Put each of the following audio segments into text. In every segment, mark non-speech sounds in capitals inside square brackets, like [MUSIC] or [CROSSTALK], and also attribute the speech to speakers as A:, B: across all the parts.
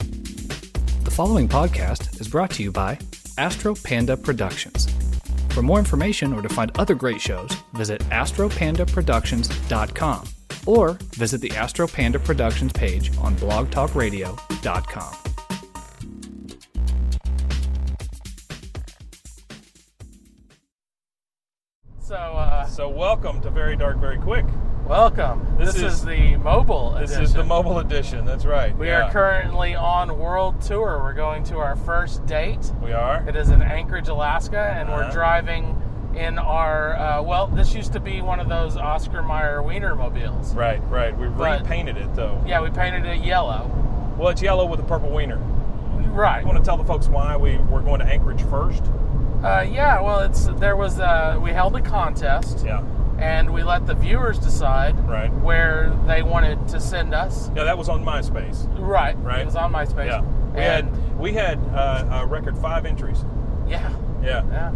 A: The following podcast is brought to you by Astro Panda Productions. For more information or to find other great shows, visit astropandaproductions.com or visit the Astro Panda Productions page on blogtalkradio.com.
B: So, uh,
C: So welcome to Very Dark Very Quick.
B: welcome. This,
C: This
B: is,
C: is-
B: the mobile
C: This
B: edition.
C: is the mobile edition. That's right.
B: We
C: Yeah.
B: are currently on world tour. We're going to our first date.
C: We are.
B: It is in Anchorage, Alaska, and we're
C: Uh-huh.
B: driving in our. Uh, well, this used to be one of those Oscar Mayer Wiener mobiles.
C: Right, right. We
B: But-
C: repainted it though.
B: Yeah, we painted it yellow.
C: Well, it's yellow with a purple wiener.
B: Right.
C: You want to tell the folks why we were going to Anchorage first?
B: Uh, yeah. Well, it's there was. Uh, we held a contest,
C: Yeah.
B: and we let the viewers decide
C: Right.
B: where they wanted to send us.
C: Yeah, that was on MySpace.
B: Right.
C: Right.
B: It was on MySpace.
C: Yeah. We
B: and
C: had we had uh, a record five entries.
B: yeah.
C: Yeah.
B: Yeah.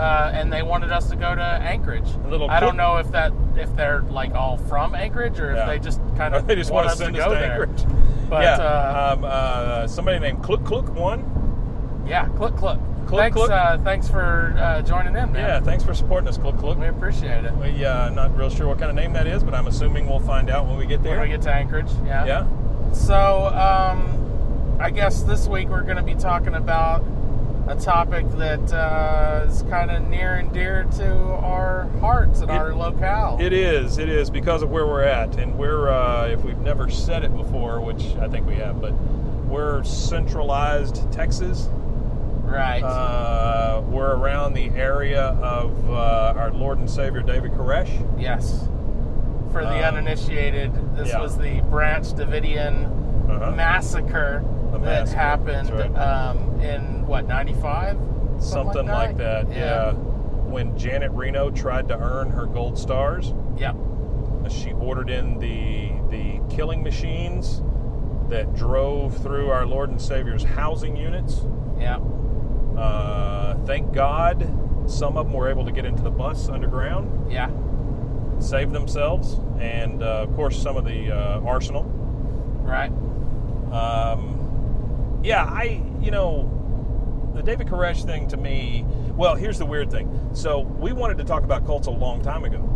B: Uh, and they wanted us to go to Anchorage.
C: A little
B: I don't
C: clip.
B: know if that if they're like all from Anchorage or if
C: Yeah.
B: they
C: [LAUGHS]
B: just kind
C: Or
B: of
C: they just
B: want
C: want
B: us
C: send
B: to
C: us
B: go
C: to
B: there.
C: Anchorage.
B: But
C: yeah.
B: uh,
C: um, uh, somebody named Cluck Cluck won.
B: yeah, click click.
C: Click,
B: thanks,
C: click.
B: Uh, thanks for uh, joining in,
C: Yeah.
B: man.
C: Thanks for supporting us, Cluck Cluck.
B: we appreciate it.
C: We, uh, I'm not real sure what kind of name that is, but I'm assuming we'll find out when we get there.
B: When we get to Anchorage, yeah.
C: yeah.
B: So um, I guess this week we're going to be talking about a topic that uh, is kind of near and dear to our hearts and
C: It-
B: our locale.
C: It is. It is because of where we're at, and we're uh, if we've never said it before, which I think we have, but we're centralized Texas.
B: right.
C: Uh, we're around the area of uh, our Lord and Savior David Koresh.
B: Yes. For the
C: Um,
B: uninitiated, this
C: yeah.
B: was the Branch Davidian
C: Uh-huh.
B: massacre
C: The
B: that
C: massacre,
B: happened
C: that's right.
B: um, in what 95 something,
C: Something like that. yeah. When Janet Reno tried to earn her gold stars,
B: yeah. Yep.
C: she ordered in the the killing machines that drove through our Lord and Savior's housing units.
B: Yep.
C: Uh, thank God, some of them were able to get into the bus underground,
B: Yeah.
C: save themselves, and uh, of course, some of the uh, arsenal.
B: Right.
C: Um, yeah, I, you know, the David Koresh thing to me, well, here's the weird thing. So, we wanted to talk about cults a long time ago,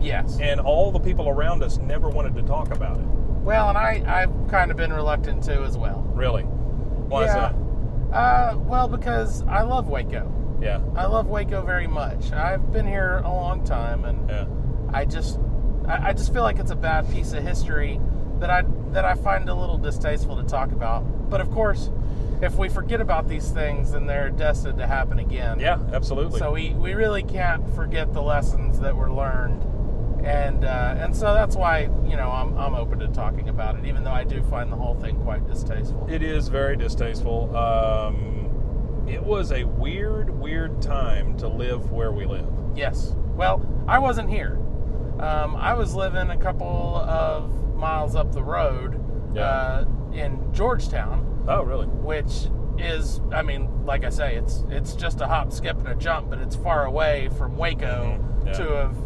B: Yes.
C: and all the people around us never wanted to talk about it,
B: Well, and I I've kind of been reluctant to as well.
C: really. Why
B: yeah.
C: is that?
B: Uh, well, because I love Waco.
C: Yeah,
B: I love Waco very much. I've been here a long time, and
C: yeah.
B: I just I, I just feel like it's a bad piece of history that I that I find a little distasteful to talk about. But of course, if we forget about these things, then they're destined to happen again.
C: Yeah, absolutely.
B: So we, we really can't forget the lessons that were learned, and uh, and so that's why you know I'm I'm open to talking about it, even though I do find the whole thing quite distasteful.
C: It is very distasteful. Um, it was a weird, weird time to live where we live.
B: Yes. Well, I wasn't here. Um, I was living a couple of miles up the road
C: Yeah.
B: uh, in Georgetown,
C: Oh, really?
B: which is, I mean, like I say, it's it's just a hop, skip, and a jump, but it's far away from Waco
C: Mhm. Yeah.
B: to have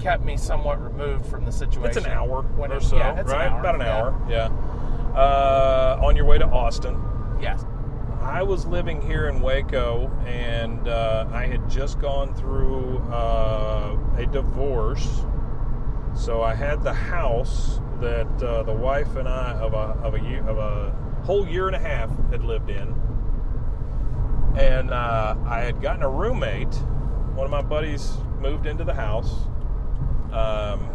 B: kept me somewhat removed from the situation.
C: It's an hour
B: When
C: or
B: it-
C: so,
B: yeah, it's an
C: right?
B: hour,
C: About an
B: yeah.
C: hour. Yeah. Uh, on your way to Austin,
B: Yes.
C: I was living here in Waco, and uh, I had just gone through uh, a divorce. So I had the house that uh, the wife and I of a of a year, of a whole year and a half had lived in, and uh, I had gotten a roommate. One of my buddies moved into the house, um,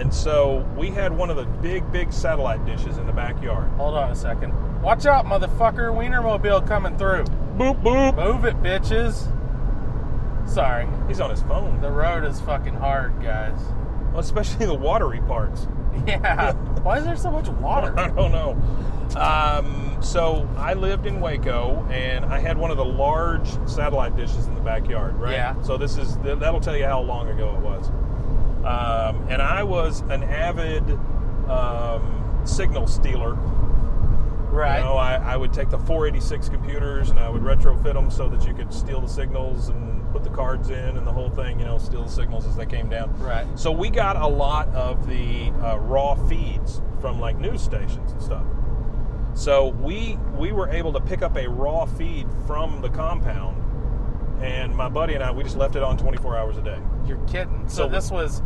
C: and so we had one of the big big satellite dishes in the backyard.
B: Hold on a second. Watch out, motherfucker! Wienermobile coming through.
C: Boop boop.
B: Move it, bitches. Sorry.
C: He's on his phone.
B: The road is fucking hard, guys.
C: Well, especially the watery parts.
B: [LAUGHS] Yeah. Why is there so much
C: [LAUGHS] I
B: water?
C: don't know. Um, so I lived in Waco, and I had one of the large satellite dishes in the backyard, right?
B: Yeah.
C: So this is th- that'll tell you how long ago it was. Um, and I was an avid um, signal stealer.
B: Right.
C: You know, I, I would take the 486 computers and I would retrofit them so that you could steal the signals and put the cards in and the whole thing, you know, steal the signals as they came down.
B: Right.
C: So we got a lot of the uh, raw feeds from like news stations and stuff. So we we were able to pick up a raw feed from the compound, and my buddy and I we just left it on 24 hours a day.
B: You're kidding. So,
C: So-
B: this was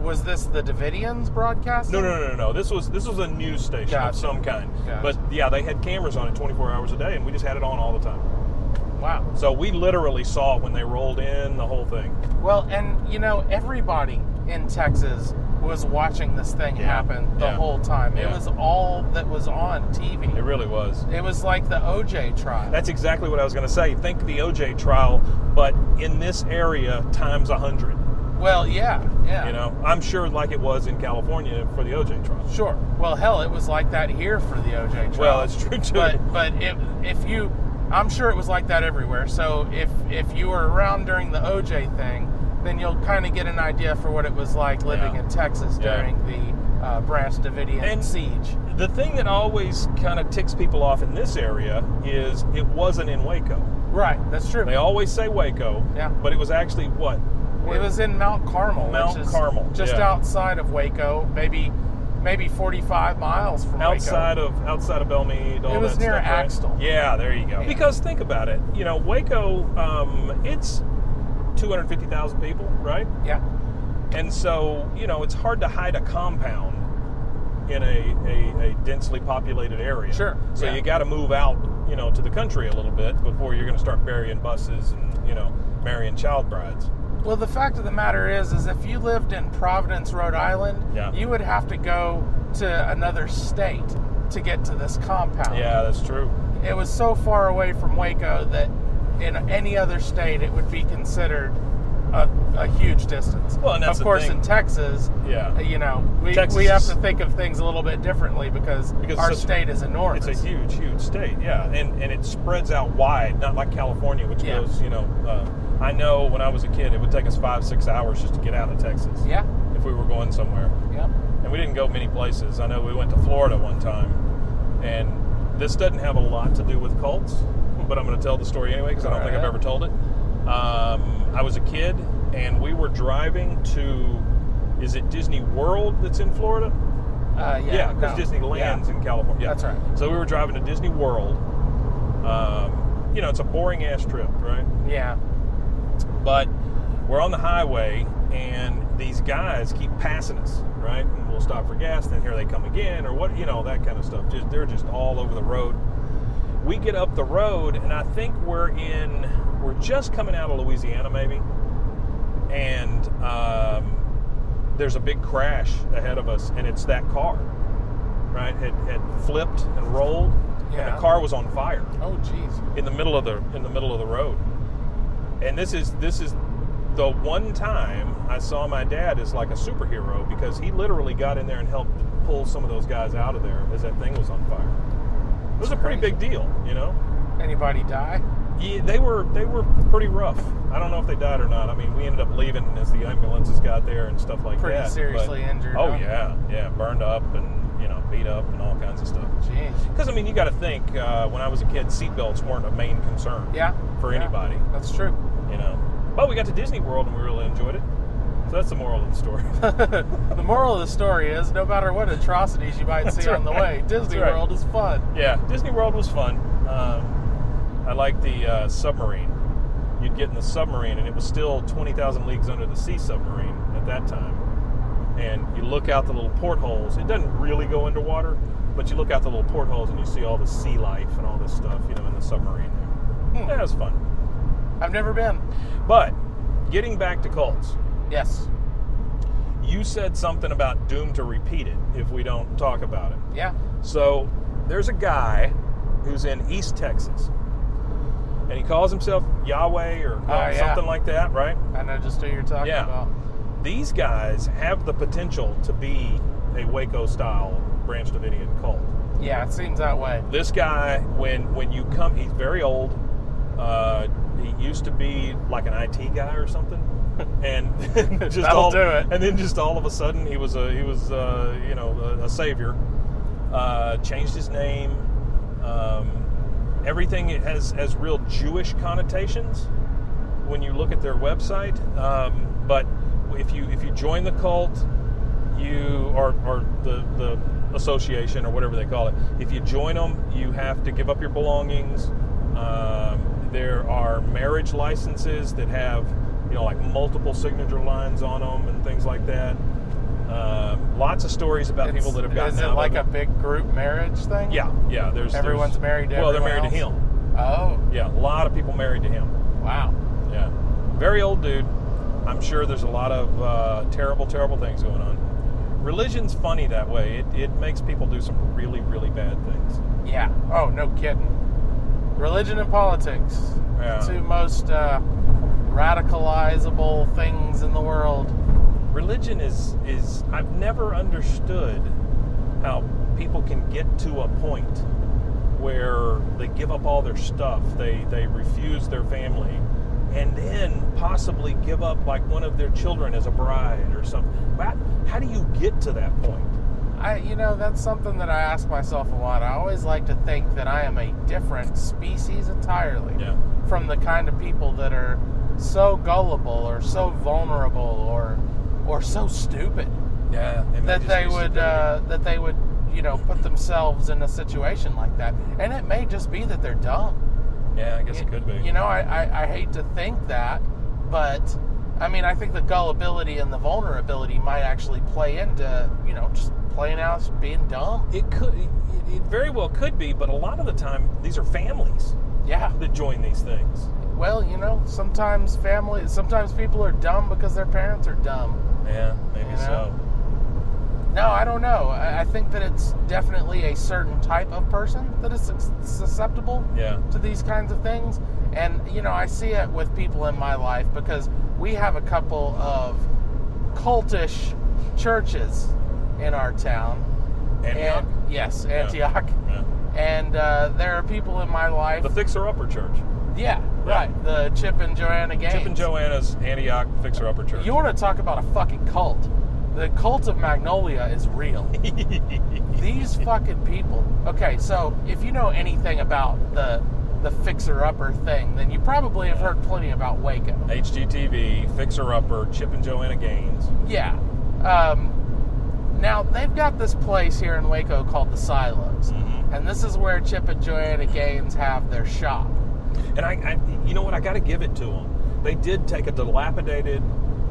B: was this the Davidians broadcast?
C: No, no, no, no, no. This was this was a news station
B: Gotcha.
C: of some kind.
B: Gotcha.
C: But yeah, they had cameras on it 24 hours a day, and we just had it on all the time.
B: Wow.
C: So we literally saw it when they rolled in the whole thing.
B: Well, and you know everybody in Texas was watching this thing
C: Yeah.
B: happen the
C: Yeah.
B: whole time. It
C: Yeah.
B: was all that was on TV.
C: It really was.
B: It was like the OJ trial.
C: That's exactly what I was going to say. Think the OJ trial, but in this area times a hundred.
B: well, yeah, yeah.
C: You know, I'm sure like it was in California for the OJ trial.
B: Sure. Well, hell, it was like that here for the OJ trial.
C: Well, it's true too.
B: But but if if you, I'm sure it was like that everywhere. So if if you were around during the OJ thing, then you'll kind of get an idea for what it was like living
C: Yeah.
B: in Texas
C: Yeah.
B: during the uh, Branch Davidian
C: And-
B: siege.
C: the thing that always kind of ticks people off in this area is it wasn't in Waco.
B: Right. That's true.
C: They always say Waco,
B: Yeah.
C: but it was actually what?
B: It was in Mount Carmel.
C: Mount
B: which is
C: Carmel,
B: just
C: yeah.
B: outside of Waco, maybe maybe 45 miles from
C: outside of outside of Belmead. All
B: It was
C: that
B: near
C: stuff, right?
B: Axtell.
C: Yeah, there you go.
B: Yeah.
C: Because think about it, you know, Waco, um, it's 250,000 people, right?
B: Waco. Yeah.
C: And so, you know, it's hard to hide a compound in a, a, a densely populated area.
B: Sure,
C: So
B: yeah.
C: you got to move out, you know, to the country a little bit before you're going to start burying buses and, you know, marrying child brides.
B: Well, the fact of the matter is, is if you lived in Providence, Rhode Island,
C: Yeah.
B: you would have to go to another state to get to this compound.
C: Yeah, that's true.
B: Oh. It was so far away from Waco that in any other state it would be considered a, a huge distance.
C: Well, and that's
B: of
C: the
B: course
C: thing.
B: in Texas,
C: Yeah.
B: you know, we,
C: Texas
B: we have
C: is-
B: to think of things a little bit differently because,
C: Because
B: our
C: it's a-
B: state is enormous.
C: It's a huge, huge state, yeah, and and it spreads out wide, not like California, which
B: Yeah.
C: goes, you know. Uh, I know when I was a kid, it would take us five, six hours just to get out of Texas
B: yeah,
C: if we were going somewhere,
B: yeah.
C: and we didn't go many places. I know we went to Florida one time, and this doesn't have a lot to do with cults, but I'm going to tell the story anyway because I don't think I've
B: Alright.
C: ever told it. Um, I was a kid, and we were driving to, is it Disney World that's in Florida?
B: Uh, yeah,
C: Yeah, because
B: no.
C: Disneyland's
B: Yeah.
C: in California. Yeah.
B: That's right.
C: So we were driving to Disney World. Um, you know, it's a boring ass trip, right?
B: Yeah.
C: But we're on the highway, and these guys keep passing us, right? And we'll stop for gas, then here they come again, or what? You know, that kind of stuff. Just they're just all over the road. We get up the road, and I think we're in. We're just coming out of Louisiana, maybe. And um, there's a big crash ahead of us, and it's that car, right? Had had flipped and rolled, and
B: Yeah.
C: the car was on fire
B: Oh, jeez.
C: in the middle of the in the middle of the road. And this is this is the one time I saw my dad as like a superhero because he literally got in there and helped pull some of those guys out of there as that thing was on fire. It was a pretty
B: Crazy.
C: big deal, you know.
B: Anybody die?
C: Yeah, they were they were pretty rough. I don't know if they died or not. I mean, we ended up leaving as the ambulances got there and stuff like
B: Pretty
C: that. but-
B: seriously injured,
C: Oh
B: huh?
C: yeah, yeah, burned up and you know beat up and all kinds of stuff.
B: Jeez.
C: Because I mean, you got to think uh, when I was a kid, seatbelts weren't a main concern
B: Yeah.
C: for
B: yeah.
C: anybody,
B: That's true.
C: you know. But we got to Disney World and we really enjoyed it. So that's the moral of the story.
B: [LAUGHS] the moral of the story is no matter what atrocities you might see
C: That's
B: on the way,
C: right.
B: Disney
C: That's right.
B: World is fun.
C: yeah, Disney World was fun. Um, I liked the uh, submarine. You'd get in the submarine, and it was still 20,000 leagues under the sea submarine at that time. And you look out the little portholes. It doesn't really go underwater, but you look out the little portholes and you see all the sea life and all this stuff, you know, in the submarine there.
B: Hmm.
C: Yeah, it was fun.
B: I've never been.
C: But getting back to cults.
B: Yes.
C: you said something about doomed to repeat it if we don't talk about it.
B: Yeah.
C: So there's a guy who's in East Texas, and he calls himself Yahweh or
B: Oh, yeah.
C: something like that, right?
B: I know just who you're talking
C: Yeah.
B: about.
C: These guys have the potential to be a Waco-style Branch Davidian cult.
B: Yeah, it seems that way.
C: This guy, when when you come, he's very old. Uh, he used to be like an IT guy
B: [LAUGHS]
C: or something, and [LAUGHS] just
B: That'll
C: all,
B: do it.
C: And then just all of a sudden, he was a he was uh, you know a, a savior. Uh, changed his name. Um, everything has has real Jewish connotations, when you look at their website. Um, but if you if you join the cult, you or, or the the association or whatever they call it, if you join them, you have to give up your belongings. Um, there are marriage licenses that have you know like multiple signature lines on them and things like that. Um, lots of stories about people that have gotten
B: Is it
C: out of
B: like
C: it.
B: a big group marriage thing?
C: Yeah, yeah. There's
B: Everyone's
C: there's-
B: married to
C: Well, they're
B: everyone
C: married to
B: else?
C: him.
B: Oh,
C: Yeah, a lot of people married to him.
B: wow.
C: Yeah, very old dude. I'm sure there's a lot of uh, terrible, terrible things going on. Religion's funny that way. It, it makes people do some really, really bad things.
B: Yeah. Oh, no kidding. Religion and politics.
C: Yeah.
B: Two most uh, radicalizable things in the world.
C: Religion is is I've never understood how people can get to a point where they give up all their stuff, they they refuse their family, and then possibly give up like one of their children as a bride or something. But how do you get to that point?
B: I, you know, that's something that I ask myself a lot. I always like to think that I am a different species entirely
C: Yeah.
B: from the kind of people that are so gullible or so vulnerable or or so stupid
C: Yeah,
B: that they would uh, that they would you know put themselves in a situation like that. And it may just be that they're dumb.
C: yeah, I guess it could be.
B: You know, I, I, I hate to think that, but I mean, I think the gullibility and the vulnerability might actually play into, you know, just playing out, being dumb.
C: it could. It, it very well could be, but a lot of the time, these are families
B: Yeah.
C: that join these things.
B: Well, you know, sometimes family, sometimes people are dumb because their parents are dumb.
C: Yeah, maybe
B: You
C: so.
B: know? No, I don't know. I, I think that it's definitely a certain type of person that is sus- susceptible
C: Yeah,
B: to these kinds of things. And, you know, I see it with people in my life because we have a couple of cultish churches in our town.
C: Antioch.
B: And, yes, Antioch.
C: Yeah.
B: And uh, there are people in my life.
C: The Fixer Upper Church.
B: yeah,
C: Yeah.
B: right. The Chip and Joanna Gaines.
C: Chip and Joanna's Antioch Fixer Upper Church.
B: You want to talk about a fucking cult? The cult of Magnolia is
C: [LAUGHS]
B: real. These fucking people. Okay, so if you know anything about the the fixer upper thing, then you probably have heard plenty about Waco.
C: HGTV, Fixer Upper, Chip and Joanna Gaines.
B: Yeah. Um, now they've got this place here in Waco called the Silos,
C: Mhm.
B: and this is where Chip and Joanna Gaines have their shop.
C: And I, I you know what? I got to give it to them. They did take a dilapidated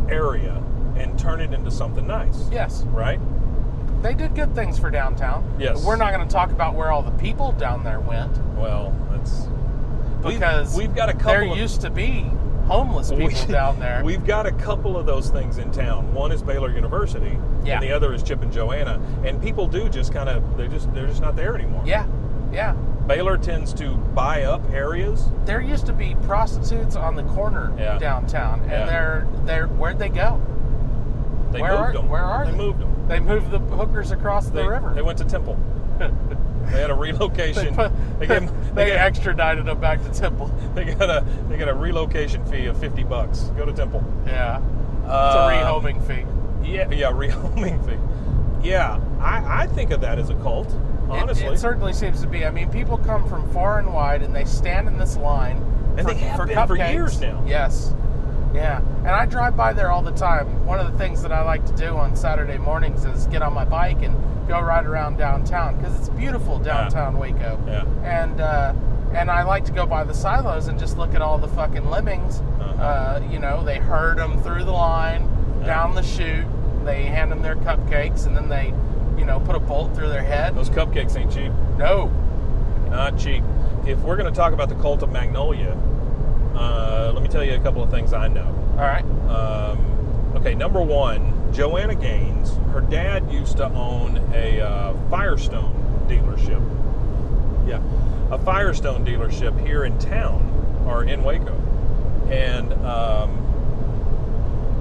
C: area and turn it into something nice.
B: Yes,
C: Right?
B: they did good things for downtown.
C: Yes.
B: We're not going to talk about where all the people down there went.
C: Well, that's we've-
B: because
C: we've, got a couple.
B: there
C: of,
B: used to be homeless people down there.
C: [LAUGHS] We've got a couple of those things in town. One is Baylor University,
B: Yeah.
C: and the other is Chip and Joanna. And people do just kind of they just they're just not there anymore.
B: yeah, yeah.
C: Baylor tends to buy up areas.
B: There used to be prostitutes on the corner
C: Yeah.
B: downtown, and
C: Yeah.
B: they're they're where'd they go?
C: They
B: Where
C: moved
B: are-
C: them.
B: where are
C: they?
B: they?
C: moved them.
B: They moved the hookers across
C: They,
B: the river.
C: they went to
B: [LAUGHS]
C: Temple. they had a
B: They
C: relocation.
B: put- [LAUGHS]
C: they, gave,
B: they
C: they, gave-
B: extradited them back to Temple.
C: [LAUGHS] they got a they got a relocation fee of fifty bucks. Go to Temple.
B: Yeah, it's a
C: Um,
B: rehoming fee.
C: Yeah, yeah, [LAUGHS] rehoming fee. Yeah, I, I think of that as a cult.
B: It-
C: Honestly,
B: it, certainly seems to be. I mean, people come from far and wide, and they stand in this line,
C: And
B: for,
C: they have
B: for
C: been for
B: cupcakes.
C: years now.
B: Yes, yeah. And I drive by there all the time. One of the things that I like to do on Saturday mornings is get on my bike and go ride around downtown because it's beautiful downtown Waco.
C: Yeah.
B: And uh, and I like to go by the silos and just look at all the fucking lemmings.
C: Uh-huh.
B: Uh, you know, they herd them through the line
C: Yeah.
B: down the chute. They hand them their cupcakes, and then they, you know, put a bolt through their head.
C: those cupcakes ain't cheap.
B: No.
C: Not cheap. If we're going to talk about the cult of Magnolia, uh, let me tell you a couple of things I know.
B: All right.
C: Um, okay, number one, Joanna Gaines. Her dad used to own a uh, Firestone dealership. Yeah, a Firestone dealership here in town or in Waco, and um,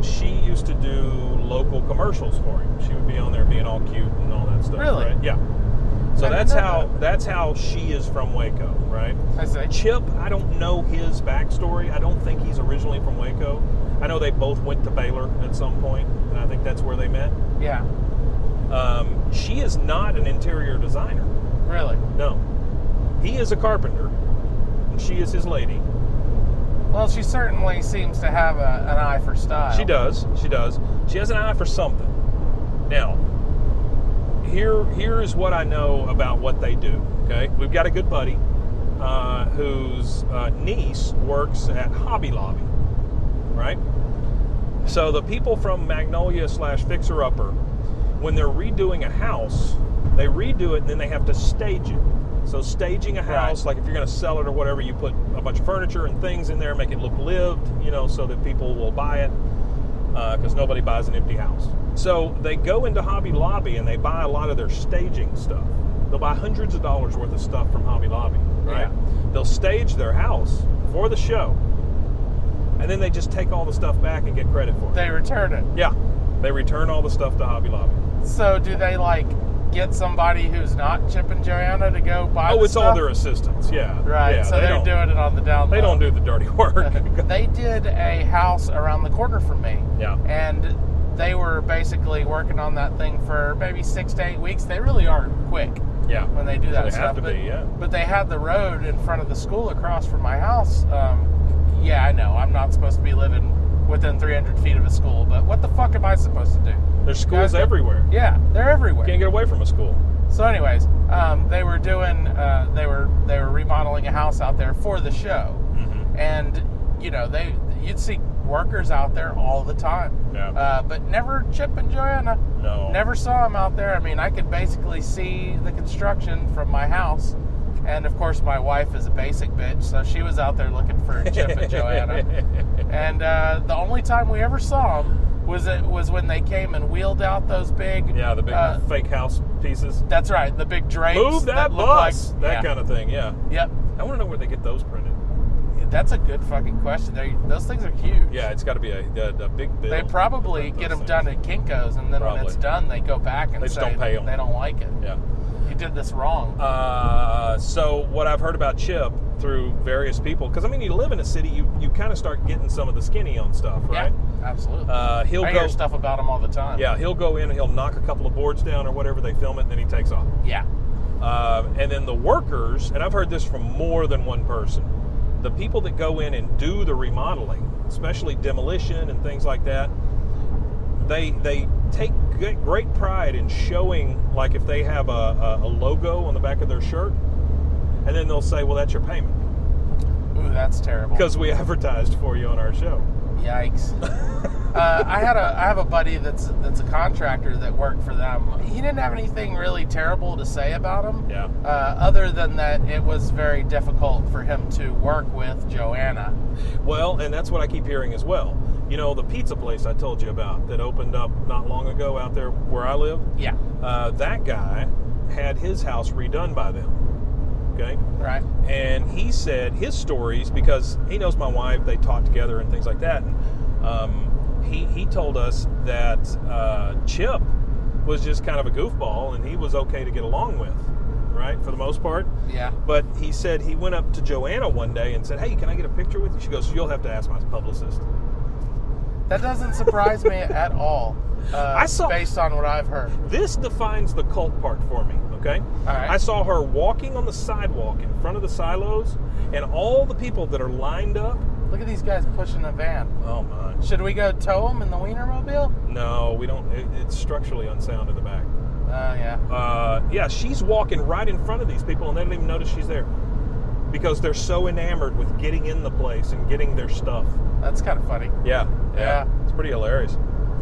C: she used to do local commercials for him. She would be on there being all cute and all that stuff.
B: Really?
C: Right? Yeah. So
B: I didn't
C: that's
B: know
C: how
B: that.
C: that's how she is from Waco, right?
B: I see.
C: Chip, I don't know his backstory. I don't think he's originally from Waco. I know they both went to Baylor at some point, and I think that's where they met.
B: Yeah.
C: Um, she is not an interior designer.
B: Really.
C: No, he is a carpenter, and she is his lady.
B: Well, she certainly seems to have a, an eye for style.
C: She does. She does. She has an eye for something. Now, here here is what I know about what they do. Okay, we've got a good buddy uh, whose uh, niece works at Hobby Lobby, right? So the people from Magnolia slash Fixer Upper, when they're redoing a house, they redo it and then they have to stage it. So staging a house, like if you're going to sell it or whatever, you put a bunch of furniture and things in there, make it look lived, you know, so that people will buy it because uh, nobody buys an empty house. So they go into Hobby Lobby and they buy a lot of their staging stuff. They'll buy hundreds of dollars worth of stuff from Hobby Lobby, right?
B: Yeah.
C: They'll stage their house for the show, and then they just take all the stuff back and get credit for it.
B: They return it.
C: yeah, they return all the stuff to Hobby Lobby.
B: So do they like get somebody who's not Chip and Joanna to go buy?
C: oh,
B: the
C: it's all
B: stuff?
C: their assistants. Yeah,
B: Right.
C: Yeah,
B: so
C: they
B: are
C: don't-
B: doing it on the down.
C: They
B: low.
C: don't do the dirty [LAUGHS] work.
B: they did a house around the corner from me.
C: Yeah.
B: And they were basically working on that thing for maybe six to eight weeks. They really are quick
C: yeah.
B: when they do that
C: They have
B: stuff.
C: to
B: but,
C: be, yeah.
B: but they had the road in front of the school across from my house. Um, yeah, I know. I'm not supposed to be living within 300 feet of a school, but what the fuck am I supposed to do?
C: There's schools
B: Guys, they-
C: everywhere.
B: Yeah, they're everywhere.
C: Can't get away from a school.
B: So, anyways, um, they were doing uh, they were they were remodeling a house out there for the show,
C: Mm-hmm.
B: and you know they you'd see workers out there all the time,
C: Yeah.
B: uh, but never Chip and Joanna.
C: No.
B: Never saw them out there. I mean, I could basically see the construction from my house, and of course, my wife is a basic bitch, so she was out there looking for Chip
C: [LAUGHS]
B: and Joanna. And uh, the only time we ever saw them was it was when they came and wheeled out those big
C: yeah, the big
B: uh,
C: fake house pieces.
B: that's right. The big drapes.
C: Move that,
B: look
C: bus.
B: like-
C: that
B: yeah.
C: kind of thing. Yeah.
B: Yep.
C: I want to know where they get those printed.
B: That's a good fucking question. They, those things are huge.
C: Yeah, it's got to be a, a, a big bill.
B: They probably
C: Print
B: get
C: those
B: them done
C: things.
B: at Kinko's, and then when it's
C: Probably.
B: done, they go back and
C: They just
B: say
C: don't pay 'em.
B: they don't like it.
C: Yeah.
B: You did this wrong.
C: Uh, so what I've heard about Chip through various people, because I mean, you live in a city, you you kind of start getting some of the skinny on stuff, right?
B: Yeah, absolutely.
C: Uh, he'll
B: I
C: go.
B: hear stuff about them all the time.
C: Yeah, he'll go in and he'll knock a couple of boards down or whatever. They film it and then he takes off.
B: Yeah.
C: Um, and then the workers, and I've heard this from more than one person, the people that go in and do the remodeling, especially demolition and things like that, they they take good, great pride in showing, like if they have a, a, a logo on the back of their shirt, and then they'll say, "Well, that's your payment
B: Ooh, that's terrible.
C: because we [LAUGHS] advertised for you on our show."
B: Yikes. uh, I had a I have a buddy that's that's a contractor that worked for them. He didn't have anything really terrible to say about him.
C: Yeah.
B: Uh, other than that, it was very difficult for him to work with Joanna.
C: Well, and that's what I keep hearing as well. You know, the pizza place I told you about that opened up not long ago out there where I live.
B: Yeah.
C: uh, that guy had his house redone by them. Okay.
B: Right.
C: And he said his stories because he knows my wife, they talk together and things like that. And, um, he, he told us that uh, Chip was just kind of a goofball and he was okay to get along with, right, for the most part.
B: Yeah.
C: But he said he went up to Joanna one day and said, Hey, can I get a picture with you? She goes, You'll have to ask my publicist.
B: That doesn't surprise
C: [LAUGHS]
B: me at all. Uh,
C: I saw-
B: based on what I've heard.
C: This defines the cult part for me, okay?
B: right.
C: I saw her walking on the sidewalk in front of the silos, and all the people that are lined up.
B: Look at these guys pushing a van.
C: Oh my.
B: Should we go tow them in the Wienermobile?
C: No, we don't. It, it's structurally unsound in the back.
B: Oh yeah.
C: Uh, yeah, she's walking right in front of these people, and they don't even notice she's there because they're so enamored with getting in the place and getting their stuff.
B: That's kind of funny.
C: Yeah,
B: Yeah.
C: It's pretty hilarious.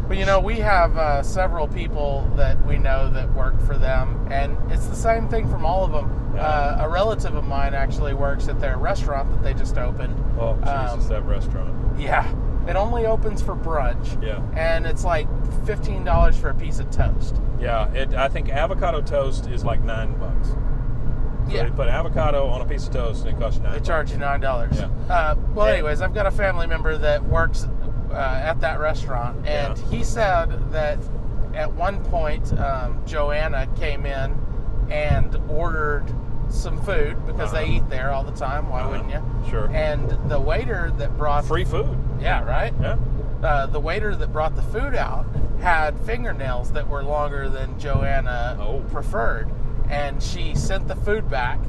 B: But you know, we have uh, several people that we know that work for them, and it's the same thing from all of them.
C: Yeah.
B: Uh, a relative of mine actually works at their restaurant that they just opened.
C: Oh, Jesus,
B: Um,
C: that restaurant.
B: Yeah. It only opens for brunch.
C: Yeah.
B: And it's like fifteen dollars for a piece of toast.
C: Yeah, it, I think avocado toast is like nine bucks. So
B: Yeah.
C: They put avocado on a piece of toast and it costs you nine.
B: They charge you nine dollars.
C: Yeah.
B: Uh, well,
C: Yeah.
B: anyways, I've got a family member that works uh, at that restaurant, and
C: Yeah.
B: he said that at one point um, Joanna came in and ordered some food because they
C: Uh-huh.
B: eat there all the time. Why
C: Uh-huh.
B: wouldn't you?
C: Sure.
B: And the waiter that brought
C: Free food.
B: yeah, right.
C: Yeah.
B: Uh, the waiter that brought the food out had fingernails that were longer than Joanna
C: Oh.
B: preferred, and she sent the food back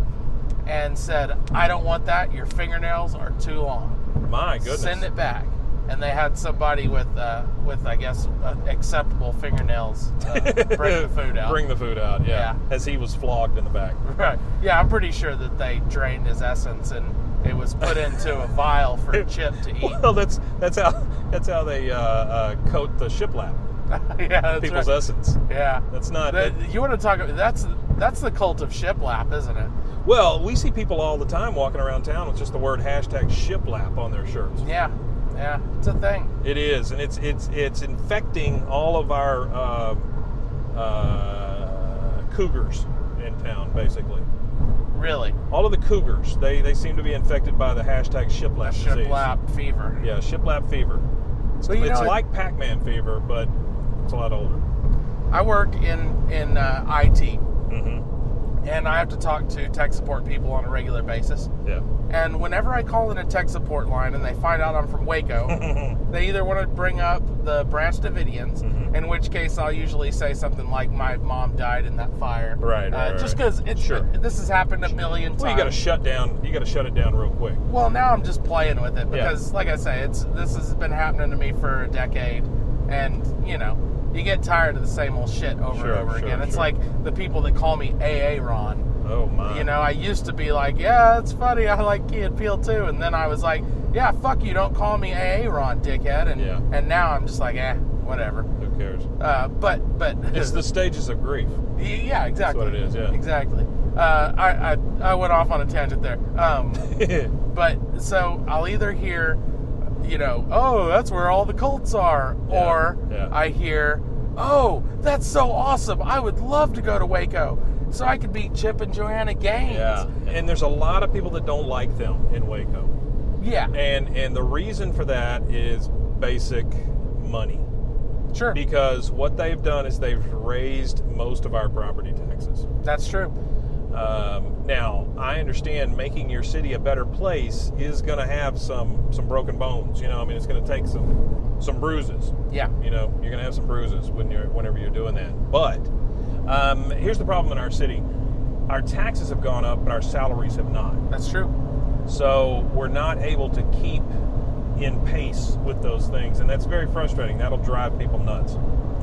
B: and said, "I don't want that. Your fingernails are too long."
C: My goodness.
B: send it back. And they had somebody with, uh, with I guess, uh, acceptable fingernails uh, bring the
C: [LAUGHS]
B: food out.
C: Bring the food out, yeah.
B: Yeah.
C: As he was flogged in
B: [LAUGHS]
C: the back.
B: Right. Yeah, I'm pretty sure that they drained his essence and it was put into a vial
C: [LAUGHS]
B: for Chip to eat.
C: Well, that's that's how [LAUGHS] that's how they uh, uh, coat the shiplap.
B: [LAUGHS] yeah, that's
C: People's
B: right.
C: essence.
B: Yeah.
C: That's not.
B: That- you want to talk about that's that's the cult of shiplap, isn't it?
C: well, we see people all the time walking around town with just the word hashtag shiplap on their shirts.
B: Yeah. Yeah. It's a thing.
C: It is, and it's it's it's infecting all of our uh, uh, cougars in town, basically.
B: Really.
C: All of the cougars, they they seem to be infected by the hashtag shiplap
B: Shiplap fever.
C: disease. Yeah, shiplap fever. It's,
B: Well, you
C: it's
B: know,
C: like Pac-Man fever, but it's a lot older.
B: I work in in uh, IT
C: Mm-hmm.
B: and I have to talk to tech support people on a regular basis.
C: Yeah.
B: And whenever I call in a tech support line and they find out I'm from Waco,
C: [LAUGHS]
B: they either want to bring up the Branch Davidians,
C: Mhm.
B: in which case I'll usually say something like, "My mom died in that fire,"
C: Right, right,
B: uh, just
C: right.
B: because it's
C: Sure.
B: this has happened a million times.
C: Well, you got to shut down. You got to shut it down real quick.
B: Well, now I'm just playing with it
C: Yeah.
B: because, like I say, it's this has been happening to me for a decade, and you know, you get tired of the same old shit over
C: Sure,
B: and over
C: sure,
B: again. It's
C: sure.
B: like the people that call me AA Ron.
C: Oh my.
B: You know, I used to be like, yeah, it's funny. I like Key and Peele too. And then I was like, yeah, fuck you. Don't call me AA Ron, dickhead. And
C: Yeah.
B: and now I'm just like, eh, whatever.
C: Who cares?
B: Uh, but but
C: It's the stages of grief.
B: Y- [LAUGHS] yeah, exactly.
C: what it is, yeah.
B: Exactly. Uh, I, I I went off on a tangent there.
C: [LAUGHS]
B: Um, but so I'll either hear, you know, oh, that's where all the cults are,
C: Yeah,
B: or
C: yeah.
B: I hear, oh, that's so awesome. I would love to go to Waco. So I could meet Chip and Joanna Gaines.
C: yeah. And there's a lot of people that don't like them in Waco.
B: Yeah,
C: And and the reason for that is basic money.
B: sure.
C: Because what they've done is they've raised most of our property taxes.
B: That's true.
C: Um, now, I understand making your city a better place is going to have some some broken bones. You know, I mean, it's going to take some some bruises.
B: Yeah.
C: You know, you're going to have some bruises when you're whenever you're doing that. But um, here's the problem in our city: our taxes have gone up, but our salaries have not.
B: That's true.
C: So we're not able to keep in pace with those things, and that's very frustrating. That'll drive people nuts.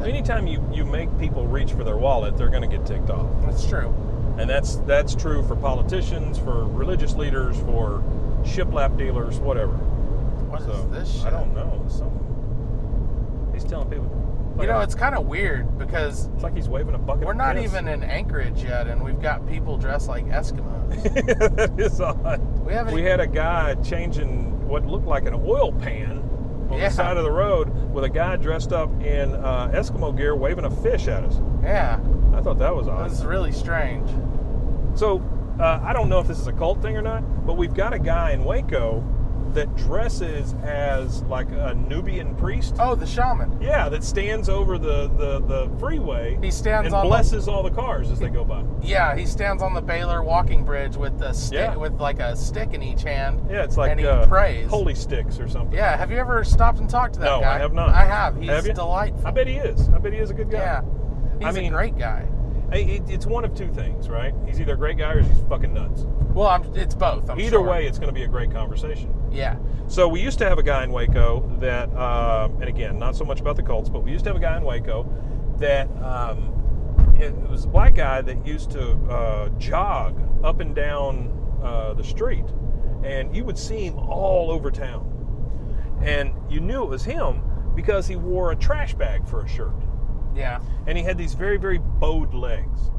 C: Anytime you, you make people reach for their wallet, they're going to get ticked off,
B: That's true.
C: and that's that's true for politicians, for religious leaders, for shiplap dealers, whatever.
B: What is
C: So
B: this shit?
C: I don't know. Some he's telling people.
B: You know, it's kind of weird because
C: it's like he's waving a bucket.
B: we're
C: of
B: not
C: piss.
B: even in Anchorage yet, and we've got people dressed like Eskimos.
C: [LAUGHS] that is odd.
B: We haven't. e-
C: We had a guy changing what looked like an oil pan on
B: Yeah.
C: the side of the road with a guy dressed up in uh, Eskimo gear waving a fish at us.
B: yeah,
C: I thought that was
B: this
C: odd.
B: is really strange.
C: So uh, I don't know if this is a cult thing or not, but we've got a guy in Waco that dresses as like a Nubian priest.
B: Oh, the shaman.
C: Yeah, that stands over the, the, the freeway
B: He stands
C: and
B: on the-
C: blesses all the cars as they go by.
B: Yeah, he stands on the Baylor walking bridge with the stick,
C: Yeah.
B: with like a stick in each hand.
C: Yeah, it's like
B: and he
C: uh,
B: prays.
C: holy sticks or something.
B: Yeah, have you ever stopped and talked to that
C: no,
B: guy?
C: I have not.
B: I have. He's
C: you?
B: delightful.
C: I bet he is. I bet he is a good guy.
B: Yeah, he's
C: I mean-
B: a great guy.
C: Hey, it, it's one of two things, right? He's either a great guy or he's fucking nuts.
B: Well, I'm, it's both. I'm
C: either
B: sure.
C: way, it's going to be a great conversation.
B: Yeah.
C: So we used to have a guy in Waco that, um, and again, not so much about the Colts, but we used to have a guy in Waco that um, it, it was a black guy that used to uh, jog up and down uh, the street, and you would see him all over town, and you knew it was him because he wore a trash bag for a shirt.
B: Yeah.
C: and he had these very very bowed legs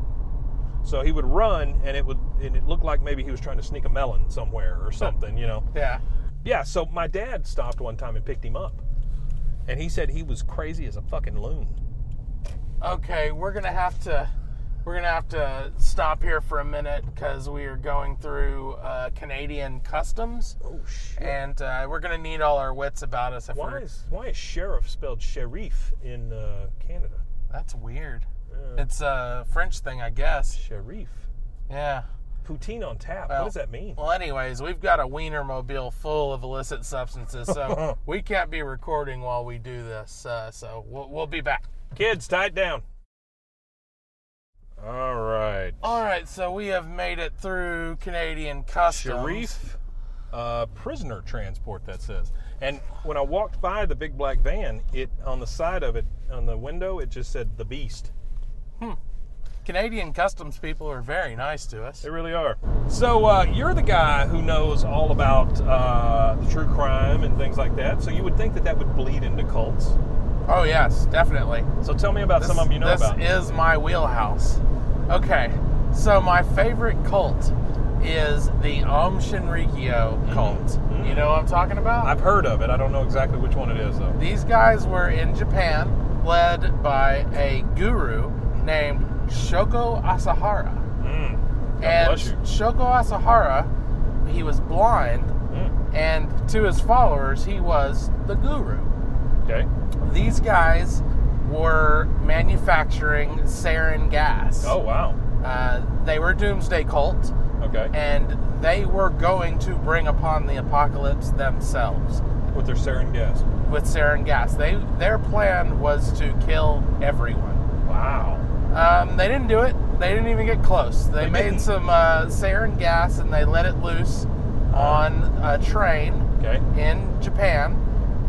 C: so he would run and it would and it looked like maybe he was trying to sneak a melon somewhere or something you know
B: Yeah.
C: yeah so my dad stopped one time and picked him up and he said he was crazy as a fucking loon
B: Okay, we're gonna have to we're gonna have to stop here for a minute because we are going through uh, Canadian customs,
C: oh shit
B: and uh, we're gonna need all our wits about us. If
C: why
B: we're,
C: is why is sheriff spelled sheriff in uh, canada
B: that's weird.
C: Yeah.
B: It's a French thing, I guess.
C: sheriff
B: Yeah.
C: poutine on tap what
B: Well-
C: does that mean
B: Well, anyways, we've got a wiener mobile full of illicit substances,
C: [LAUGHS]
B: so we can't be recording while we do this. Uh, so we'll, we'll be back.
C: kids tie it down all right
B: All right, so we have made it through Canadian customs.
C: sheriff uh, prisoner transport. That says. And when I walked by the big black van, it on the side of it, on the window, it just said "The Beast."
B: Hmm. Canadian customs people are very nice to us.
C: They really are. So uh, you're the guy who knows all about uh, the true crime and things like that. So you would think that that would bleed into cults.
B: Oh yes, definitely.
C: So tell me about some of them you know
B: this
C: about.
B: is my wheelhouse. Okay, so my favorite cult is the Om Shinrikyo cult. You know what I'm talking about?
C: Mm-hmm. I've heard of it. I don't know exactly which one it is though.
B: These guys were in Japan, led by a guru named Shoko Asahara.
C: Mm-hmm. Mm. God
B: and
C: bless you.
B: Shoko Asahara, he was blind,
C: Mm.
B: and to his followers, he was the guru.
C: Okay.
B: These guys were manufacturing sarin gas.
C: Oh wow.
B: Uh, they were a doomsday cult,
C: Okay.
B: and they were going to bring upon the apocalypse themselves
C: With their sarin gas.
B: with sarin gas. They their plan was to kill everyone.
C: Wow.
B: Um, they didn't do it. They didn't even get close. They,
C: They
B: made
C: didn't.
B: some uh, sarin gas and they let it loose on a train
C: Uh-huh. Okay.
B: in Japan,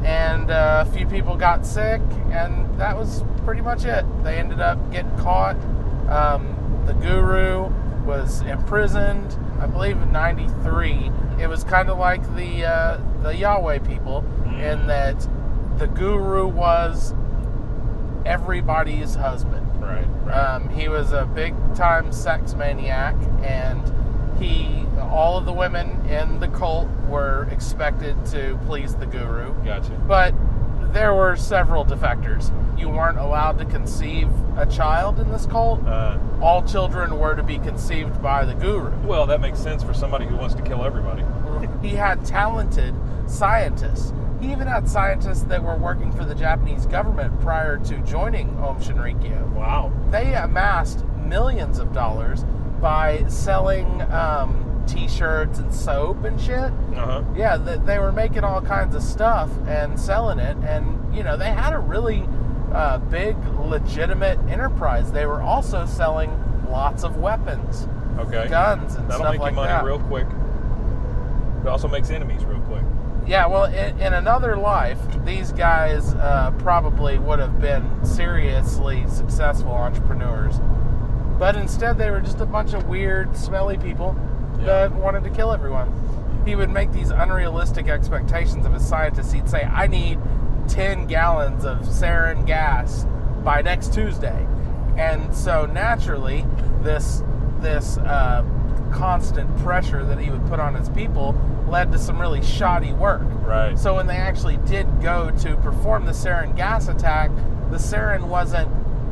B: and uh, a few people got sick, and that was pretty much it. They ended up getting caught. Um, the guru was imprisoned, I believe, in '93. It was kind of like the uh, the Yahweh people
C: Mm.
B: in that the guru was everybody's husband.
C: Right. Right.
B: Um, he was a big time sex maniac, and he all of the women in the cult were expected to please the guru.
C: gotcha.
B: But there were several defectors. You weren't allowed to conceive a child in this cult.
C: Uh,
B: All children were to be conceived by the guru.
C: well, that makes sense for somebody who wants to kill everybody.
B: He had talented scientists. He even had scientists that were working for the Japanese government prior to joining Om Shinrikyo.
C: Wow.
B: they amassed millions of dollars by selling um, t-shirts and soap and shit
C: Uh huh.
B: yeah th- they were making all kinds of stuff and selling it and you know they had a really uh, big legitimate enterprise they were also selling lots of weapons
C: Okay.
B: guns and
C: That'll
B: stuff
C: make
B: like
C: you money
B: that
C: real quick. It also makes enemies real quick.
B: Yeah, well, in, in another life, these guys uh, probably would have been seriously successful entrepreneurs. But instead, they were just a bunch of weird, smelly people
C: Yeah.
B: that wanted to kill everyone. He would make these unrealistic expectations of his scientists. He'd say, I need 10 gallons of sarin gas by next Tuesday. And so naturally, this, this uh, constant pressure that he would put on his people led to some really shoddy work.
C: Right.
B: So when they actually did go to perform the sarin gas attack, the sarin wasn't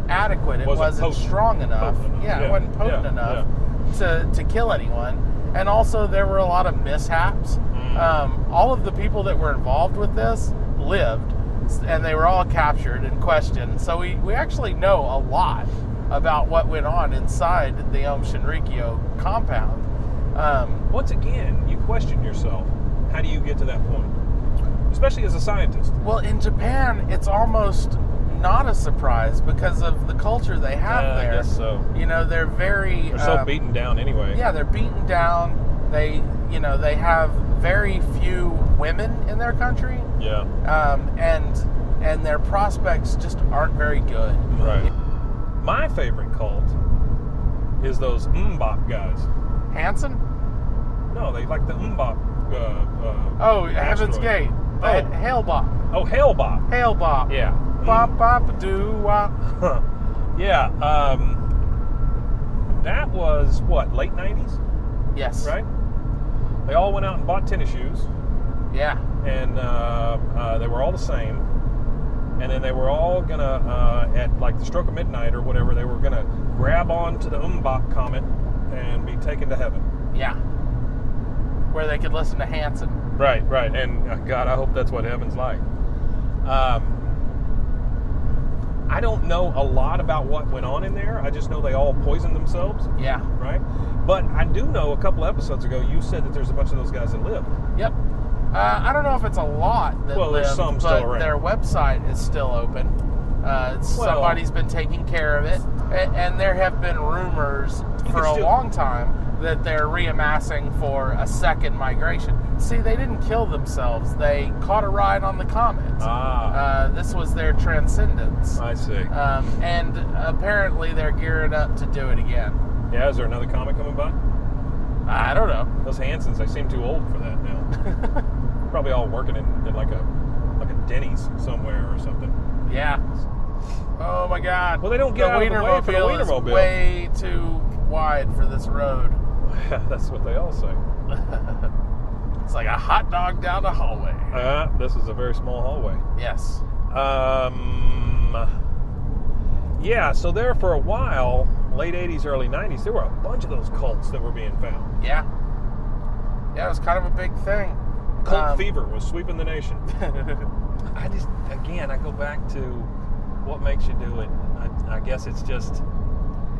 B: adequate. It
C: Wasn't
B: wasn't,
C: potent.
B: strong enough.
C: Potent enough.
B: Yeah,
C: Yeah,
B: it wasn't potent
C: yeah,
B: enough to to kill anyone. And also, there were a lot of mishaps.
C: Mm.
B: Um, all of the people that were involved with this lived, and they were all captured and questioned. So we, we actually know a lot about what went on inside the Om Shinrikyo compound. Um,
C: Once again, you question yourself. How do you get to that point? Especially as a scientist.
B: Well, in Japan, it's almost not a surprise because of the culture they have
C: Yeah,
B: there.
C: Uh, I guess so.
B: You know, they're very
C: They're so
B: um,
C: beaten down anyway.
B: Yeah, they're beaten down. They, you know, they have very few women in their country,
C: Yeah.
B: um, and and their prospects just aren't very good.
C: Right. My favorite cult is those Mbop guys.
B: Hanson?
C: No, they like the Mbop. Uh, uh,
B: Oh, Heaven's
C: asteroid.
B: Gate.
C: Oh.
B: Oh. Hail Bop.
C: Oh, Hellbop.
B: Hail Bop.
C: Yeah.
B: Bop bop doo wop.
C: Huh. [LAUGHS] Yeah. Um, that was what late '90s,
B: Yes.
C: right? They all went out and bought tennis shoes,
B: Yeah.
C: and uh, uh, they were all the same. And then they were all gonna, uh, at like the stroke of midnight or whatever, they were gonna grab onto the Umbop comet and be taken to heaven.
B: Yeah. Where they could listen to Hanson.
C: Right, right, and uh, God, I hope that's what heaven's like. Um, I don't know a lot about what went on in there. I just know they all poisoned themselves,
B: Yeah.
C: right? But I do know a couple episodes ago you said that there's a bunch of those guys that live.
B: Yep. Uh, I don't know if it's a lot that
C: Well, there's
B: live,
C: some
B: but
C: still around.
B: their website is still open. Uh, somebody's been taking care of it, and, and there have been rumors for a
C: still-
B: long time that they're reamassing for a second migration. See, they didn't kill themselves; they caught a ride on the comet.
C: Ah,
B: Uh, this was their transcendence,
C: I see.
B: um, and apparently they're gearing up to do it again.
C: yeah, is there another comic coming by?
B: I don't know.
C: Those Hansons, I seem too old for that now.
B: [LAUGHS]
C: Probably all working in, in like a like a Denny's somewhere or something.
B: Yeah. Oh my God.
C: Well, they don't get
B: the
C: out of the way for the
B: Wienermobile is
C: Wienermobile.
B: way too wide for this road.
C: [LAUGHS] That's what they all say.
B: [LAUGHS] It's like a hot dog down the hallway.
C: Uh, this is a very small hallway.
B: Yes.
C: Um, yeah, so there for a while, late 80s, early 90s, there were a bunch of those cults that were being found.
B: Yeah. Yeah, it was kind of a big thing.
C: Cult
B: Um,
C: fever was sweeping
B: [LAUGHS]
C: the nation. I just, again, I go back to what makes you do it. I, I guess it's just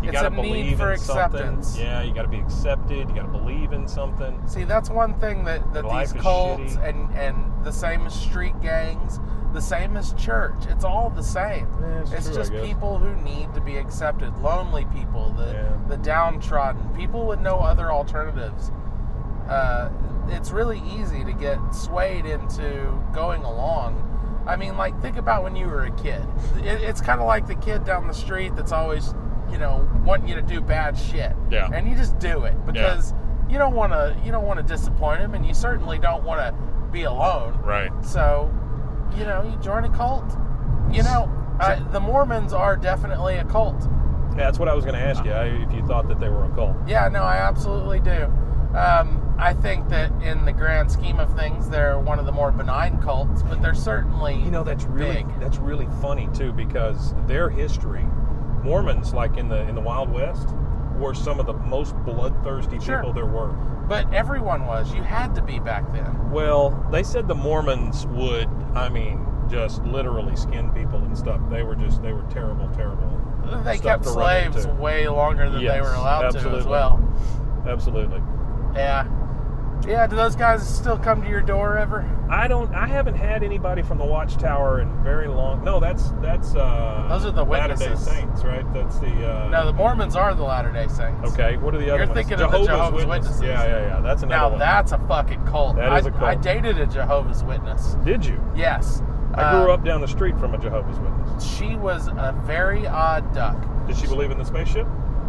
C: you
B: It's
C: got to
B: a need
C: believe
B: for
C: in
B: acceptance.
C: something. Yeah, you got to be accepted. You got to believe in something.
B: See, that's one thing that, that
C: Life
B: these
C: is
B: cults
C: shitty.
B: and, and the same as street gangs, the same as church, it's all the same.
C: Yeah, it's true, I
B: just
C: guess.
B: people who need to be accepted, lonely people, the,
C: Yeah.
B: the downtrodden, people with no other alternatives. Uh, it's really easy to get swayed into going along. I mean, like, think about when you were a kid. It, it's kind of like the kid down the street that's always, you know, wanting you to do bad shit.
C: Yeah.
B: And you just do it because you don't want to you don't want to disappoint him and you certainly don't want to be alone
C: Right.
B: so you know you join a cult you know I, the mormons are definitely a cult
C: that's what I was going to ask you. I, if you thought that they were a cult.
B: yeah no i absolutely do um, i think that in the grand scheme of things they're one of the more benign cults but they're certainly
C: You know that's really
B: big.
C: that's really funny too because their history, Mormons like in the in the Wild West, were some of the most bloodthirsty
B: Sure.
C: people Oh, there were.
B: but everyone was you had to be back then
C: Well, they said the Mormons would, I mean, just literally skin people and stuff. They were just they were terrible, terrible.
B: they
C: stuff
B: kept
C: to run into.
B: slaves way longer than they
C: Yes,
B: were allowed to as
C: absolutely.
B: well
C: Absolutely.
B: yeah yeah do those guys still come to your door ever
C: I don't. I haven't had anybody from the Watchtower in very long. No, that's that's. uh
B: Those are the
C: Latter-day
B: witnesses.
C: Saints, right? That's the. Uh,
B: No, the Mormons are the Latter Day Saints.
C: Okay, what are the other
B: You're
C: ones?
B: thinking of the Jehovah's Witnesses.
C: Yeah, yeah, yeah. That's another
B: Now
C: one.
B: that's a fucking cult.
C: That
B: I,
C: is a cult.
B: I dated a Jehovah's Witness.
C: Did you?
B: Yes.
C: I grew
B: Uh,
C: up down the street from a Jehovah's Witness.
B: She was a very odd duck.
C: Did she believe in the spaceship?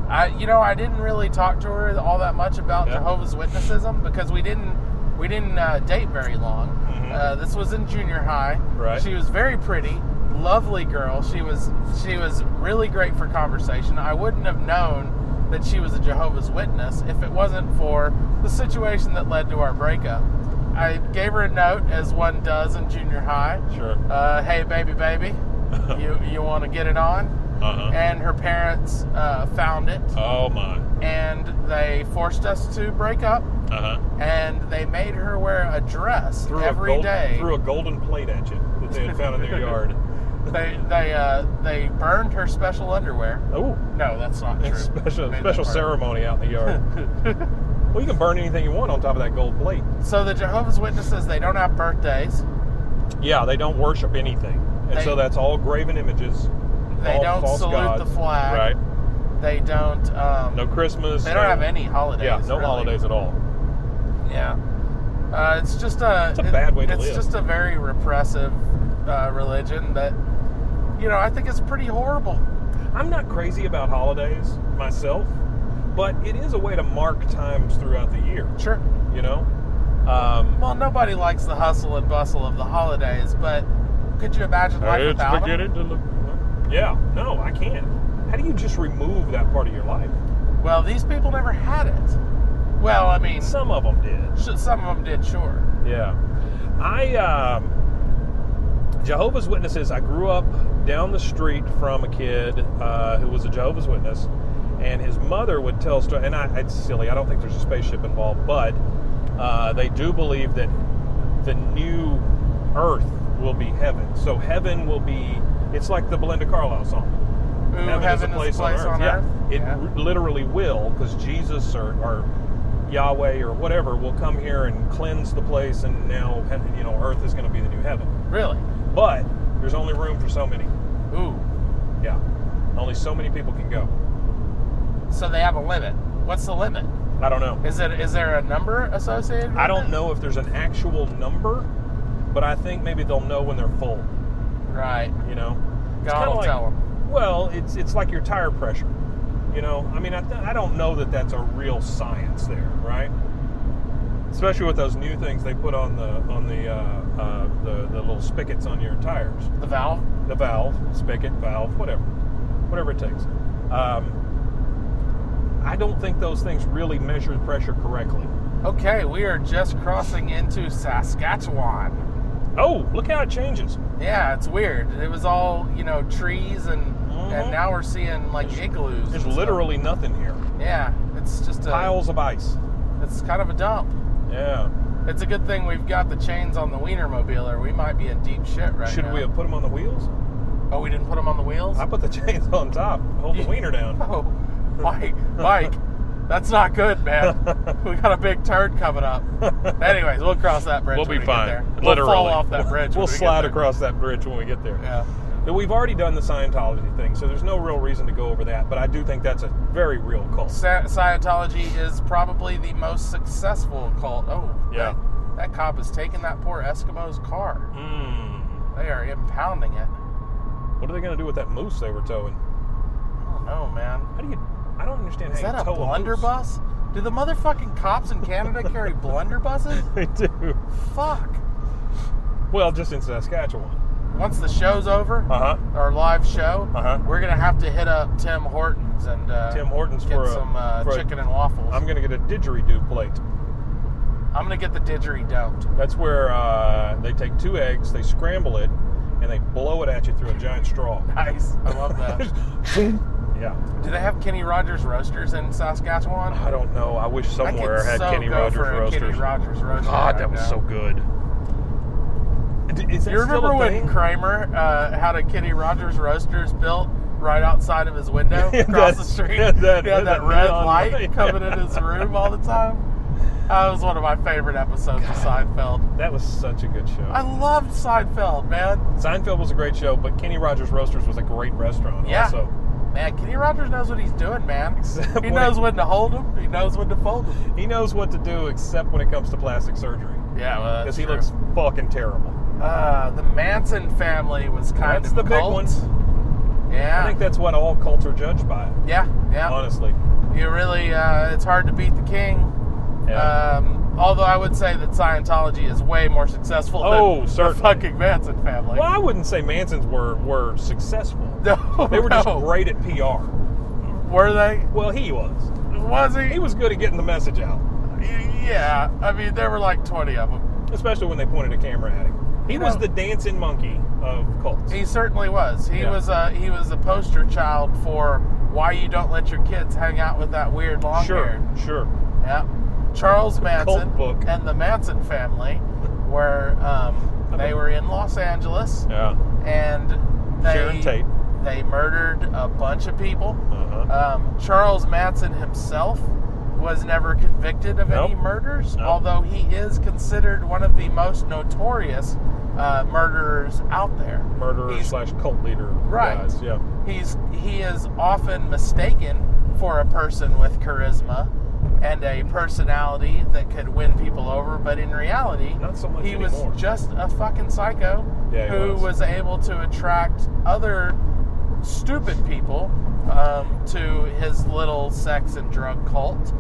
B: I, you know, I didn't really talk to her all that much about
C: Yeah.
B: Jehovah's Witnessism because we didn't we didn't uh, date very long.
C: Mhm.
B: Uh, this was in junior high.
C: Right.
B: She was very pretty, lovely girl. She was she was really great for conversation. I wouldn't have known that she was a Jehovah's Witness if it wasn't for the situation that led to our breakup. I gave her a note as one does in junior high.
C: Sure.
B: Uh, hey, baby,
C: [LAUGHS]
B: baby, you you want to get it on?
C: Uh huh.
B: and her parents uh, found it
C: Oh my.
B: and they forced us to break up
C: Uh huh.
B: and they made her wear a dress
C: Threw a
B: every
C: gold,
B: day.
C: Threw a golden plate at you that they had found in their yard.
B: [LAUGHS] they they uh, they burned her special underwear
C: Oh.
B: no that's not true
C: Special
B: Made that
C: special
B: part.
C: ceremony out in the yard.
B: [LAUGHS]
C: well, you can burn anything you want on top of that gold plate.
B: so the jehovah's witnesses they don't have birthdays
C: Yeah, they don't worship anything, and
B: They-
C: so that's all graven images.
B: They
C: all
B: don't
C: false
B: salute
C: gods.
B: the flag.
C: Right.
B: they don't um,
C: No Christmas.
B: they don't
C: no-
B: have any holidays
C: Yeah, no
B: really.
C: holidays at all.
B: yeah uh, it's just a
C: It's a bad way to
B: it's
C: live.
B: just a very repressive uh, religion that you know i think it's pretty horrible
C: I'm not crazy about holidays myself, but it is a way to mark times throughout the year.
B: sure
C: You know, um,
B: Well, nobody likes the hustle and bustle of the holidays, but could you imagine life without them?
C: to look. Yeah, no, I can't. How do you just remove that part of your life?
B: Well, these people never had it. Well, I mean, some,
C: Some of them did.
B: some of them did, sure.
C: Yeah, I um, Jehovah's Witnesses. I grew up down the street from a kid uh, who was a Jehovah's Witness, and his mother would tell stories. And I, it's silly. I don't think there's a spaceship involved, but uh, they do believe that the new Earth will be heaven. So heaven will be. It's like the Belinda Carlisle song.
B: Ooh, heaven, is a place, on, earth.
C: Yeah, it r- literally will, because Jesus or, or Yahweh or whatever will come here and cleanse the place, and now he- you know Earth is going to be the new heaven.
B: Really?
C: But there's only room for so many.
B: Ooh.
C: Yeah. Only so many people can go.
B: So they have a limit. What's the limit?
C: I don't know.
B: Is it is there a number associated? With
C: I don't
B: it?
C: know if there's an actual number, but I think maybe they'll know when they're full.
B: Right.
C: You know, It's
B: God
C: kinda
B: will
C: like-
B: tell 'em.
C: Well, it's it's like your tire pressure. You know, I mean, I, th- I don't know that that's a real science there, right? Especially with those new things they put on the on the uh, uh, the, the little spigots on your tires,
B: the valve.
C: the valve, spigot, valve, whatever, whatever it takes. Um, I don't think those things really measure pressure correctly.
B: Okay, we are just crossing into Saskatchewan.
C: Oh, look how it changes.
B: Yeah, it's weird. It was all you know trees and
C: Mhm.
B: and now we're seeing like igloos. and
C: There's
B: stuff.
C: literally nothing here.
B: Yeah, it's just a
C: Piles of ice.
B: It's kind of a dump.
C: Yeah.
B: It's a good thing we've got the chains on the Wienermobile, or we might be in deep shit right
C: Should
B: now.
C: we have put them on the wheels?
B: Oh, we didn't put them on the wheels.
C: I put the [LAUGHS] chains on top. Hold
B: [LAUGHS]
C: the
B: You-
C: wiener down.
B: Oh, Mike, Mike, that's not good, man. We got a big turd coming up. Anyways, we'll cross that bridge.
C: We'll
B: when
C: be
B: get
C: fine.
B: there.
C: Literally.
B: we'll fall off that bridge.
C: We'll
B: when we get
C: slide
B: there.
C: across that bridge when we get there.
B: Yeah.
C: Now, We've already done the Scientology thing, so there's no real reason to go over that, but I do think that's a very real cult.
B: Sa- Scientology is probably the most successful cult. Oh,
C: Yeah.
B: That, that cop is taking that poor Eskimo's car.
C: Mm.
B: They are impounding it.
C: What are they going to do with that moose they were towing? [LAUGHS]
B: I don't know, man.
C: How do you. I don't understand
B: Is
C: how
B: that
C: you
B: a
C: tow moose.
B: blunderbuss? Do the motherfucking cops in Canada carry blunderbusses?
C: they do.
B: Fuck.
C: Well, just in Saskatchewan.
B: Once the show's over,
C: Uh huh.
B: our live show,
C: Uh-huh.
B: we're gonna have to hit up Tim Hortons and uh,
C: Tim Hortons
B: get
C: for a-
B: some uh,
C: for a-
B: chicken and waffles.
C: I'm
B: I'm,
C: going to get a didgeridoo plate.
B: gonna get the didgeridoo.
C: That's where uh, they take two eggs, they scramble it, and they blow it at you through a giant straw.
B: [LAUGHS] Nice, I love that.
C: [LAUGHS] Yeah.
B: Do they have Kenny Rogers roasters in Saskatchewan?
C: I don't know. Oh, I wish
B: I could
C: somewhere had
B: so
C: Kenny
B: go
C: Rogers
B: for a
C: roasters.
B: Kenny Rogers roaster.
C: God,
B: right
C: that was
B: now.
C: so good. D- Is that
B: You remember
C: still a
B: when
C: thing?
B: Kramer uh, had a Kenny Rogers roasters built right outside of his
C: [LAUGHS]
B: window across the
C: That-
B: street?
C: yeah, that-
B: he had
C: that
B: that, red
C: neon
B: light
C: light.
B: coming in his room all the time. That was one of my favorite episodes of Seinfeld.
C: that was such a good show.
B: I loved Seinfeld, man.
C: Seinfeld was a great show, but Kenny Rogers Roasters was a great restaurant.
B: Yeah.
C: Also,
B: Man, Kenny Rogers knows what he's doing, man.
C: Except
B: He
C: when-
B: knows when to hold him. He knows when to fold him.
C: he knows what to do except when it comes to plastic surgery
B: Yeah, well,
C: because he looks fucking terrible.
B: Uh, the Manson family was kind
C: That's
B: of
C: the big
B: cult.
C: one.
B: Yeah,
C: I think that's what all cults are judged by.
B: yeah, yeah.
C: Honestly.
B: you really uh, it's hard to beat the king
C: Yeah.
B: um, although i would say that scientology is way more successful
C: Oh,
B: than the
C: certainly.
B: fucking manson family
C: well, I wouldn't say Manson's were were successful.
B: [LAUGHS] no
C: They were just
B: no.
C: great at PR.
B: were they
C: Well, he was.
B: was he,
C: He was good at getting the message out,
B: yeah i mean there were like 20 of them
C: especially when they pointed a camera at him. He
B: You
C: was
B: know-
C: the dancing monkey of cults.
B: he certainly was he
C: Yeah.
B: was a he was a poster child for why you don't let your kids hang out with that weird long hair
C: sure, sure.
B: Yeah. Charles Manson
C: book.
B: and the Manson
C: [LAUGHS]
B: family were um, they were in Los Angeles
C: Yeah.
B: and they
C: Sharon Tate.
B: they murdered a bunch of people.
C: Uh-huh.
B: Um, Charles Manson himself was never convicted of any
C: Nope.
B: murders,
C: Nope.
B: although he is considered one of the most notorious uh, murderers out there.
C: Murderer
B: he's-
C: slash cult leader.
B: Right.
C: Guys. Yeah.
B: He's he is often mistaken for a person with charisma and a personality that could win people over, but in reality,
C: Not so much
B: he
C: anymore.
B: was just a fucking psycho
C: Yeah, he
B: who
C: was.
B: was. able to attract other stupid people um, to his little sex and drug cult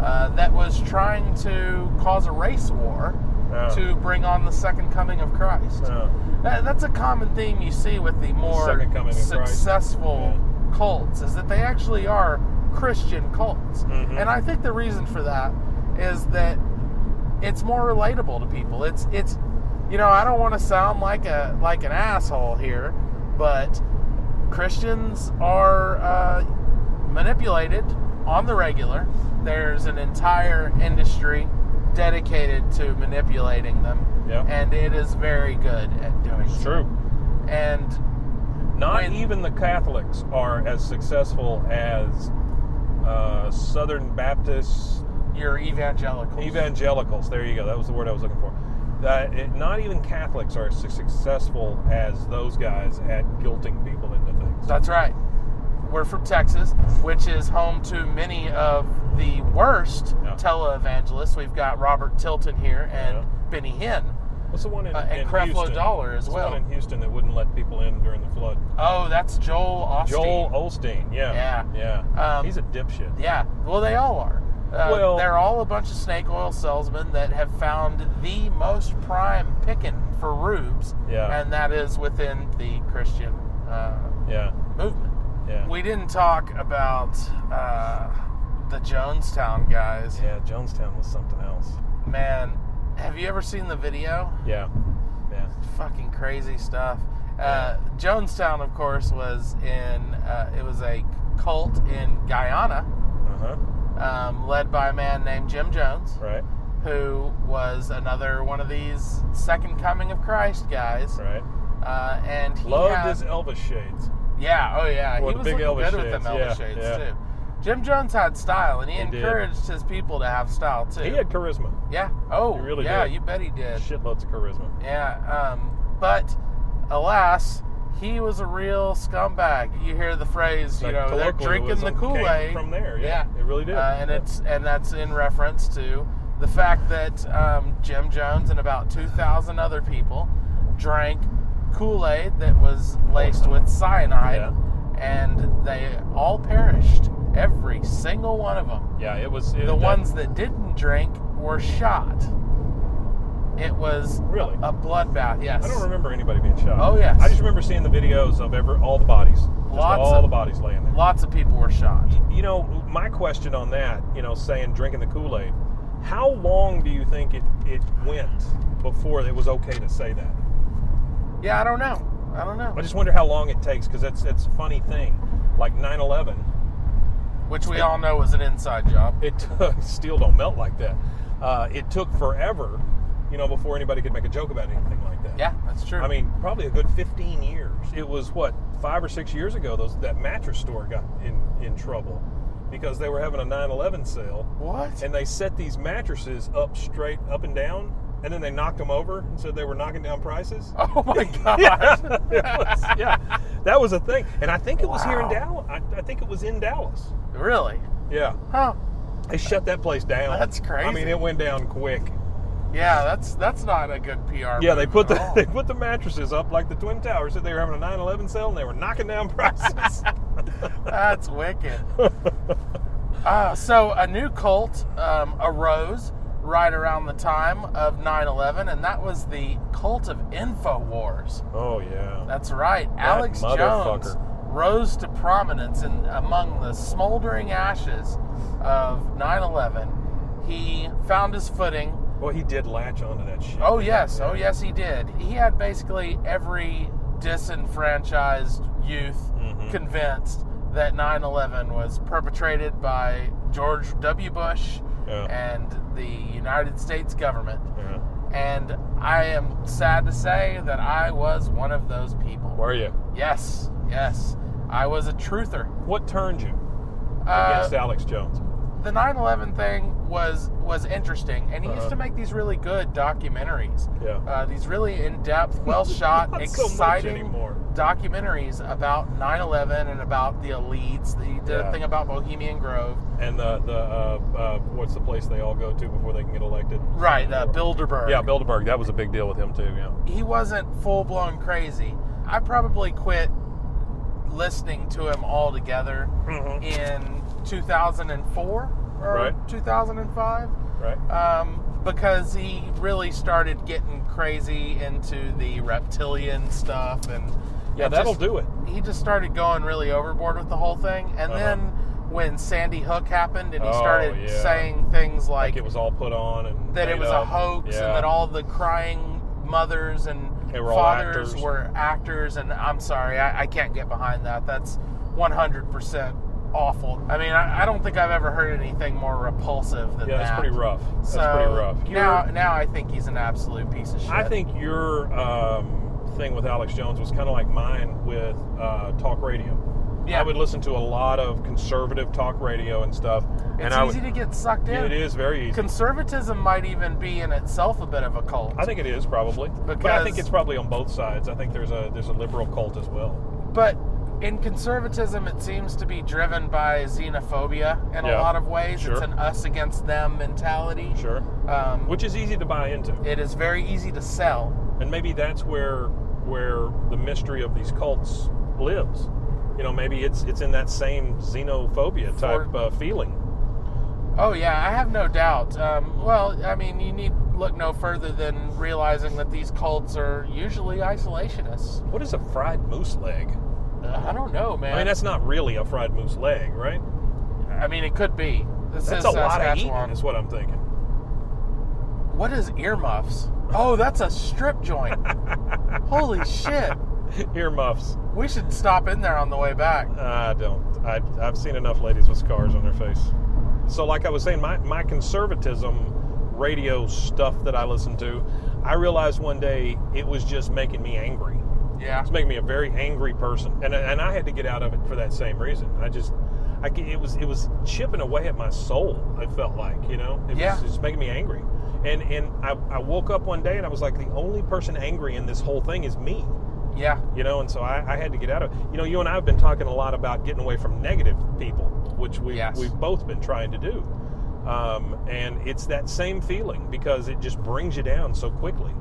B: uh, that was trying to cause a race war
C: Yeah.
B: to bring on the second coming of Christ.
C: Yeah.
B: That, that's a common theme you see with the more
C: Second coming of Christ.
B: successful cults is that they actually are Christian cults.
C: Mhm.
B: And I think the reason for that is that it's more relatable to people. It's it's you know, I don't want to sound like a like an asshole here, but Christians are uh, manipulated on the regular. There's an entire industry dedicated to manipulating them,
C: Yeah.
B: and it is very good at doing
C: It's
B: so.
C: true.
B: And
C: Not
B: When-
C: even the Catholics are as successful as uh, Southern Baptists,
B: your evangelicals,
C: evangelicals. There you go. That was the word I was looking for. Uh, That it, not even Catholics are as successful as those guys at guilting people into things.
B: That's right. We're from Texas, which is home to many of the worst
C: Yeah.
B: televangelists. We've got Robert Tilton here and
C: Yeah.
B: Benny Hinn.
C: What's the one in,
B: Uh, and
C: in
B: Creflo
C: Houston?
B: Dollar as
C: What's
B: well.
C: The one in Houston that wouldn't let people in during the flood.
B: Oh, that's Joel Osteen.
C: Joel Olstein. Yeah. Yeah.
B: Um,
C: He's a dipshit.
B: Yeah, well, they all are. Uh,
C: Well-
B: they're all a bunch of snake oil salesmen that have found the most prime picking for rubes,
C: Yeah.
B: and that is within the Christian uh,
C: Yeah.
B: movement.
C: Yeah.
B: We didn't talk about uh, the Jonestown guys.
C: yeah. Jonestown was something else.
B: Man, have you ever seen the video?
C: Yeah. Yeah.
B: Fucking crazy stuff. Uh, Jonestown, of course, was in uh, it was a cult in Guyana,
C: Uh huh.
B: um, led by a man named Jim Jones.
C: Right.
B: who was another one of these second coming of Christ guys.
C: Right.
B: Uh, and he
C: Loved
B: had-
C: his Elvis shades.
B: yeah, oh yeah,
C: Well,
B: he
C: the
B: was
C: big
B: looking
C: Elvis
B: good with them
C: shades,
B: Elvis
C: yeah,
B: shades
C: yeah.
B: too. Jim Jones had style, and he,
C: He did.
B: encouraged his people to have style too.
C: He had charisma.
B: yeah, oh
C: He really
B: yeah,
C: did.
B: you bet he did.
C: Shitloads of charisma.
B: Yeah, um, but alas, he was a real scumbag. You hear the phrase, you
C: Like,
B: know, they're drinking the
C: colloquialism
B: Kool
C: came
B: Aid
C: from there. Yeah, it really did.
B: Uh, and
C: Yeah.
B: it's and that's in reference to the fact that um, Jim Jones and about two thousand other people drank Kool Aid that was laced with cyanide, and they all perished. Every single one of them.
C: Yeah, it was. It,
B: The
C: that-
B: ones that didn't drink were shot. It was
C: Really?
B: a bloodbath. Yes.
C: I don't remember anybody being shot.
B: Oh, yes.
C: I just remember seeing the videos of every all the bodies. Just
B: Lots
C: all
B: of-
C: the bodies laying there.
B: Lots of people were shot.
C: You know, my question on that, you know, saying drinking the Kool Aid, how long do you think it, it went before it was okay to say that?
B: Yeah, I don't know. I don't know.
C: I just wonder how long it takes because that's that's a funny thing. Like 9 11,
B: Which we all know was an inside job.
C: it took, [LAUGHS] steel don't melt like that. Uh, it took forever, you know, before anybody could make a joke about anything like that.
B: Yeah, that's true.
C: I mean, probably a good 15 years. It was what five or six years ago. Those that mattress store got in in trouble because they were having a 9/11 sale,
B: what?
C: and they set these mattresses up straight, up and down, and then they knocked them over and said they were knocking down prices.
B: [LAUGHS] oh
C: [LAUGHS]
B: my god.
C: Yeah, it was, yeah, that was a thing, and I think it was here in
B: Wow.
C: Dallas. I, I think it was in Dallas.
B: Really?
C: Yeah,
B: Huh.
C: they shut that place down.
B: That's
C: I mean,
B: crazy.
C: it went down quick. [LAUGHS]
B: Yeah, that's that's not a good PR.
C: Yeah, they
B: move
C: put
B: at
C: the
B: all.
C: [LAUGHS] they put the mattresses up like the twin towers. Said they were having a 9/11 sale and they were knocking down prices.
B: [LAUGHS] That's wicked. uh, so a new cult um, arose right around the time of 9/11, and that was the cult of Infowars.
C: oh yeah,
B: That's right. Alex Jones
C: motherfucker.
B: rose to prominence in, among the smoldering ashes of 9/11. He found his footing.
C: well he did latch onto that shit.
B: Oh yes, oh yes, he did. He had basically every disenfranchised youth
C: Mhm.
B: convinced that 9/11 was perpetrated by George W. Bush
C: Yeah.
B: and the United States government.
C: yeah.
B: And I am sad to say that I was one of those people.
C: Where are you?
B: Yes, yes. I was a truther.
C: What turned you
B: Uh,
C: against Alex Jones?
B: the 9/11 thing was was interesting, and he used
C: Uh-huh.
B: to make these really good documentaries.
C: Yeah.
B: Uh, these really in-depth,
D: [LAUGHS]
B: well-shot,
C: [LAUGHS] Not so much
B: exciting
C: anymore.
B: documentaries about 9/11 and about the elites. He did
C: Yeah.
B: a thing about Bohemian Grove.
C: And the the uh, uh, what's the place they all go to before they can get elected?
B: Right, uh, Bilderberg.
C: Yeah, Bilderberg. That was a big deal with him too. Yeah.
B: he wasn't full blown crazy. I probably quit listening to him altogether
C: Mhm.
B: in 2004 or
C: Right.
B: 2005
C: Right.
B: um, because he really started getting crazy into the reptilian stuff and
C: Yeah,
B: and
C: that'll
B: just-
C: do it.
B: He just started going really overboard with the whole thing, and
C: Uh-huh.
B: then when Sandy Hook happened, and he
C: Oh,
B: started
C: yeah.
B: saying things
C: Like,
B: like,
C: it was all put on and
B: that it
C: made
B: was a
C: up.
B: hoax
C: Yeah.
B: and that all the crying mothers and
C: They were all
B: fathers
C: actors.
B: were actors and i'm sorry I, I can't get behind that that's 100% awful i mean I, I don't think i've ever heard anything more repulsive than
C: Yeah,
B: that
C: that's pretty rough. That's
B: so
C: pretty rough.
B: now, now i think he's an absolute piece of shit
C: I think your um, thing with Alex Jones was kind of like mine with uh, talk radio.
B: Yeah.
C: I would listen to a lot of conservative talk radio and stuff.
B: it's
C: and I
B: easy
C: would,
B: to get sucked in
C: It is very easy.
B: conservatism might even be in itself a bit of a cult
C: I think it is probably, but I think
B: Because-
C: it's probably on both sides. I think there's a there's a liberal cult as well.
B: But in conservatism, it seems to be driven by xenophobia in
C: Yeah,
B: a lot of ways.
C: sure.
B: It's an us against them mentality.
C: Sure.
B: Um,
C: Which is easy to buy into.
B: it is very easy to sell.
C: and maybe that's where where the mystery of these cults lives you know maybe it's it's in that same xenophobia type
B: For-
C: uh, feeling
B: Oh yeah, I have no doubt. Um, well, I mean, you need look no further than realizing that these cults are usually isolationists.
C: what is a fried moose leg
B: Uh, I don't know, man.
C: i mean that's not really a fried moose leg right
B: I mean, it could be. This is
C: that's a lot of
B: Saskatchewan.
C: eating is what i'm thinking
B: What is earmuffs? Oh, that's a strip joint. Holy shit!
C: earmuffs
B: We should stop in there on the way back.
C: i don't I, i've seen enough ladies with scars on their face so like i was saying my, my conservatism radio stuff that i listened to i realized one day it was just making me angry
B: Yeah.
C: It's making me a very angry person, and and I had to get out of it for that same reason. I just, I ca- it was it was chipping away at my soul. It felt like you know, it
B: Yeah.
C: was just making me angry. And and I, I woke up one day and I was like, the only person angry in this whole thing is me,
B: Yeah.
C: you know. And so I, I had to get out of. You know, you and I have been talking a lot about getting away from negative people, which we
B: Yes.
C: we've both been trying to do. Um, and it's that same feeling because it just brings you down so quickly.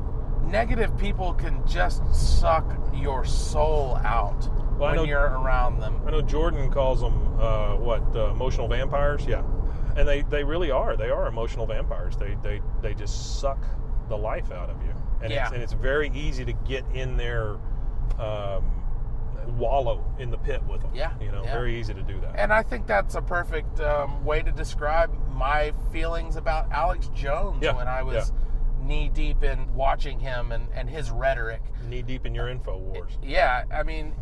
B: Negative people can just suck your soul out
C: Well, I
B: when
C: know-
B: you're around them.
C: I know Jordan calls them uh, what uh, emotional vampires. Yeah, and they, they really are. They are emotional vampires. They they, they just suck the life out of you. And it's,
B: Yeah.
C: and it's very easy to get in their um, wallow in the pit with them.
B: Yeah,
C: you know,
B: yeah.
C: very easy to do that.
B: And I think that's a perfect um, way to describe my feelings about Alex Jones
C: Yeah,
B: when I was knee deep in watching him and, and his rhetoric.
C: Knee deep in your info wars.
B: Yeah, I mean,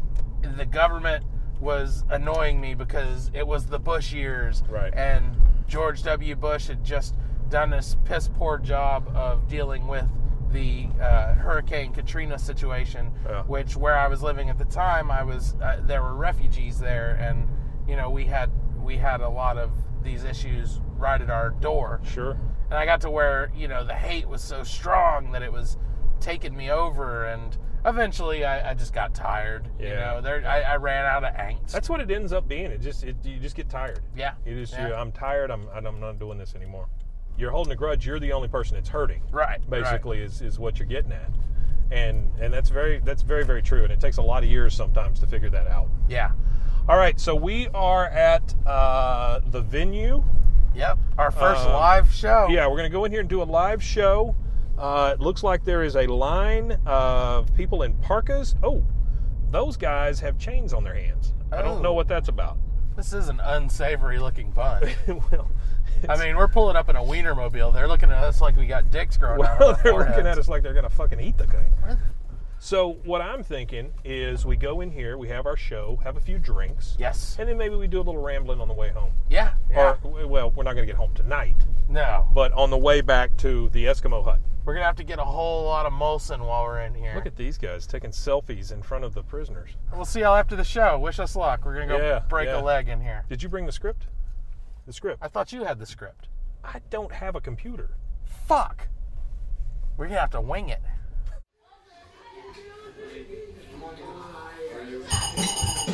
B: the government was annoying me because it was the Bush years,
C: Right.
B: And George W. Bush had just done this piss poor job of dealing with the uh, Hurricane Katrina situation,
C: Yeah.
B: which where I was living at the time, I was uh, there were refugees there, and you know we had we had a lot of these issues right at our door
C: Sure.
B: and I got to where you know the hate was so strong that it was taking me over, and eventually I, I just got tired. You
C: Yeah.
B: know, there I, I ran out of angst.
C: That's what it ends up being. It just it, you just get tired.
B: Yeah.
C: You just you,
B: Yeah.
C: I'm tired. I'm I'm not doing this anymore. You're holding a grudge. You're the only person that's hurting.
B: right. right.
C: basically is, is what you're getting at and and that's very that's very very true and it takes a lot of years sometimes to figure that out
B: Yeah.
C: all right so we are at uh, the venue
B: Yep. Our first
C: Uh,
B: live show.
C: yeah we're gonna go in here and do a live show uh, it looks like there is a line of people in parkas oh those guys have chains on their hands i don't
B: Oh.
C: know what that's about
B: This is an unsavory
C: [LAUGHS]
B: looking bun.
C: well
B: I mean, we're pulling up in a wienermobile. They're looking at us like we got dicks growing out of
C: Well, [LAUGHS]
B: our
C: they're looking
B: foreheads.
C: at us like they're gonna fucking eat the thing.
B: Really?
C: So what I'm thinking is we go in here, we have our show, have a few drinks,
B: Yes.
C: and then maybe we do a little rambling on the way home.
B: Yeah. yeah.
C: Or well, we're not gonna get home tonight,
B: no.
C: but on the way back to the Eskimo hut.
B: We're gonna have to get a whole lot of Molson while we're in here.
C: Look at these guys taking selfies in front of the prisoners.
B: we'll see y'all after the show. Wish us luck. We're gonna go
C: Yeah,
B: break a
C: yeah.
B: leg in here.
C: Did you bring the script? The script.
B: I thought you had the script.
C: I don't have a computer.
B: Fuck. We're gonna have to wing it.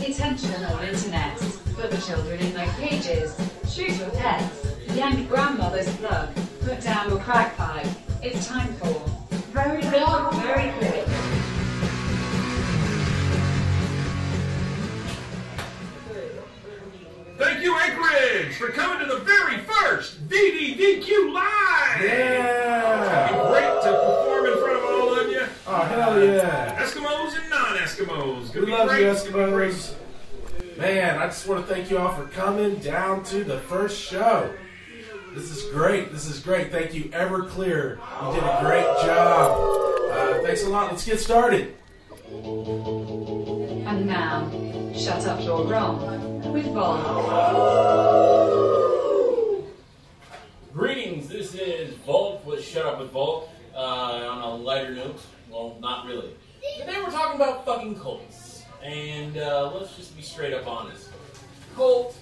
E: Attention all internet, for the children in their cages, shoot your pets, yank grandmother's plug, put down your crack pipe, it's time for very blog, very quick.
F: Thank you, Anchorage, for coming to the very first VDVQ Live!
G: Yeah!
F: Great to perform in front of all of you.
G: Oh, hell yeah!
F: Eskimos and non Eskimos.
G: We love you, Eskimos. Man, I just want to thank you all for coming down to the first show. This is great. This is great. Thank you, Everclear. You did a great job. Uh, thanks a lot. Let's get started.
E: And now, shut up your wrong with Bob.
D: Greetings, this is Volk with Shut Up with Volk. Uh, on a lighter note, well, not really. Today we're talking about fucking cults. And uh, let's just be straight up honest. Cult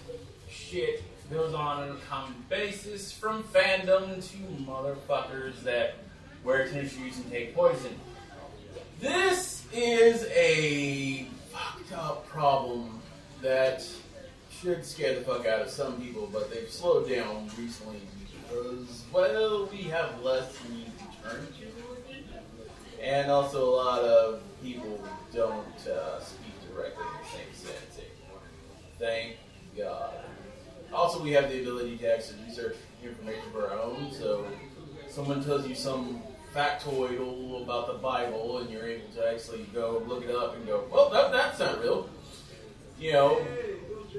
D: shit goes on on a common basis from fandom to motherfuckers that wear tennis shoes and take poison. This is a fucked top problem that should scare the fuck out of some people, but they've slowed down recently because, well, we have less need to turn to. And also, a lot of people don't uh, speak directly in the same sentence anymore. Thank God. Also, we have the ability to actually research information of our own, so someone tells you some factoid about the Bible, and you're able to actually go look it up and go, well, that, that's not real. You know,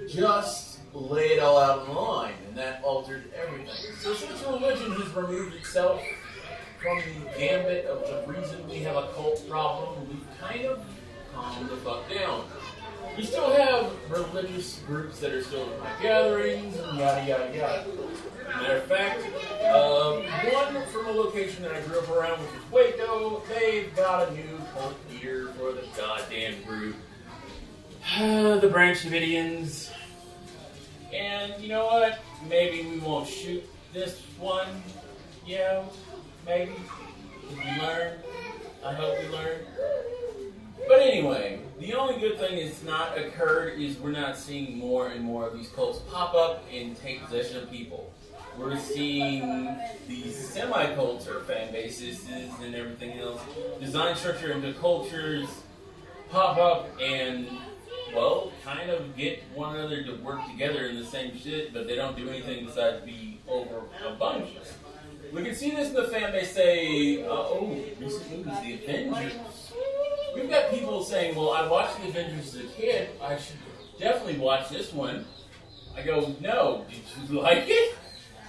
D: just lay it all out in line, and that altered everything. So since religion has removed itself from the gambit of the reason we have a cult problem, we've kind of calmed the fuck down. We still have religious groups that are still at gatherings and yada yada yada. Matter of fact, uh, one from a location that I grew up around, which is Waco, they've got a new cult leader for the goddamn group. [SIGHS] the Branch Davidians. And you know what? Maybe we won't shoot this one. You know, maybe. Did we learn? I hope we learn. But anyway, the only good thing that's not occurred is we're not seeing more and more of these cults pop up and take possession of people. We're seeing these semi cults or fan bases and everything else, design structure into cultures pop up and, well, kind of get one another to work together in the same shit, but they don't do anything besides be over abundant. We can see this in the fan base say, uh, oh, recent movies, The Avengers. We've got people saying, well, I watched The Avengers as a kid. I should definitely watch this one. I go, no. Did you like it?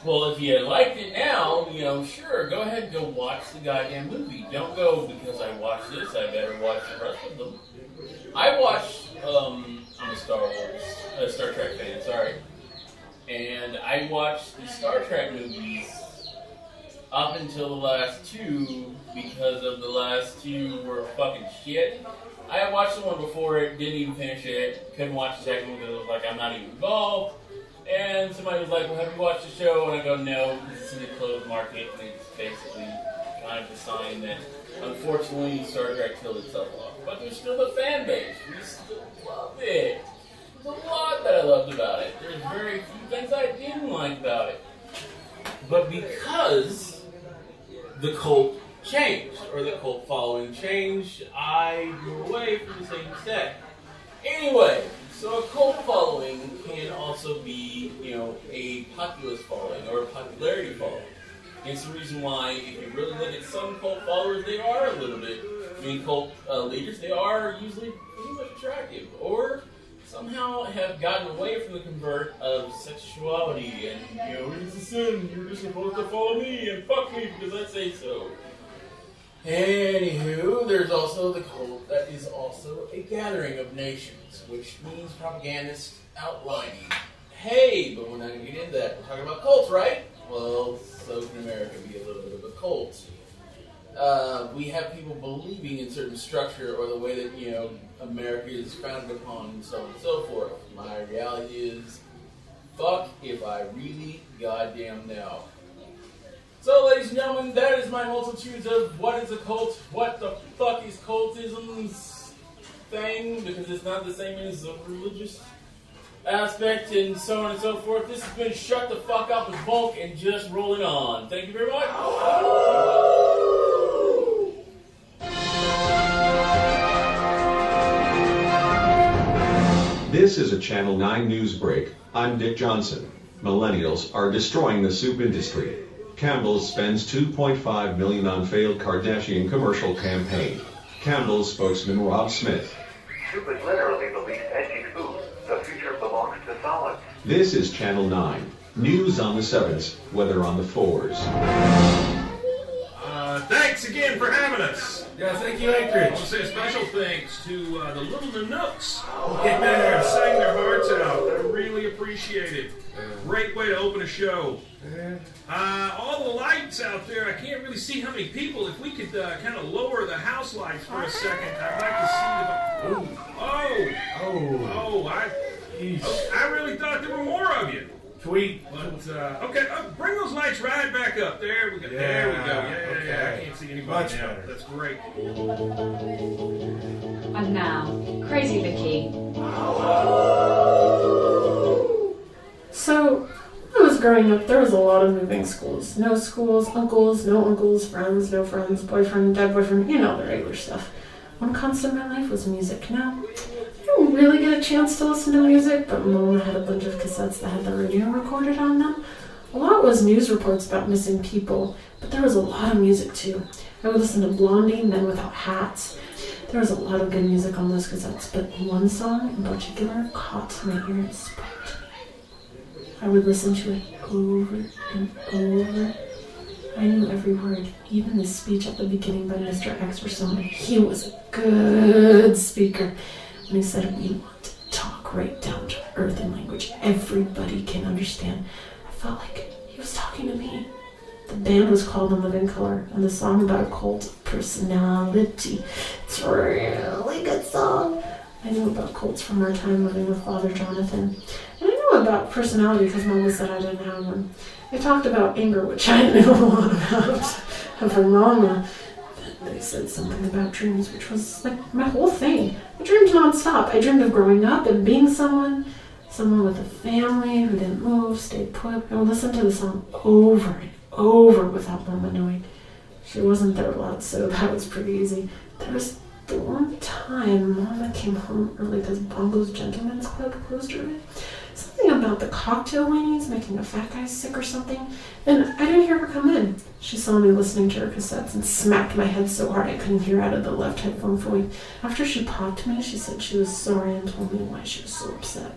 D: Well, if you liked it now, you know, sure, go ahead and go watch the goddamn movie. Don't go because I watched this, I better watch the rest of them. I watched, um, I'm a Star Wars, a Star Trek fan, sorry. And I watched the Star Trek movies up until the last two because of the last two were fucking shit. I had watched the one before it, didn't even finish it, couldn't watch the second one because it was like I'm not even involved. And somebody was like, Well, have you watched the show? And I go, No, because it's in the closed market. And it's basically kind of a sign that unfortunately Star Trek killed itself off. But there's still the fan base. We still love it. There's a lot that I loved about it. There's very few things I didn't like about it. But because the cult changed, or the cult following changed, I grew away from the same set. Anyway, so a cult following can also be, you know, a populist following or a popularity following. It's the reason why, if you really look at some cult followers, they are a little bit, I mean, cult uh, leaders, they are usually pretty much attractive, or somehow have gotten away from the convert of sexuality and, you know, it's a sin, you're just supposed to follow me and fuck me because I say so. Anywho, there's also the cult that is also a gathering of nations, which means propagandists outlining. Hey, but we're not going to get into that. We're talking about cults, right? Well, so can America be a little bit of a cult. Uh, we have people believing in certain structure or the way that, you know, America is founded upon and so on and so forth. My reality is, fuck if I really goddamn know. So, ladies and gentlemen, that is my multitudes of what is a cult, what the fuck is cultism's thing, because it's not the same as the religious aspect, and so on and so forth. This has been Shut the Fuck Up with Bulk and just rolling on. Thank you very much.
H: This is a Channel 9 news break. I'm Dick Johnson. Millennials are destroying the soup industry. Campbell's spends 2.5 million on failed Kardashian commercial campaign. Campbell's spokesman Rob Smith.
I: Soup is literally the least edgy food. The future belongs to solids.
H: This is Channel 9. News on the 7s, weather on the 4s.
F: Uh, thanks again for having us.
G: Yeah, thank you,
F: I want to
G: Anchorage.
F: say a special thanks to uh, the Little Nanooks. They
G: Oh, Yeah.
F: sang their hearts out. I really appreciate it. Great way to open a show. Uh, all the lights out there, I can't really see how many people. If we could uh, kind of lower the house lights for a second, I'd like to see the. Oh!
G: Oh,
F: Oh, I,
G: Yeesh.
F: I really thought there were more of you.
G: Can we?
F: But uh, okay, uh, bring those lights right back up. There we go. there we go. Yeah,
G: Yeah,
F: yeah, yeah.
G: okay.
F: I can't see anybody
G: Much
F: now.
G: better.
F: That's great.
E: And now, Crazy Vicky.
J: So, when I was growing up, there was a lot of moving schools. No schools, uncles, no uncles, friends, no friends, boyfriend, dead boyfriend, you know, the regular stuff. One constant in my life was music. Now, I don't really get a chance to listen to music, but my mom had a bunch of cassettes that had the radio recorded on them. A lot was news reports about missing people, but there was a lot of music too. I would listen to Blondie, Men Without Hats. There was a lot of good music on those cassettes, but one song in particular caught my ears. I would listen to it over and over. I knew every word, even the speech at the beginning by Mr. X for someone. He was a good speaker. When he said, We want to talk right down to earth in language everybody can understand, I felt like he was talking to me. The band was called The Living Color, and the song about a cult of personality. It's a really good song. I knew about cults from our time living with Father Jonathan. And I know about personality because Mama said I didn't have one. I talked about anger, which I [LAUGHS] knew a lot about from Mama. But they said something about dreams, which was like my whole thing. I dreamed nonstop. I dreamed of growing up and being someone, someone with a family who didn't move, stayed put. I would listen to the song over and over without Mama knowing. She wasn't there a lot, so that was pretty easy. There was the one time Mama came home early because Bongo's Gentlemen's Club closed early. Something about the cocktail weenies making the fat guy sick or something. And I didn't hear her come in. She saw me listening to her cassettes and smacked my head so hard I couldn't hear out of the left headphone fully. After she popped me, she said she was sorry and told me why she was so upset.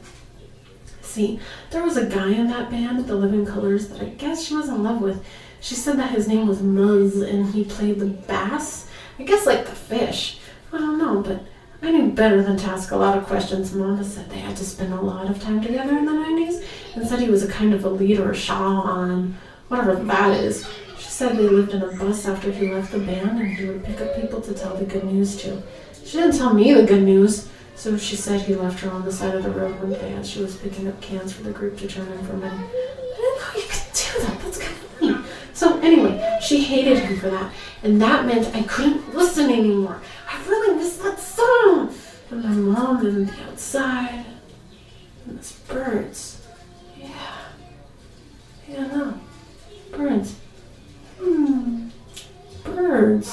J: See, there was a guy in that band, The Living Colors, that I guess she was in love with. She said that his name was Muzz and he played the bass. I guess like the fish. I don't know, but I knew better than to ask a lot of questions. Mama said they had to spend a lot of time together in the 90s and said he was a kind of a lead or a shawl on whatever that is. She said they lived in a bus after he left the band and he would pick up people to tell the good news to. She didn't tell me the good news, so she said he left her on the side of the road one day as she was picking up cans for the group to turn in for money. I didn't know you could do that. That's kind of mean. So anyway, she hated him for that, and that meant I couldn't listen anymore. I really missed that song. And my mom and the outside, and those birds. Yeah, I don't know. Birds. Hmm. Birds.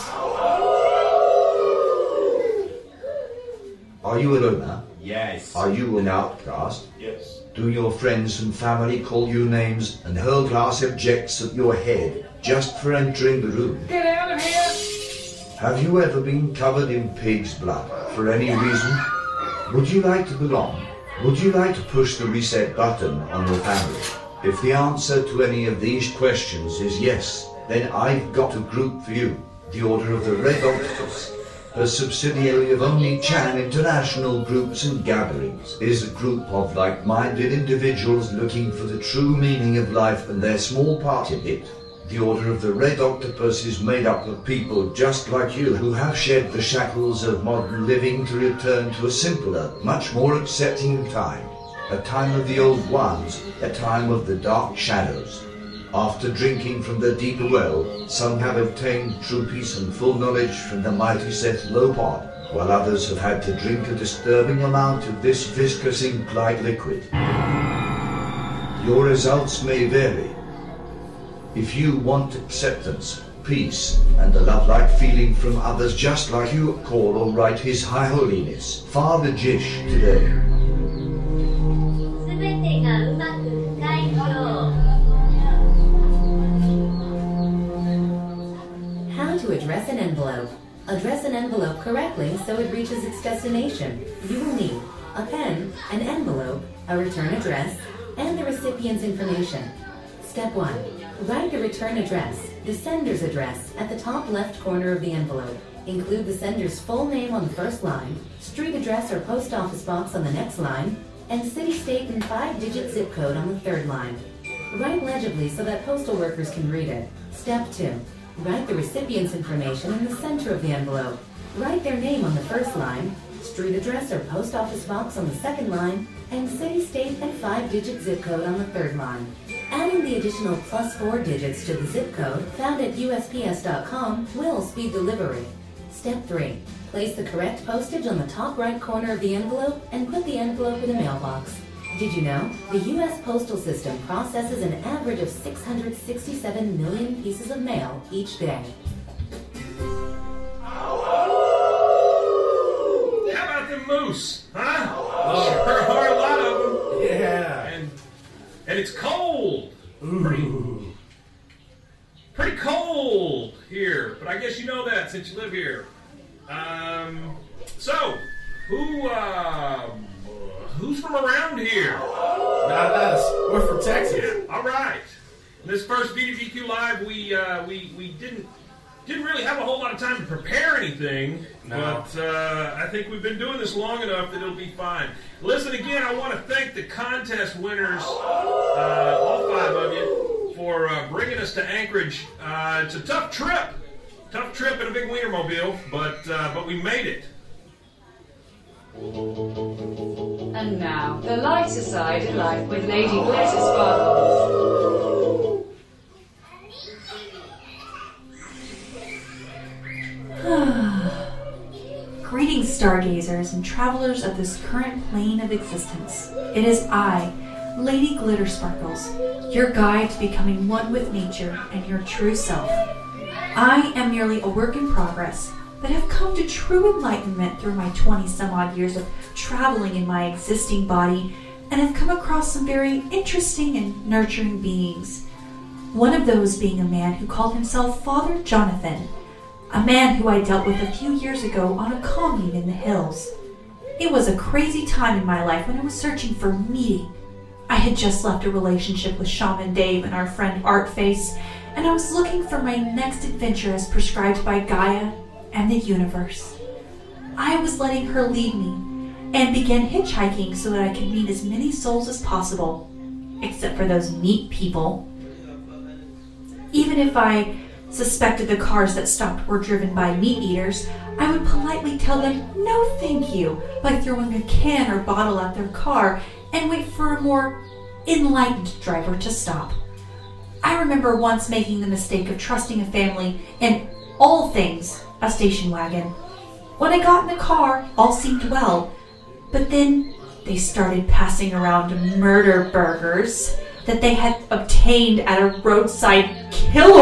K: Are you a loner?
D: Yes.
K: Are you an outcast?
D: Yes.
K: Do your friends and family call you names and hurl glass objects at your head just for entering the room?
D: Get out of here!
K: Have you ever been covered in pig's blood for any reason? Would you like to belong? Would you like to push the reset button on your family? If the answer to any of these questions is yes, then I've got a group for you. The Order of the Red Octopus, a subsidiary of Omni-Chan International Groups and Gatherings, is a group of like-minded individuals looking for the true meaning of life and their small part in it. The Order of the Red Octopus is made up of people just like you who have shed the shackles of modern living to return to a simpler, much more accepting time. A time of the old ones, a time of the dark shadows. After drinking from the deeper well, some have obtained true peace and full knowledge from the mighty Seth Lopod, while others have had to drink a disturbing amount of this viscous ink-like liquid. Your results may vary, if you want acceptance, peace, and a love-like feeling from others just like you, call or write His High Holiness, Father Jish, today.
L: How to address an envelope. Address an envelope correctly so it reaches its destination. You will need a pen, an envelope, a return address, and the recipient's information. Step 1. Write the return address, the sender's address, at the top left corner of the envelope. Include the sender's full name on the first line, street address or post office box on the next line, and city, state, and five-digit zip code on the third line. Write legibly so that postal workers can read it. Step 2. Write the recipient's information in the center of the envelope. Write their name on the first line, street address or post office box on the second line, and city, state, and five-digit zip code on the third line. Adding the additional plus four digits to the zip code found at USPS.com will speed delivery. Step 3. Place the correct postage on the top right corner of the envelope and put the envelope in the mailbox. Did you know? The U.S. Postal System processes an average of 667 million pieces of mail each day.
F: How about the moose? Huh? There are a lot of them.
G: Oh. Yeah.
F: And, and it's cold. Pretty, pretty cold here. But I guess you know that since you live here. Um, so, who, um, who's from around here?
G: Not us. We're from Texas.
F: All right. In this first BDGQ live, we uh, we we didn't didn't really have a whole lot of time to prepare anything,
G: No.
F: but uh, I think we've been doing this long enough that it'll be fine. Listen again, I want to thank the contest winners, uh, all five of you, for uh, bringing us to Anchorage. Uh, it's a tough trip, tough trip in a big Wienermobile, but uh, but we made it.
E: And now, the lighter side of life with Lady Glitter Sparkles.
M: [SIGHS] Greetings, stargazers and travelers of this current plane of existence. It is I, Lady Glitter Sparkles, your guide to becoming one with nature and your true self. I am merely a work in progress, but have come to true enlightenment through my 20 some odd years of traveling in my existing body and have come across some very interesting and nurturing beings. One of those being a man who called himself Father Jonathan a man who I dealt with a few years ago on a commune in the hills. It was a crazy time in my life when I was searching for meaning. I had just left a relationship with Shaman Dave and our friend Artface, and I was looking for my next adventure as prescribed by Gaia and the universe. I was letting her lead me and began hitchhiking so that I could meet as many souls as possible, except for those meat people. Even if I suspected the cars that stopped were driven by meat eaters, I would politely tell them no thank you by throwing a can or bottle at their car and wait for a more enlightened driver to stop. I remember once making the mistake of trusting a family in all things a station wagon. When I got in the car, all seemed well, but then they started passing around murder burgers that they had obtained at a roadside kill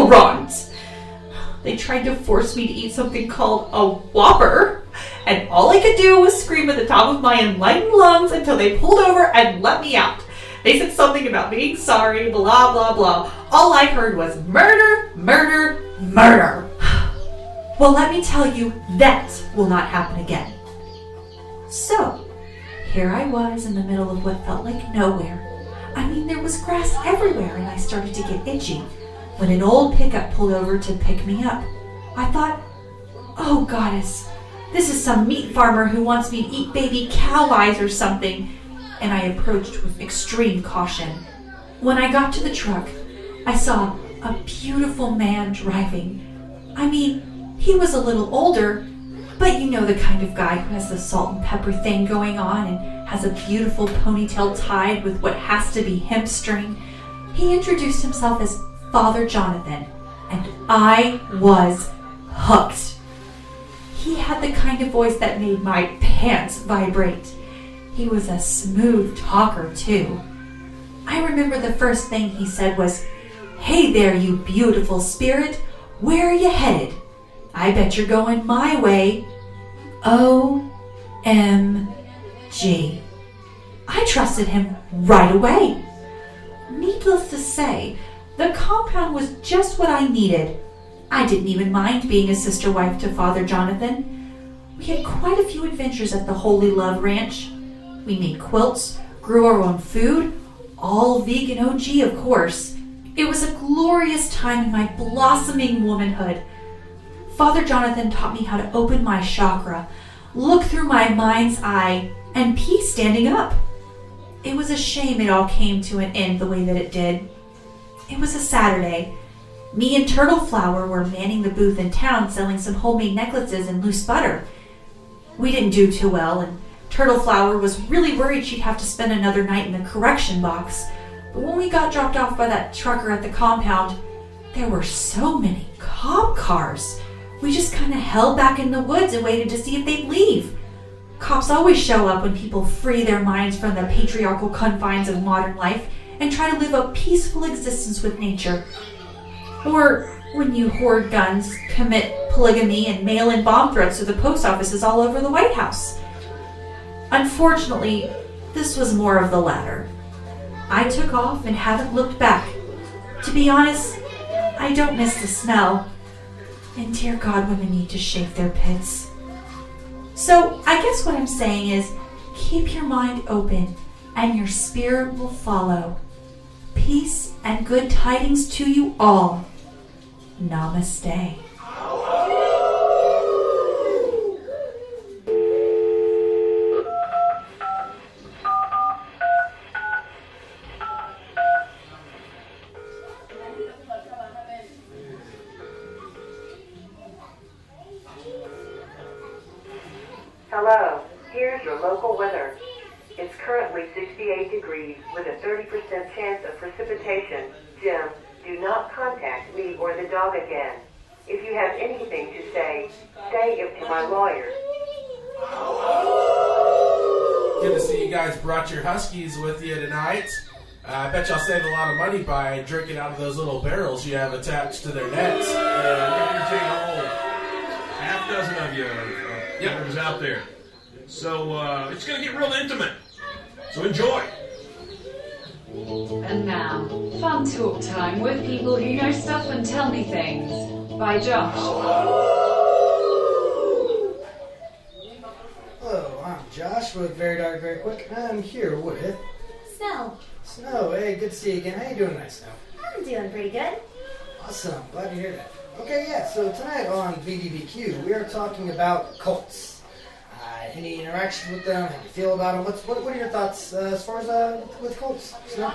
M: They tried to force me to eat something called a Whopper, and all I could do was scream at the top of my enlightened lungs until they pulled over and let me out. They said something about being sorry, blah, blah, blah. All I heard was murder, murder, murder. [SIGHS] Well, let me tell you, that will not happen again. So, here I was in the middle of what felt like nowhere. I mean, there was grass everywhere, and I started to get itchy when an old pickup pulled over to pick me up. I thought, oh, goddess, this is some meat farmer who wants me to eat baby cow eyes or something, and I approached with extreme caution. When I got to the truck, I saw a beautiful man driving. I mean, he was a little older, but you know the kind of guy who has the salt and pepper thing going on and has a beautiful ponytail tied with what has to be hemp string. He introduced himself as Father Jonathan, and I was hooked. He had the kind of voice that made my pants vibrate. He was a smooth talker, too. I remember the first thing he said was, Hey there, you beautiful spirit, where are you headed? I bet you're going my way. OMG. I trusted him right away. Needless to say, the compound was just what I needed. I didn't even mind being a sister wife to Father Jonathan. We had quite a few adventures at the Holy Love Ranch. We made quilts, grew our own food, all vegan OG, of course. It was a glorious time in my blossoming womanhood. Father Jonathan taught me how to open my chakra, look through my mind's eye, and pee standing up. It was a shame it all came to an end the way that it did. It was a Saturday. Me and Turtleflower were manning the booth in town selling some homemade necklaces and loose butter. We didn't do too well, and Turtleflower was really worried she'd have to spend another night in the correction box. But when we got dropped off by that trucker at the compound, there were so many cop cars. We just kind of held back in the woods and waited to see if they'd leave. Cops always show up when people free their minds from the patriarchal confines of modern life and try to live a peaceful existence with nature. Or when you hoard guns, commit polygamy, and mail in bomb threats to the post offices all over the White House. Unfortunately, this was more of the latter. I took off and haven't looked back. To be honest, I don't miss the smell. And dear God, women need to shave their pits. So I guess what I'm saying is keep your mind open and your spirit will follow. Peace and good tidings to you all. Namaste.
N: Hello, here's your local weather. It's currently 68 degrees with a 30% chance of precipitation. Jim, do not contact me or the dog again. If you have anything to say, say it to my lawyer.
G: Good to see you guys brought your huskies with you tonight. Uh, I bet y'all saved a lot of money by drinking out of those little barrels you have attached to their necks.
F: Uh, Yeah, we're gonna take a whole half dozen of you uh, members out there. So uh, it's going to get real intimate. So enjoy.
E: And now, fun talk time with people who know stuff and tell me things. By Josh.
O: Hello, I'm Josh with Very Dark Very Quick, and I'm here with
P: Snow,
O: Snow.
D: eh.
O: Hey, good to see you again. How you doing tonight, Snow?
P: I'm doing pretty good.
O: Awesome. Glad to hear that. Okay, yeah, so tonight on VDBQ, we are talking about cults. Uh, any interaction with them, how you feel about them, what's, what, what are your thoughts uh, as far as uh, with cults, Snow?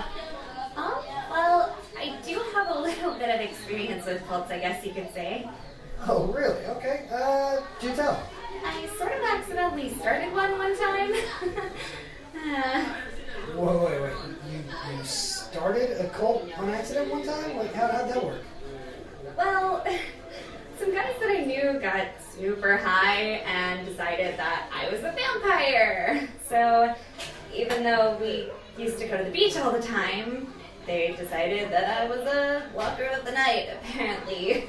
P: Um, well, I do have a [LAUGHS] little bit of experience with cults, I guess you could say.
O: Oh, really? Okay, uh, do tell.
P: I sort of accidentally started one one time. [LAUGHS] uh,
O: Whoa, wait, wait. You, you started a cult on accident one time? Like, how, how'd that work?
P: well, [LAUGHS] some guys that I knew got super high and decided that I was a vampire. [LAUGHS] So even though we used to go to the beach all the time, they decided that I was a walker of the night, [LAUGHS] apparently.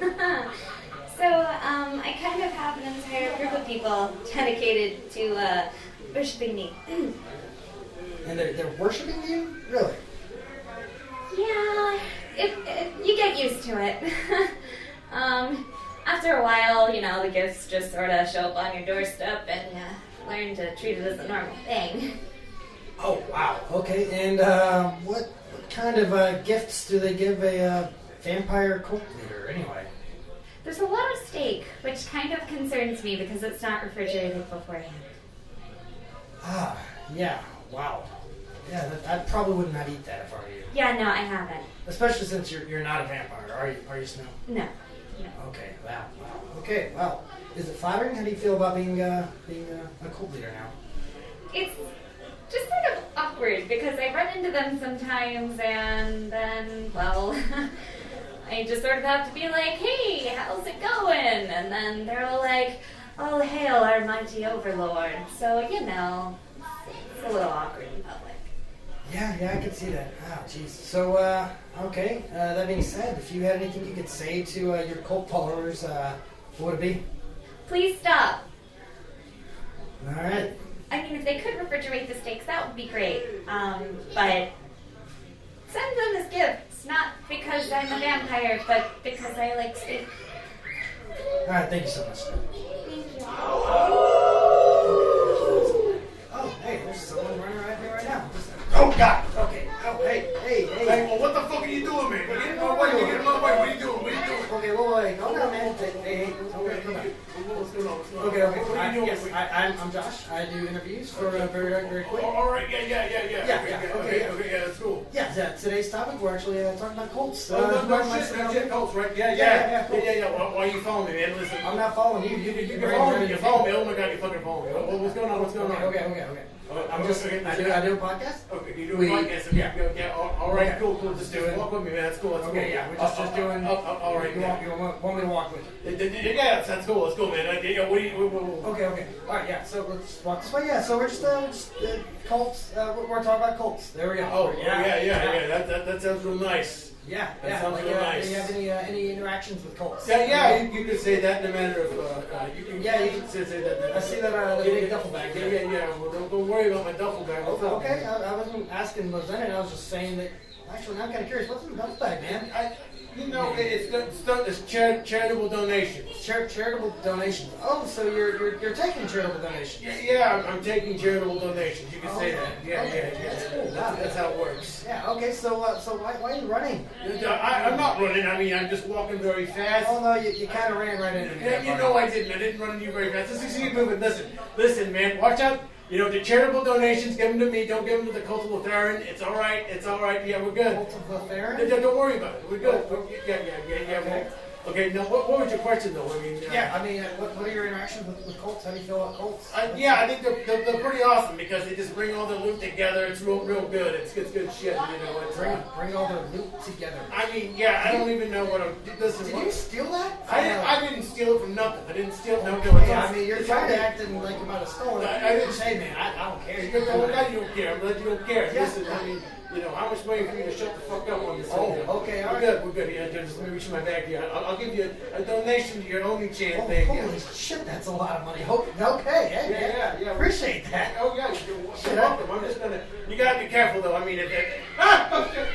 P: so um, I kind of have an entire group of people dedicated to uh, worshiping me. [CLEARS THROAT]
O: And they're, they're worshiping you? Really?
P: Yeah, it, it, you get used to it. [LAUGHS] um, after a while, you know, the gifts just sort of show up on your doorstep and you learn to treat it as a normal thing.
O: Oh, wow. Okay, and uh, what, what kind of uh, gifts do they give a uh, vampire cult leader, anyway?
P: There's a lot of steak, which kind of concerns me because it's not refrigerated beforehand.
O: Ah, yeah, wow. Yeah, that, I probably would not eat that if I were you.
P: Yeah, no, I haven't.
O: Especially since you're, you're not a vampire, are you, are you Snow?
P: No.
O: Okay, wow, wow. Okay, wow. Is it flattering? How do you feel about being, uh, being uh, a cult leader now?
P: It's just sort of awkward because I run into them sometimes and then, well, [LAUGHS] I just sort of have to be like, hey, how's it going? And then they're all like, all hail our mighty overlord. So, you know, it's a little awkward in public.
O: Yeah, yeah, I could see that. Oh, jeez. So, uh, okay. Uh, that being said, if you had anything you could say to uh, your cult followers, uh, what would it be?
P: Please stop.
O: All right.
P: I mean, if they could refrigerate the steaks, that would be great. Um, but send them as gifts, not because I'm a vampire, but because I like steak.
O: All right. Thank you so much. Oh, hey, there's someone running right here right now. Oh God. Okay. Oh, hey, hey, hey.
F: Hey, well, what the fuck are you doing, man? Get him away! Get him away! What are you doing? What are you doing?
O: Okay, well, wait. Hold on, man. Hey, hey, hey. Okay, come back. right?
G: What's going on? What's going on?
O: Okay, okay.
G: What are
O: I,
G: you doing?
O: yes, I, I'm, I'm Josh. I do interviews for uh, very, very quick.
G: All right, yeah, yeah, yeah, yeah.
O: Yeah,
G: Okay,
O: yeah,
G: yeah,
O: okay,
G: okay, okay, yeah, that's cool.
O: Yeah, so today's topic, we're actually uh, talking about Colts.
G: Oh, no,
O: who
G: no
O: am I
G: shit,
O: sitting
G: no
O: on?
G: shit, Colts, right? Yeah, yeah.
O: yeah, Colts.
G: Yeah, yeah, yeah. Why- why are you following me, man? Listen.
O: I'm not following you. You did
G: You're following me. You're following me. Oh my god, you're fucking following me. What- What's going on? What's going on?
O: Okay, okay, okay.
G: Oh,
O: I'm just,
G: okay,
O: I
G: okay.
O: do, I do a podcast?
G: Okay, you do a
O: We-
G: podcast.
O: yeah.
G: Yeah, yeah, yeah. All, all right,
O: Okay.
G: cool, cool. Just, just walk with me, man. That's cool. That's
O: Okay,
G: cool.
O: yeah, we're just-
G: Uh,
O: just
G: uh,
O: doing-
G: Uh, uh, all right,
O: you
G: yeah.
O: want- you want, want me to walk with you?
G: Yeah, yeah, yeah, that's, that's cool. That's cool, man. Uh, yeah, what do you, what, what, what,
O: Okay, okay. All right, yeah. So let's walk this way. Yeah. So we're just, uh, just uh, Colts. Uh, we're, we're talking about Colts. There we go.
G: Oh, yeah, yeah, yeah. yeah. That, that, that sounds real nice.
O: Yeah,
G: that
O: yeah.
G: sounds
O: like,
G: real
O: uh,
G: nice.
O: Do you have any uh, any interactions with Colts?
G: Yeah, yeah, you, you could say that in a matter of. Uh, uh, you can, yeah, you can say, say that.
O: I see that, uh, that
G: yeah,
O: big
G: yeah,
O: duffel bag
G: Yeah,
O: there.
G: yeah, yeah. Well, don't, don't worry about my duffel bag. What's up?
O: Okay, I, I wasn't asking those in it. I was just saying that. Actually, now I'm kind of curious. What's in the duffel bag, man?
G: I, you know, it- it's got- it's, got- it's chari- charitable donations.
O: Char- charitable donations. Oh, so you're you're, you're taking charitable donations? Oh,
G: Yeah, yeah, I'm, I'm taking charitable donations. You can say that. Yeah,
O: Okay,
G: yeah, yeah.
O: that's cool. Wow.
G: That's, that's how it works.
O: Yeah. Okay. So uh, so why, why are you running?
G: I, I'm not running. I mean, I'm just walking very fast.
O: Oh no, you, you kind of ran right into me.
G: Yeah, you know I didn't. I didn't run you very fast. Listen, see you moving. Listen, listen, man. Watch out. You know the charitable donations. Give them to me. Don't give them to the cult of Lotharin. It's all right. It's all right. Yeah, we're good.
O: Cult of Lotharin?
G: Yeah, yeah, don't worry about it. We're good. We're- yeah, yeah, yeah, yeah. Okay. okay. Now, what, what was your question though? I mean, uh,
O: Yeah, I mean, uh, what, what are your interactions with, with Colts? How do you feel about Colts?
G: I, Uh, yeah, I think they're, they're, they're pretty awesome because they just bring all their loot together. It's real, real good. It's, it's good shit. You know, it's,
O: Bring,
G: uh,
O: bring all their loot together.
G: I mean, yeah, I don't even know what I'm. Listen,
O: Did
G: what-
O: you steal that?
G: I didn't, I didn't steal it from nothing. I didn't steal it. No, no,
O: Okay,
G: it's-
O: I mean, you're
G: it's
O: trying to
G: okay.
O: act in like you might have stolen it.
G: I, I didn't
O: say,
G: say,
O: man, I, I don't
G: You're
O: care. You're-
G: the
O: you're-
G: guy you don't care. I'm glad you don't care.
O: Yeah.
G: Listen, I mean, you know, I was waiting for you to shut the fuck up on this.
O: Oh,
G: thing.
O: okay, all
G: we're
O: right.
G: good. We're good. Yeah, just let me reach in my bag here. I'll, I'll give you a, a donation to your only chance
O: Oh,
G: thing.
O: holy shit, that's a lot of money. Hope, okay, hey,
G: Yeah, yeah, yeah.
O: Appreciate that.
G: Oh yeah, you're welcome.
O: Shit, I-
G: welcome. I'm just gonna. You gotta be careful though. I mean, if, if [LAUGHS] ah, fuck, shit.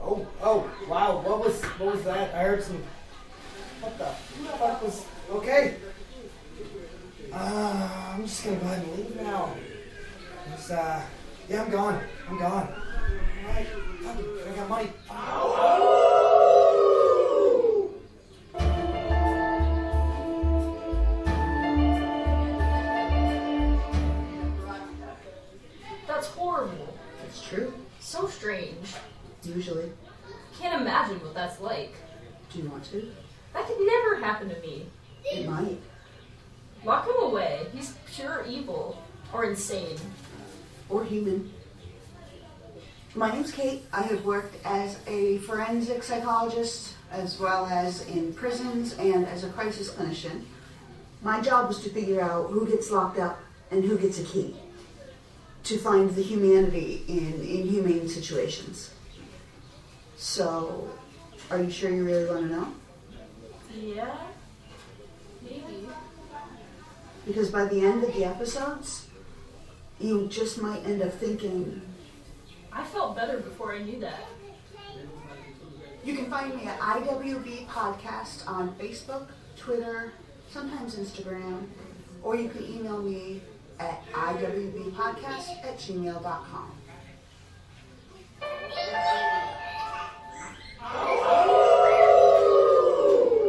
O: Oh, oh, wow, what was, what was that? I heard some, what the fuck was, okay. Uh, I'm just gonna go ahead and leave now. Just, uh, yeah, I'm gone. I'm gone. Alright, fuck it, I got money.
Q: That's horrible.
O: It's true.
Q: So strange.
R: Usually.
Q: Can't imagine what that's like.
R: Do you want to?
Q: That could never happen to me.
R: It might.
Q: Lock him away. He's pure evil. Or insane.
R: Or human. My name's Kate. I have worked as a forensic psychologist as well as in prisons and as a crisis clinician. My job was to figure out who gets locked up and who gets a key to find the humanity in inhumane situations. So, are you sure you really want to know?
Q: Yeah? Maybe.
R: Because by the end of the episodes, you just might end up thinking,
Q: I felt better before I knew that.
R: You can find me at IWB Podcast on Facebook, Twitter, sometimes Instagram, or you can email me at IWBpodcast at gmail.com.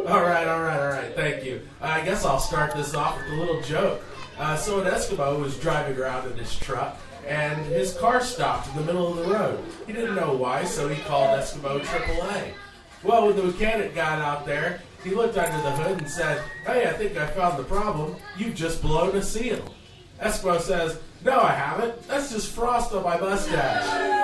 G: All right, all right, all right. Thank you. Uh, I guess I'll start this off with a little joke. Uh, so an Eskimo was driving around in his truck, and his car stopped in the middle of the road. He didn't know why, so he called Eskimo AAA. Well, when the mechanic got out there, he looked under the hood and said, "Hey, I think I found the problem. You've just blown a seal." Eskimo says, "No, I haven't. That's just frost on my mustache."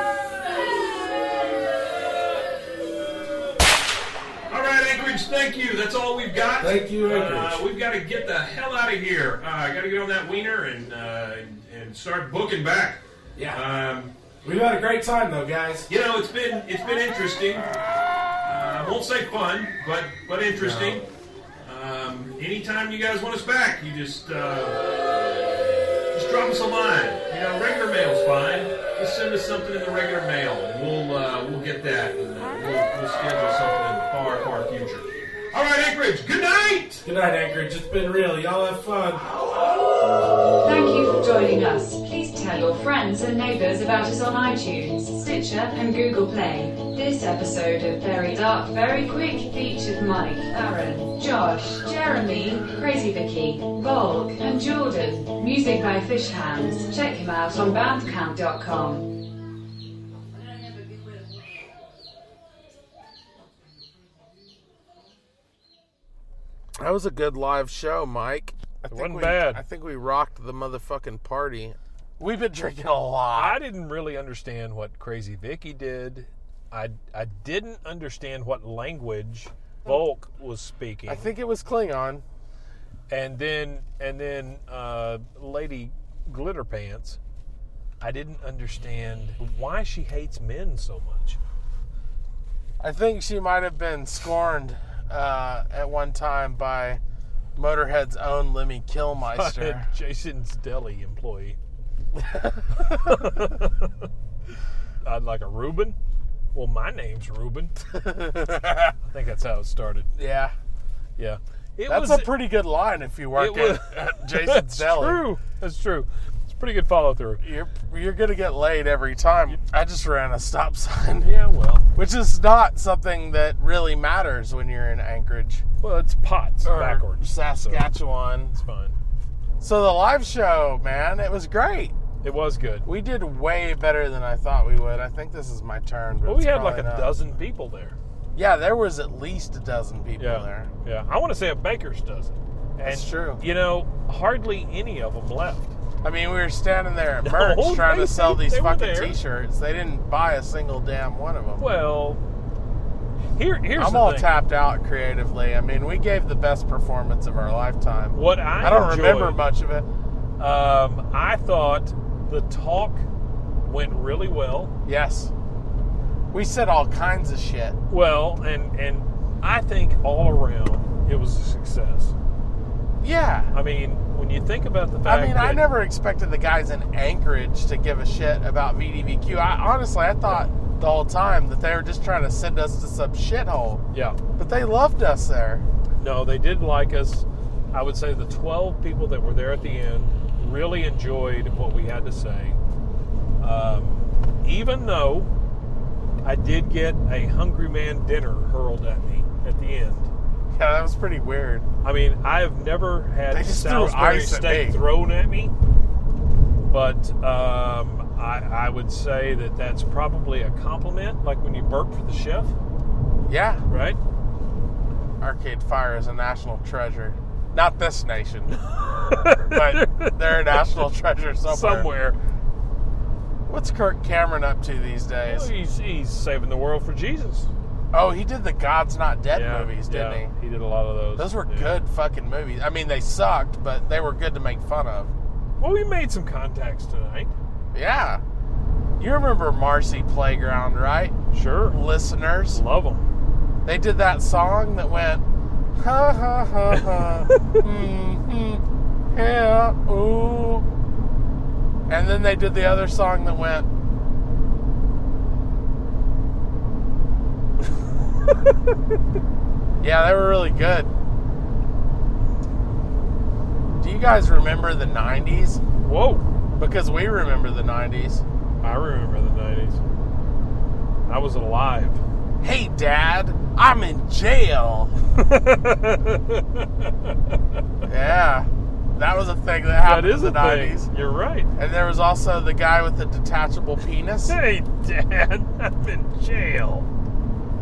F: All right, Anchorage, thank you. That's all we've got.
G: Thank you,
F: Uh,
G: Anchorage.
F: we've got to get the hell out of here. Uh, I got to get on that wiener and uh, and start booking back. Yeah. Um,
G: We've had a great time though, guys.
F: You know, it's been it's been interesting. Uh, I won't say fun, but but interesting. Um, anytime you guys want us back, you just uh, just drop us a line. You know, regular mail's fine. Just send us something in the regular mail, and we'll uh, we'll get that, and uh, we'll, we'll schedule something in the far far future. All right, Anchorage. Good night.
G: Good night, Anchorage. It's been real. Y'all have fun.
E: Thank you for joining us. Please tell your friends and neighbors about us on iTunes, Stitcher, and Google Play. This episode of Very Dark Very Quick featured Mike, Aaron, Josh, Jeremy, Crazy Vicky, Volk, and Jordan. Music by Fish Hands. Check him out on bandcamp.com.
B: That was a good live show, Mike. I think
C: wasn't
B: we,
C: bad.
B: I think we rocked the motherfucking party. We've been drinking a
C: I
B: lot.
C: didn't really understand what Crazy Vicky did. I, I didn't understand what language Volk was speaking.
B: I think it was Klingon.
C: And then and then uh, Lady Glitterpants. I didn't understand why she hates men so much.
B: I think she might have been scorned uh, at one time by Motorhead's own Lemmy Killmeister.
C: [LAUGHS] Jason's
B: [LAUGHS]
C: Deli employee. I'd like a Reuben. Well, my
B: [LAUGHS]
C: name's Reuben. I think that's how it started.
B: yeah.
C: Yeah. It
B: That's
C: was-
B: a pretty good line if you work
C: It was-
B: at, at Jason's
C: That's
B: Deli.
C: true. That's true. It's pretty good follow through.
B: You're you're gonna get laid every time. I just ran a stop [LAUGHS] sign.
C: Yeah, well.
B: Which is not something that really matters when you're in Anchorage.
C: Well, it's pots
B: Or
C: backwards.
B: Saskatchewan.
C: It's fine.
B: So the live show, man, it was great.
C: It was good.
B: We did way better than I thought we would. I think this is my turn. But
C: Well, we
B: it's
C: had like a
B: probably not.
C: dozen people there.
B: Yeah, there was at least a dozen people
C: Yeah.
B: there.
C: Yeah. I want to say a baker's dozen.
B: That's
C: And,
B: true.
C: You know, hardly any of them left.
B: I mean, we were standing there
C: [LAUGHS]
B: at
C: No,
B: merch trying
C: they-
B: to sell these
C: they were
B: fucking
C: there.
B: T-shirts. They didn't buy a single damn one of them.
C: Well, here here's
B: I'm
C: the
B: all
C: thing.
B: tapped out creatively. I mean, we gave the best performance of our lifetime.
C: What I
B: I don't
C: enjoyed-
B: remember much of it.
C: Um, I thought the talk went really well.
B: Yes, we said all kinds of shit.
C: Well, and and I think all around it was a success.
B: Yeah.
C: I mean, when you think about the fact,
B: I mean,
C: that,
B: I never expected the guys in Anchorage to give a shit about VDVQ. I honestly, I thought the whole time that they were just trying to send us to some shithole.
C: Yeah.
B: But they loved us there.
C: No, they did like us. I would say the 12 people that were there at the end really enjoyed what we had to say. Um, even though I did get a Hungry Man dinner hurled at me at the end.
B: Yeah, that was pretty weird.
C: I mean, I have never had
B: They just threw
C: Salisbury
B: ice at
C: steak
B: me.
C: thrown at me, but um, I, I would say that that's probably a compliment, like when you burp for the chef.
B: Yeah.
C: Right?
B: Arcade Fire is a national treasure. Not this
C: [LAUGHS]
B: nation, but they're a national treasure somewhere.
C: Somewhere.
B: What's Kirk Cameron up to these
C: Well,
B: days?
C: he's, he's saving the world for Jesus.
B: Oh, he did the God's Not Dead movies, didn't
C: yeah,
B: he?
C: He did a lot of those.
B: Those were
C: yeah.
B: good fucking movies. I mean, they sucked, but they were good to make fun of.
C: Well, we made some contacts tonight.
B: Yeah. You remember Marcy Playground, right?
C: Sure.
B: Listeners.
C: Love them.
B: They did that song that went, ha ha ha
C: [LAUGHS]
B: ha. mm-hmm. Yeah, ooh. And then they did the other song that went, yeah, they were really good. Do you guys remember the 90s?
C: Whoa.
B: Because we remember the 90s.
C: I remember the 90s. I was alive.
B: Hey, Dad, I'm in
C: [LAUGHS]
B: jail. yeah, that was a thing that
C: That
B: happened
C: is a
B: in the
C: thing.
B: 90s.
C: You're right.
B: And there was also the guy with the detachable penis.
C: Hey, Dad, [LAUGHS] I'm in jail.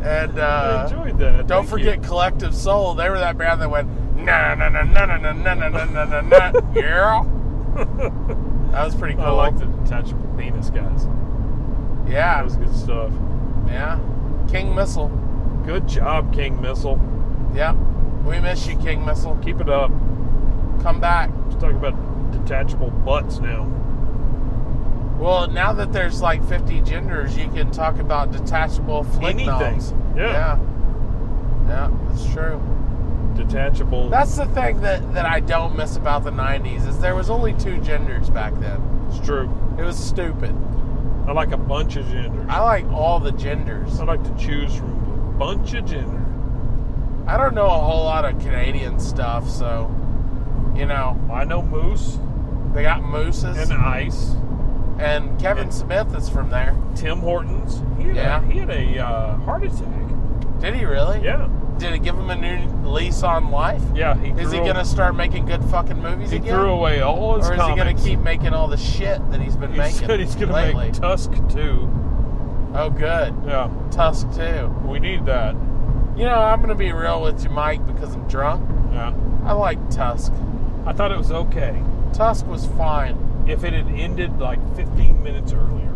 B: And
C: I
B: uh,
C: enjoyed that.
B: don't
C: Thank you.
B: forget Collective Soul. They were that band that went, na na na na na na na na na na na na.
C: [LAUGHS]
B: Yeah. That was pretty cool.
C: I like the detachable penis guys.
B: Yeah,
C: That was good stuff.
B: yeah. King Missile.
C: Good job, King Missile.
B: Yep. We miss you, King Missile.
C: Keep it up.
B: Come back.
C: Let's talk about detachable butts now.
B: Well, now that there's like 50 genders, you can talk about detachable flick
C: Anything.
B: knobs. yeah.
C: Yeah.
B: Yeah, that's true.
C: Detachable.
B: That's the thing that, that I don't miss about the 90s is there was only two genders back then.
C: It's true.
B: It was stupid.
C: I like a bunch of genders.
B: I like all the genders.
C: I like to choose from a bunch of gender.
B: I don't know a whole lot of Canadian stuff, so you know,
C: I know moose
B: they got mooses.
C: and ice.
B: And Kevin Smith is from there.
C: Tim Hortons. He had
B: Yeah.
C: a, he had a uh, heart attack.
B: Did he really?
C: Yeah.
B: Did it give him a new lease on life?
C: Yeah. He
B: Is he
C: threw-
B: gonna start making good fucking movies
C: He
B: again?
C: threw away all his
B: Or is he
C: comics.
B: gonna keep making all the shit that he's been
C: He
B: making?
C: said he's gonna
B: lately?
C: make Tusk too.
B: Oh, good.
C: Yeah.
B: Tusk too.
C: We need that.
B: You know, I'm gonna be real with you, Mike, because I'm drunk.
C: Yeah.
B: I like Tusk.
C: I thought it was okay.
B: Tusk was fine.
C: If it had ended like 15 minutes earlier.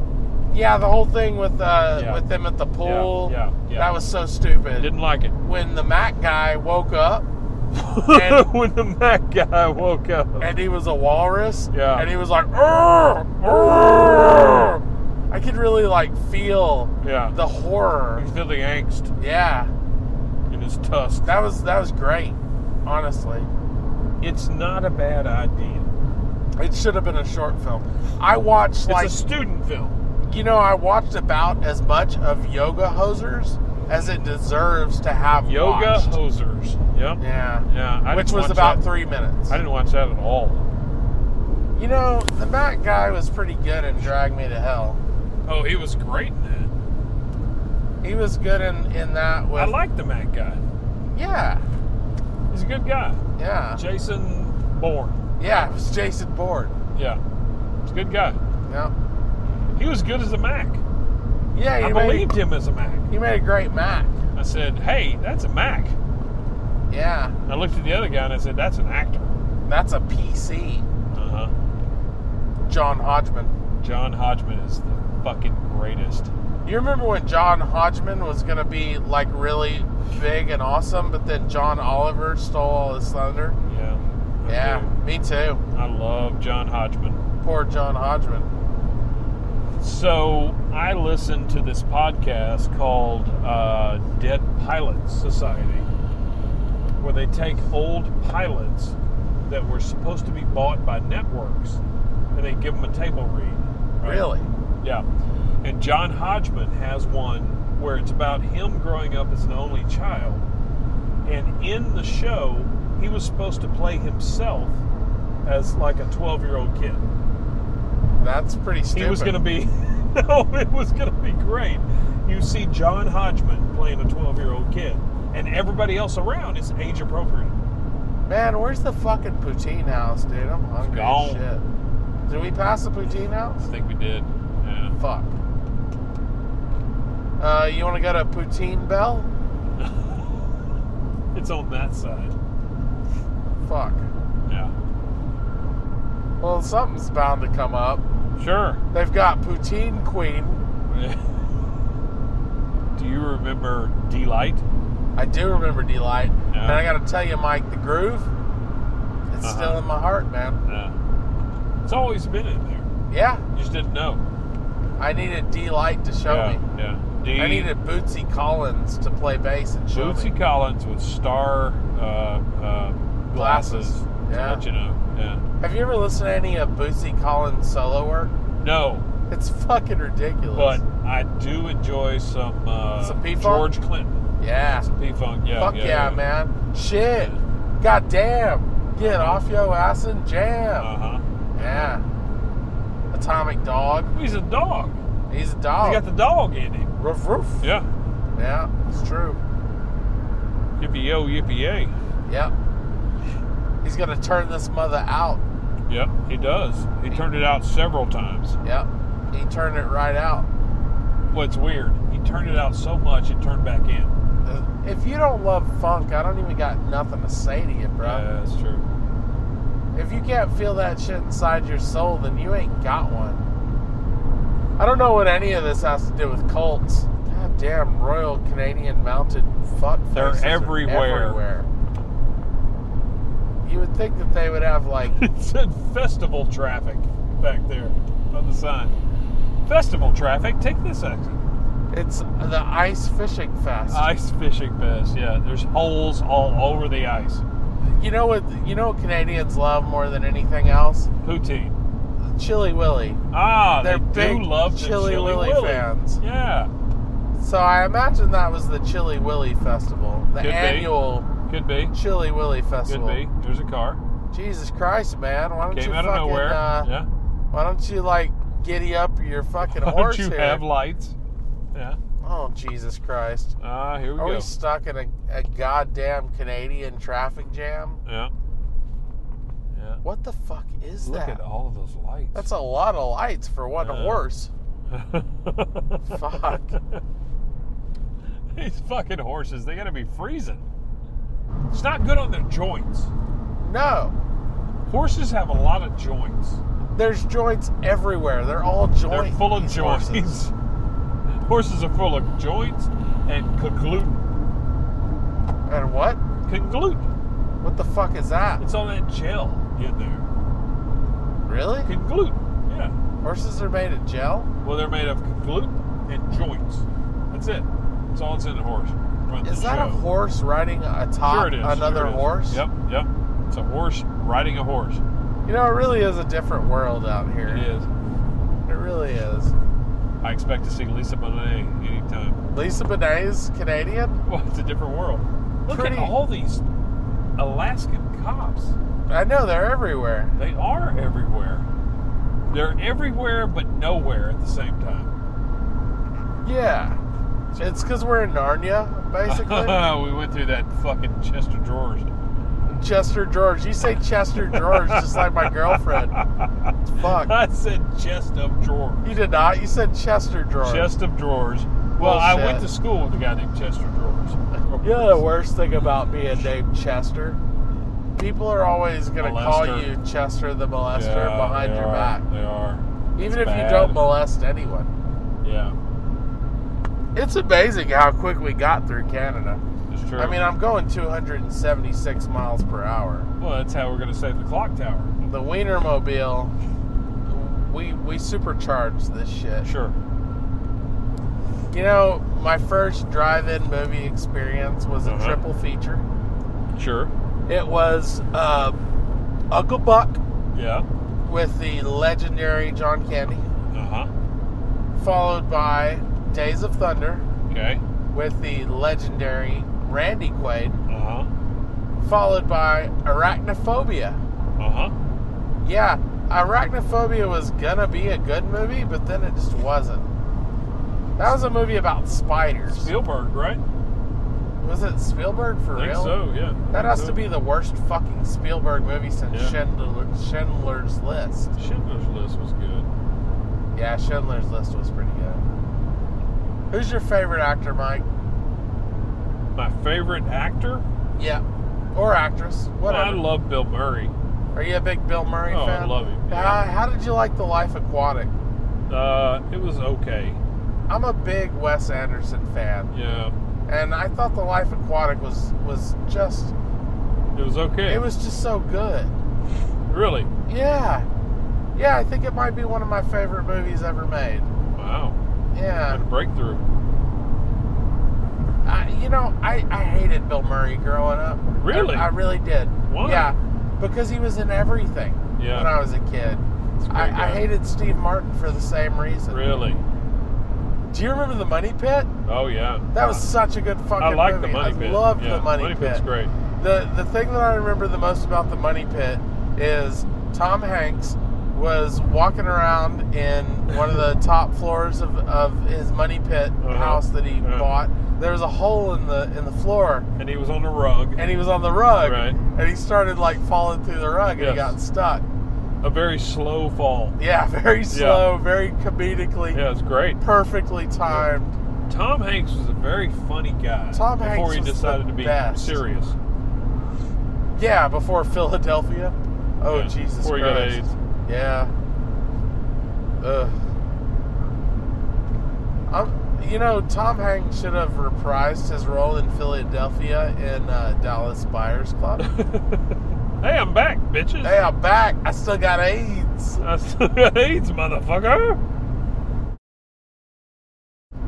B: Yeah, the whole thing with uh,
C: Yeah.
B: with them at the pool.
C: yeah, yeah.
B: That was so stupid.
C: Didn't like it.
B: When the Mac guy woke
C: [LAUGHS]
B: up.
C: when the Mac guy woke up.
B: And he was a walrus.
C: Yeah.
B: And he was like, "Arr, arr." I could really like feel
C: Yeah.
B: the horror.
C: You feel the angst.
B: Yeah.
C: In his tusk.
B: That was that was great, honestly.
C: It's not a bad idea.
B: It should have been a short film. I watched
C: It's a
B: like
C: student
B: film. You know, I watched about as much of Yoga Hosers as it deserves to have
C: Yoga
B: watched.
C: hosers. Yep.
B: Yeah.
C: Yeah. I
B: Which
C: didn't
B: was
C: watch
B: about
C: that.
B: three minutes.
C: I didn't watch that at all.
B: You know, the Mac guy was pretty good in Drag Me to Hell.
C: Oh, he was great in that.
B: He was good in, in that with
C: I like the Mac guy.
B: Yeah.
C: He's a good guy.
B: Yeah.
C: Jason Bourne.
B: Yeah, it was Jason Bourne.
C: Yeah. He's a good guy.
B: Yeah.
C: He was good as a Mac.
B: Yeah, he
C: I
B: made a-
C: believed him as a Mac.
B: He made a great Mac.
C: I said, hey, that's a Mac.
B: Yeah.
C: I looked at the other guy and I said, that's an actor.
B: That's a PC.
C: Uh huh.
B: John Hodgman.
C: John Hodgman is the fucking greatest.
B: You remember when John Hodgman was gonna be like really big and awesome, but then John Oliver stole all his thunder?
C: Yeah. I
B: Yeah, me too.
C: do. I love John Hodgman.
B: Poor John Hodgman.
C: So I listened to this podcast called uh, Dead Pilots Society, where they take old pilots that were supposed to be bought by networks and they give them a table read. right?
B: Really?
C: Yeah. And John Hodgman has one where it's about him growing up as an only child. And in the show, he was supposed to play himself as like a 12 year old kid.
B: That's pretty stupid.
C: He was going to be, [LAUGHS] no, it was going to be great. You see John Hodgman playing a 12 year old kid, and everybody else around is age appropriate.
B: Man, where's the fucking poutine house, dude? I'm hungry as shit. Did we pass the poutine house?
C: I think we did. Yeah.
B: Fuck. Uh, you want to go to Poutine Bell?
C: [LAUGHS] It's on that side.
B: Fuck.
C: Yeah.
B: Well, something's bound to come up.
C: Sure.
B: They've got Poutine Queen.
C: [LAUGHS] Do you remember Delight?
B: I do remember Delight.
C: Yeah.
B: And I got to tell you, Mike, the groove, it's
C: Uh-huh.
B: still in my heart, man.
C: Yeah. It's always been in there.
B: Yeah.
C: You just didn't know.
B: I needed Delight to show
C: yeah.
B: me.
C: Yeah.
B: I needed Bootsy Collins to play bass and show
C: Bootsy
B: me.
C: Collins with star uh, uh, glasses.
B: Glasses.
C: to
B: Yeah.
C: let you know. Yeah.
B: Have you ever listened to any of Bootsy Collins' solo work?
C: No,
B: It's fucking ridiculous.
C: but I do enjoy some, uh,
B: Some P-Funk?
C: George Clinton.
B: yeah.
C: Some P Funk. Yeah.
B: Fuck yeah, man. Shit. God damn. Get
C: Uh-huh.
B: off your ass and jam.
C: Uh huh.
B: Yeah. Atomic dog.
C: He's a dog.
B: He's a dog.
C: He got the dog in him.
B: roof roof.
C: Yeah.
B: Yeah, it's true.
C: Yippee yo, yippee yay.
B: Yep. He's gonna turn this mother out.
C: Yep, he does. He turned it out several times.
B: Yep. He turned it right out.
C: What's weird? He turned it out so much it turned back in.
B: Uh, If you don't love funk, I don't even got nothing to say to you, bro.
C: Yeah, that's true.
B: If you can't feel that shit inside your soul, then you ain't got one. I don't know what any of this has to do with cults. God damn Royal Canadian Mounted fuck
C: They're
B: faces are
C: everywhere.
B: everywhere. You would think that they would have like
C: [LAUGHS] it said festival traffic back there on the sign. Festival traffic, take this exit.
B: it's the ice fishing fest.
C: Ice fishing fest, yeah. There's holes all over the ice.
B: You know what? You know what Canadians love more than anything else?
C: Poutine.
B: Chili Willy.
C: Ah,
B: They're
C: they
B: big
C: do love the
B: Chili Willy fans.
C: Yeah,
B: So I imagine that was the Chili Willy Festival, the
C: Could be.
B: annual
C: could be,
B: Chili Willy
C: could
B: Festival.
C: be. There's a car.
B: Jesus Christ, man! Why don't
C: Came
B: you
C: out of
B: fucking?
C: nowhere.
B: Uh,
C: yeah,
B: Why don't you like giddy up your fucking
C: Don't
B: horse
C: you
B: here.
C: have lights? Yeah.
B: Oh Jesus Christ!
C: Ah, here we
B: Are
C: go.
B: we stuck in a, a goddamn Canadian traffic jam?
C: Yeah. Yeah.
B: What the fuck is
C: Look
B: that?
C: at all of those lights.
B: That's a lot of lights for one
C: Yeah. [LAUGHS]
B: horse. Fuck.
C: These fucking horses, they gotta be freezing. It's not good on their joints.
B: No.
C: Horses have a lot of joints.
B: There's joints everywhere. They're all joints.
C: They're full of joints. [LAUGHS] Horses. are full of joints and congluten.
B: And what?
C: Congluten.
B: What the fuck is that?
C: It's all that gel in there.
B: Really?
C: Congluten. Yeah.
B: Horses are made of gel?
C: Well, they're made of congluten and joints. That's it. That's all that's in a horse. Runs
B: Is
C: the
B: that a
C: show.
B: horse riding atop
C: Sure it is.
B: another
C: Sure it is.
B: horse?
C: Yep, yep. It's a horse riding a horse.
B: You know, it really is a different world out here.
C: It is.
B: It really is.
C: I expect to see Lisa Bonet anytime.
B: Lisa Bonet is Canadian?
C: [LAUGHS] Well, it's a different world. Look
B: Pretty-
C: at all these Alaskan cops.
B: I know they're everywhere.
C: They are everywhere. They're everywhere but nowhere at the same time.
B: Yeah. It's because we're in Narnia, basically.
C: [LAUGHS] we went through that fucking chest of drawers.
B: Chester George. You say Chester George just like my girlfriend. Fuck.
C: I said chest of drawers.
B: You did not. You said Chester George.
C: Chest of drawers. Well, I went to
B: Bullshit.
C: school with a guy named Chester Drawers.
B: You know the worst thing about being named Chester? People are always going to call you
C: Molester.
B: Chester the molester
C: Yeah,
B: behind
C: they
B: your
C: are,
B: back.
C: They are.
B: Even if
C: It's
B: you
C: bad.
B: don't molest anyone.
C: Yeah,
B: It's amazing how quick we got through Canada.
C: it's true.
B: [LAUGHS] I mean, I'm going 276 miles per hour.
C: well, that's how we're going to save the clock tower.
B: The Wienermobile, we we supercharged this shit.
C: Sure.
B: You know, my first drive-in movie experience was a
C: Uh-huh.
B: triple feature.
C: Sure.
B: It was uh, Uncle Buck
C: Yeah.
B: with the legendary John Candy,
C: Uh huh.
B: followed by Days of Thunder
C: Okay.
B: with the legendary Randy Quaid,
C: Uh huh.
B: followed by Arachnophobia.
C: Uh huh.
B: Yeah, Arachnophobia was gonna be a good movie, but then it just wasn't. That was a movie about spiders.
C: Spielberg, right?
B: Was it Spielberg for
C: I think
B: real?
C: so. Yeah. I
B: That
C: think
B: has
C: so.
B: to be the worst fucking Spielberg movie since
C: Yeah.
B: Schindler, Schindler's List.
C: Schindler's List was good.
B: Yeah, Schindler's List was pretty good. Who's your favorite actor, Mike?
C: My favorite actor.
B: Yeah, or actress, whatever.
C: I love Bill Murray.
B: Are you a big Bill Murray
C: Oh, I
B: fan?
C: love him,
B: How, how did you like The Life Aquatic?
C: Uh, it was okay.
B: I'm a big Wes Anderson fan,
C: Yeah.
B: and I thought The Life Aquatic was was just
C: It was okay.
B: it was just so good.
C: really.
B: Yeah, yeah. I think it might be one of my favorite movies ever made.
C: Wow. What
B: Yeah.
C: a breakthrough.
B: I, you know, I, I hated Bill Murray growing up.
C: Really?
B: I, I really did.
C: Why?
B: Yeah, because he was in everything
C: Yeah.
B: when I was a kid.
C: It's a great
B: I, I
C: guy.
B: hated Steve Martin for the same reason.
C: Really.
B: Do you remember The Money Pit?
C: Oh yeah.
B: That was such a good fucking
C: I like
B: movie.
C: the money
B: I
C: pit.
B: loved
C: yeah,
B: The Money, Pit.
C: Pit's great.
B: The, the thing that I remember the most about The Money Pit is Tom Hanks was walking around in one of
C: [LAUGHS]
B: the top floors of, of his money pit
C: Uh-huh.
B: house that he
C: Uh-huh.
B: bought. There was a hole in the in the floor
C: And he was on the rug.
B: and he was on the rug
C: Right.
B: and he started like falling through the rug and
C: Uh, Yes.
B: he got stuck
C: A very slow fall.
B: yeah [LAUGHS] very slow very comedically
C: Yeah, it's great.
B: perfectly timed
C: Tom Hanks was a very funny guy.
B: Tom
C: before
B: Hanks
C: he
B: was
C: decided
B: the
C: to be
B: best.
C: serious.
B: yeah before philadelphia oh
C: Yeah,
B: jesus
C: before he got
B: Christ.
C: AIDS.
B: yeah Ugh. I'm, you know tom hanks should have reprised his role in philadelphia in uh, dallas buyers club
C: [LAUGHS] Hey, I'm back, bitches.
B: hey i'm back i still got aids
C: I still got AIDS, motherfucker.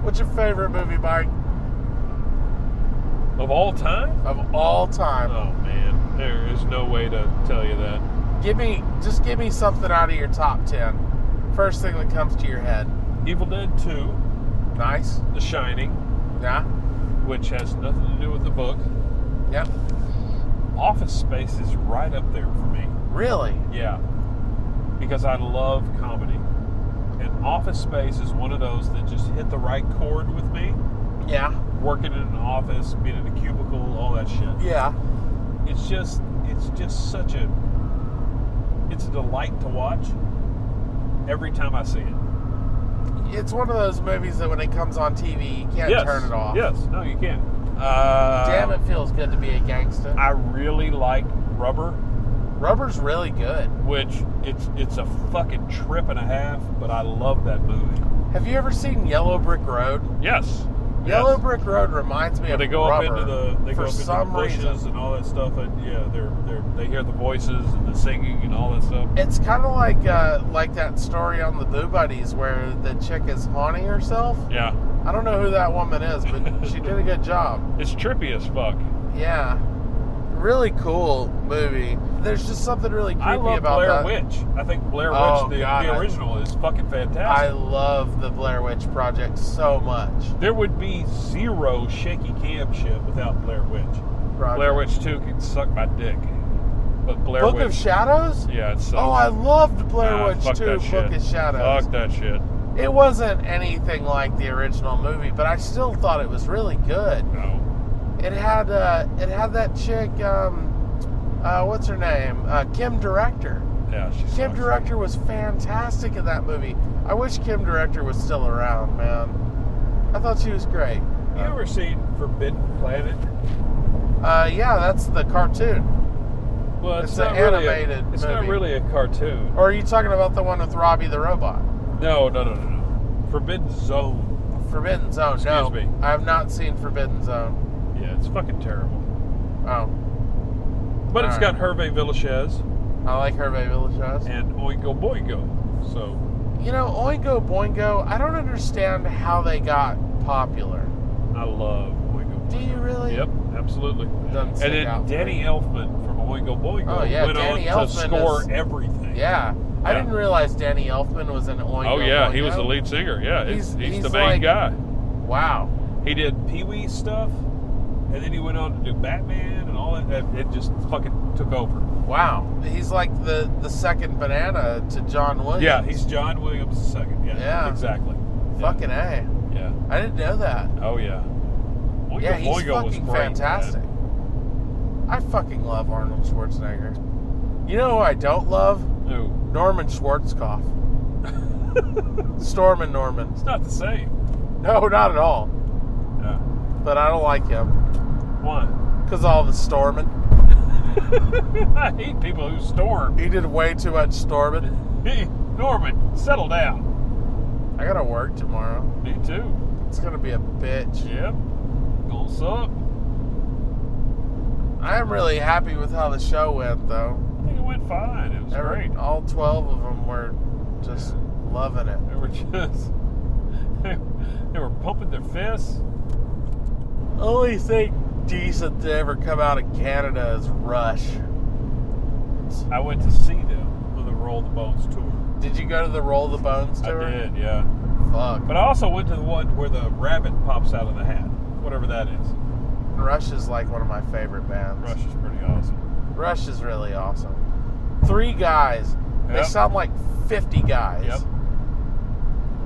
B: what's your favorite movie mike
C: Of all time?
B: of all time
C: Oh man, there is no way to tell you that.
B: Give me just give me something out of your top ten. First thing that comes to your head.
C: Evil Dead 2,
B: Nice.
C: The Shining,
B: Yeah.
C: which has nothing to do with the book.
B: Yep.
C: Office Space is right up there for me.
B: Really?
C: Yeah, because I love comedy. And Office Space is one of those that just hit the right chord with me.
B: Yeah.
C: Working in an office, being in a cubicle, all that shit.
B: Yeah.
C: It's just, it's just such a, it's a delight to watch every time I see it.
B: It's one of those movies that when it comes on TV, you can't
C: Yes.
B: turn it off.
C: Yes. No, you can't. Uh,
B: Damn, it feels good to be a gangster.
C: I really like Rubber.
B: Rubber's really good.
C: Which it's it's a fucking trip and a half, but I love that movie.
B: Have you ever seen Yellow Brick Road?
C: Yes.
B: Yellow
C: Yes.
B: Brick Road reminds me
C: Where
B: of
C: they go
B: Rubber
C: up into the they
B: for
C: go up into the
B: some
C: bushes
B: reason.
C: and all that stuff. And yeah, they're they're they hear the voices and the singing and all that stuff.
B: It's kind of like uh, like that story on the Boo Buddies where the chick is haunting herself.
C: Yeah,
B: I don't know who that woman is,
C: [LAUGHS]
B: but she did a good job.
C: It's trippy as fuck.
B: Yeah, really cool movie. There's just something really creepy
C: I love
B: about
C: Blair
B: that.
C: Witch. I think Blair Witch,
B: Oh,
C: the,
B: God,
C: the
B: I-
C: original, is fucking fantastic.
B: I love the Blair Witch Project so much.
C: There would be zero shaky cam shit without Blair Witch. Blair Witch Two can suck my dick, but Blair
B: Book
C: Witch
B: of Shadows.
C: Yeah, it's
B: Oh, I loved Blair
C: Nah,
B: Witch
C: Ah, fuck
B: 2,
C: that
B: Book
C: shit.
B: of Shadows.
C: Fuck that shit.
B: It wasn't anything like the original movie, but I still thought it was really good.
C: No.
B: It had uh, it had that chick, um, uh, what's her name? Uh, Kim Director.
C: Yeah, she's
B: Kim Director was fantastic in that movie. I wish Kim Director was still around, man. I thought she was great.
C: You ever seen Forbidden Planet?
B: Uh, yeah, that's the cartoon.
C: Well,
B: it's,
C: it's
B: an
C: not really a-
B: animated.
C: it's not
B: movie.
C: really a cartoon.
B: Or are you talking about the one with Robbie the robot?
C: No, no, no, no, no. Forbidden Zone.
B: Forbidden Zone.
C: Excuse
B: no,
C: me.
B: I have not seen Forbidden Zone.
C: Yeah, it's fucking terrible.
B: Oh,
C: But it's
B: Alright.
C: got Hervé Villachez.
B: I like Hervé Villachez.
C: And Oingo Boingo. So
B: you know, Oingo Boingo. I don't understand how they got popular.
C: I love Oingo.
B: Do you really?
C: Yep, absolutely. And
B: stick
C: then
B: out
C: Danny Elfman from Oingo Boingo
B: Oh yeah,
C: went
B: Danny
C: on
B: Elfman
C: to score
B: is-
C: everything.
B: Yeah. I
C: Yeah.
B: didn't realize Danny Elfman was an Oingo.
C: Oh yeah, he was
B: Boingo.
C: the lead singer. Yeah, he's,
B: He's-
C: he's,
B: he's
C: the main
B: like-
C: guy.
B: Wow.
C: He did Pee Wee stuff, and then he went on to do Batman and all that. It- It just fucking took over.
B: Wow, he's like the the second banana to John Williams.
C: Yeah, he's John Williams the second. Yeah,
B: Yeah.
C: exactly.
B: fucking a.
C: Yeah.
B: I didn't know that.
C: Oh yeah. Oingo
B: yeah, he's
C: Boingo was
B: fucking
C: great, man.
B: fantastic. I fucking love Arnold Schwarzenegger. You know who I don't love?
C: Who?
B: Norman
C: [LAUGHS]
B: Schwarzkopf. Storm and Norman. It's
C: not the same.
B: No, not at all.
C: Yeah.
B: But I don't like him.
C: Why?
B: Because all the storming.
C: [LAUGHS] I hate people who storm.
B: He did way too much storming.
C: [LAUGHS] Hey, Norman, settle down.
B: I gotta work tomorrow.
C: Me too.
B: It's gonna be a bitch.
C: Yep. Gonna suck.
B: I am really happy with how the show went, though.
C: I think it went fine. It was
B: Every-
C: great.
B: All 12 of them were just loving it.
C: They were [LAUGHS] just they, they were pumping their fists.
B: Only thing decent to ever come out of Canada is Rush.
C: I went to see them on the Roll the Bones tour.
B: Did you go to the Roll the Bones tour?
C: I did, yeah.
B: Fuck.
C: But I also went to the one where the rabbit pops out of the hat, whatever that is.
B: Rush is like one of my favorite bands.
C: Rush is pretty awesome.
B: Rush is really awesome. Three guys. They
C: Yep.
B: sound like 50 guys.
C: Yep.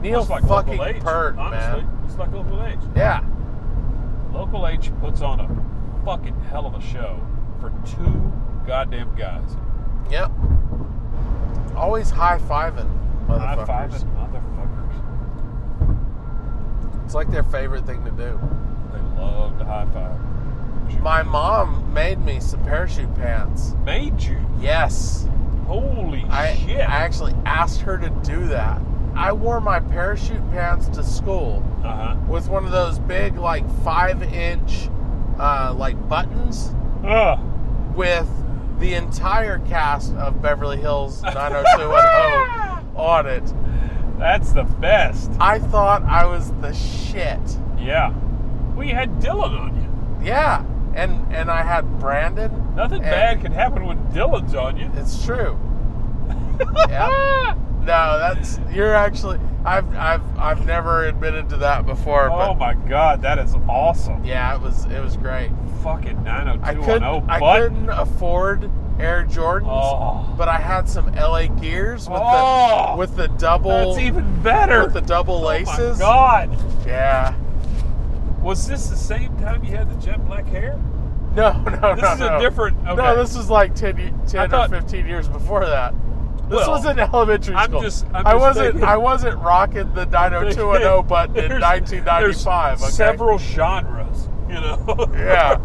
B: Neil
C: It's like
B: fucking
C: Local H,
B: Peart,
C: honestly.
B: man.
C: It's like Local H.
B: Yeah.
C: Local H puts on a fucking hell of a show for two goddamn guys.
B: Yep. Always high fiving, motherfuckers.
C: High-fiving motherfuckers.
B: It's like their favorite thing to do.
C: They love to high five.
B: My mom made me some parachute pants.
C: Made you?
B: Yes.
C: Holy
B: I,
C: shit.
B: I actually asked her to do that. I wore my parachute pants to school
C: Uh huh.
B: with one of those big, like, five inch, uh, like, buttons with the entire cast of Beverly
C: [LAUGHS]
B: Hills 90210 on it.
C: That's the best.
B: I thought I was the shit.
C: Yeah. Well, you had Dylan on you.
B: Yeah. And and I had Brandon.
C: Nothing
B: and-
C: [LAUGHS] bad can happen when Dylan's on you.
B: It's true. yeah. No, that's you're actually. I've I've I've never admitted to that before.
C: Oh my god, that is awesome.
B: Yeah, it was it was great.
C: Fucking 90210.
B: I couldn't I
C: bud.
B: couldn't afford Air Jordans, but I had some LA Gears with
C: Oh.
B: the with the double.
C: That's even better.
B: With the double
C: Oh my
B: laces.
C: god.
B: Yeah.
C: Was this the same time you had the jet black hair?
B: No, no,
C: This
B: no,
C: is a
B: no.
C: different- okay.
B: No, this was like 10, ye- 10
C: thought-
B: or fifteen years before that. This
C: Well,
B: was in elementary
C: I'm
B: school.
C: just- I'm
B: I
C: just
B: was not
C: thinking-
B: I wasn't rocking the
C: [LAUGHS] There's-
B: 90210 button oh, in
C: there's
B: 1995. Okay?
C: several genres, you know.
B: yeah.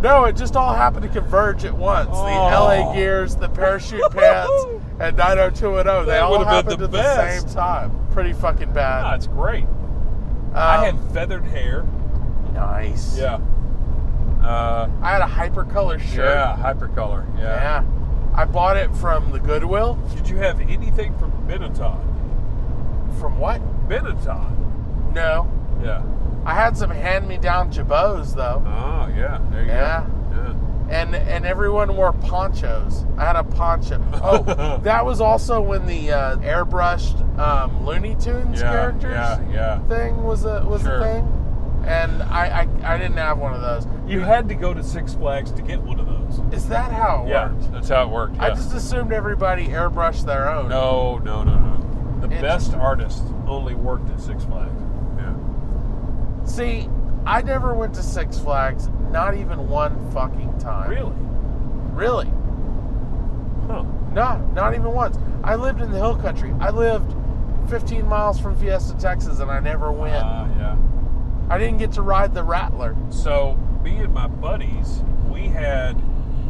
B: No, it just all happened to converge at once. The
C: Oh.
B: LA Gears, the
C: [LAUGHS]
B: parachute pants, and 90210. They
C: Oh, That
B: all
C: would've been
B: happened
C: the
B: at
C: best.
B: the same time. Pretty fucking bad.
C: Nah, it's great. I had feathered hair.
B: Um, Nice.
C: Yeah. Uh,
B: I had a hypercolor shirt.
C: Yeah, hypercolor. Yeah.
B: Yeah. I bought it from the Goodwill.
C: Did you have anything from Benetton?
B: From what?
C: Benetton.
B: No.
C: Yeah.
B: I had some hand-me-down jabots though.
C: Oh yeah, there you
B: yeah.
C: go.
B: And and everyone wore ponchos. I had a poncho.
C: [LAUGHS]
B: Oh, that was also when the uh, airbrushed um, Looney Tunes
C: Yeah,
B: characters
C: yeah, yeah.
B: thing was a was
C: Sure.
B: a thing. And I, I I didn't have one of those.
C: Yeah. You had to go to Six Flags to get one of those.
B: Is that how it
C: yeah,
B: worked?
C: that's how it worked.
B: I
C: yeah.
B: just assumed everybody airbrushed their own.
C: No, no, no, no. The
B: Interesting.
C: best artists only worked at Six Flags. Yeah.
B: See, I never went to Six Flags, not even one fucking time.
C: Really?
B: Really?
C: Huh.
B: No, not even once. I lived in the hill country. I lived 15 miles from Fiesta, Texas, and I never went.
C: Ah, yeah.
B: I didn't get to ride the Rattler.
C: So me and my buddies, we had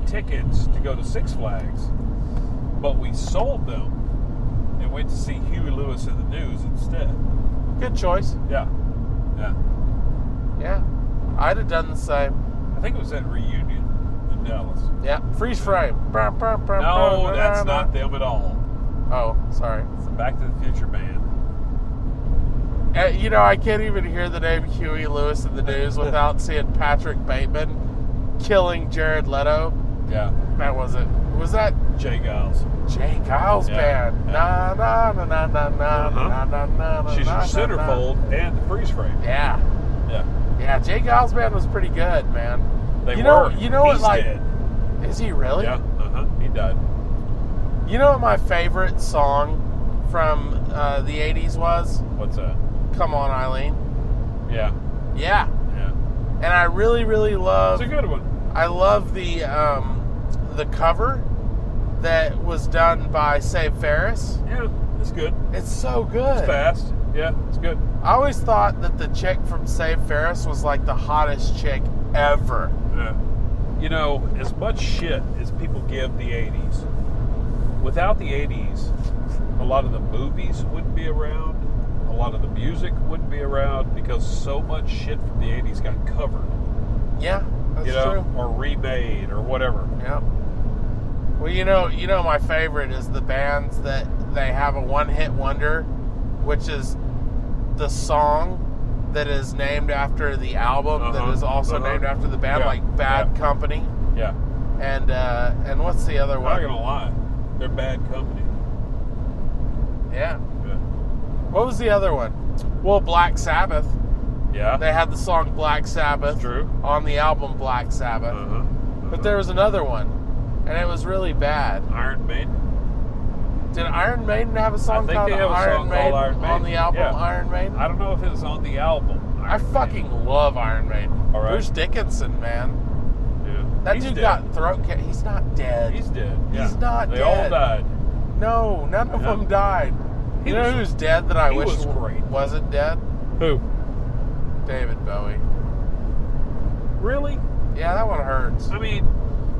C: tickets to go to Six Flags, but we sold them and went to see Huey Lewis in the News instead.
B: Good choice.
C: Yeah, yeah.
B: Yeah. I'd have done the same.
C: I think it was at Reunion in Dallas.
B: Yeah. Freeze frame. Brum, brum, brum,
C: No,
B: brum,
C: that's
B: brum,
C: not them at all.
B: Oh, sorry.
C: It's the Back to the Future band.
B: Uh, you know, I can't even hear the name Huey Lewis in the news
C: [LAUGHS]
B: without seeing Patrick Bateman killing Jared Leto.
C: Yeah.
B: That was it. Was that
C: Jay Giles?
B: Jay Giles
C: Yeah, Uh-huh.
B: band? Na na na na na na na na na na.
C: She's your
B: na, na, na.
C: centerfold and the freeze frame.
B: Yeah,
C: Yeah.
B: yeah. Jay Giles band was pretty good, man.
C: They
B: you know,
C: were.
B: you know what?
C: He's
B: Like,
C: dead.
B: is he really?
C: Yeah. Uh huh. He died.
B: You know what my favorite song from uh, the '80s was?
C: What's that?
B: Come on, Eileen.
C: Yeah.
B: Yeah,
C: Yeah.
B: and I really, really love.
C: It's a good one.
B: I love the um, the cover that was done by Save Ferris.
C: Yeah. It's good.
B: It's so good.
C: It's fast. Yeah. It's good.
B: I always thought that the chick from Save Ferris was like the hottest chick ever.
C: Yeah. You know, as much shit as people give the 80s, without the 80s, a lot of the movies wouldn't be around, a lot of the music wouldn't be around because so much shit from the 80s got covered,
B: Yeah, that's
C: you know,
B: true.
C: or remade or whatever.
B: Yeah. Well, you know, you know, my favorite is the bands that they have a one-hit wonder, which is the song that is named after the album that
C: Uh-huh,
B: is also
C: uh-huh.
B: named after the band,
C: Yeah,
B: like Bad Company,
C: Yeah.
B: and uh, and what's the other
C: I'm not
B: one?
C: going to lie. They're bad company.
B: Yeah.
C: Yeah.
B: What was the other one? Well, Black Sabbath.
C: Yeah.
B: They had the song Black Sabbath
C: That's true.
B: on the album Black Sabbath.
C: Uh-huh.
B: But there was another one, and it was really bad.
C: Iron Maiden.
B: Did Iron Maiden have a
C: I
B: song
C: think
B: called
C: they have a
B: Iron,
C: song
B: Maiden
C: called Iron Maiden.
B: on the album
C: Yeah.
B: Iron Maiden?
C: I don't know if it was on the album.
B: I fucking love Iron Maiden.
C: All right.
B: Bruce Dickinson, man.
C: Yeah.
B: That
C: He's
B: dude
C: dead.
B: got throat ca- He's not dead.
C: He's dead.
B: He's
C: Yeah.
B: not
C: they
B: dead.
C: all died.
B: no, none of
C: Yeah.
B: them died.
C: He
B: you know
C: was-
B: who's dead that I
C: he
B: wish
C: was great.
B: wasn't dead?
C: Who?
B: David Bowie.
C: Really?
B: Yeah, that one hurts.
C: I mean,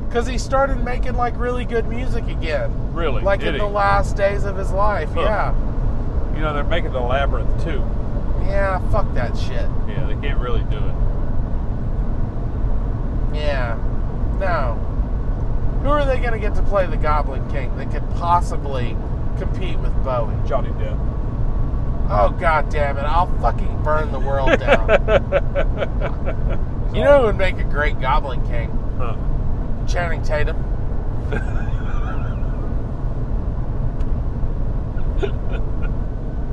B: Because he started making like really good music again.
C: really?
B: like
C: did
B: in
C: he?
B: the last days of his life.
C: Huh.
B: Yeah.
C: You know, they're making the labyrinth too.
B: Yeah, fuck that shit.
C: Yeah, they can't really do it. [LAUGHS]
B: Yeah. No. Who are they going to get to play the Goblin King that could possibly compete with Bowie?
C: Johnny Depp.
B: Oh, god damn it. I'll fucking burn the
C: [LAUGHS]
B: world down. you know who would make a great Goblin King?
C: Huh.
B: Channing Tatum.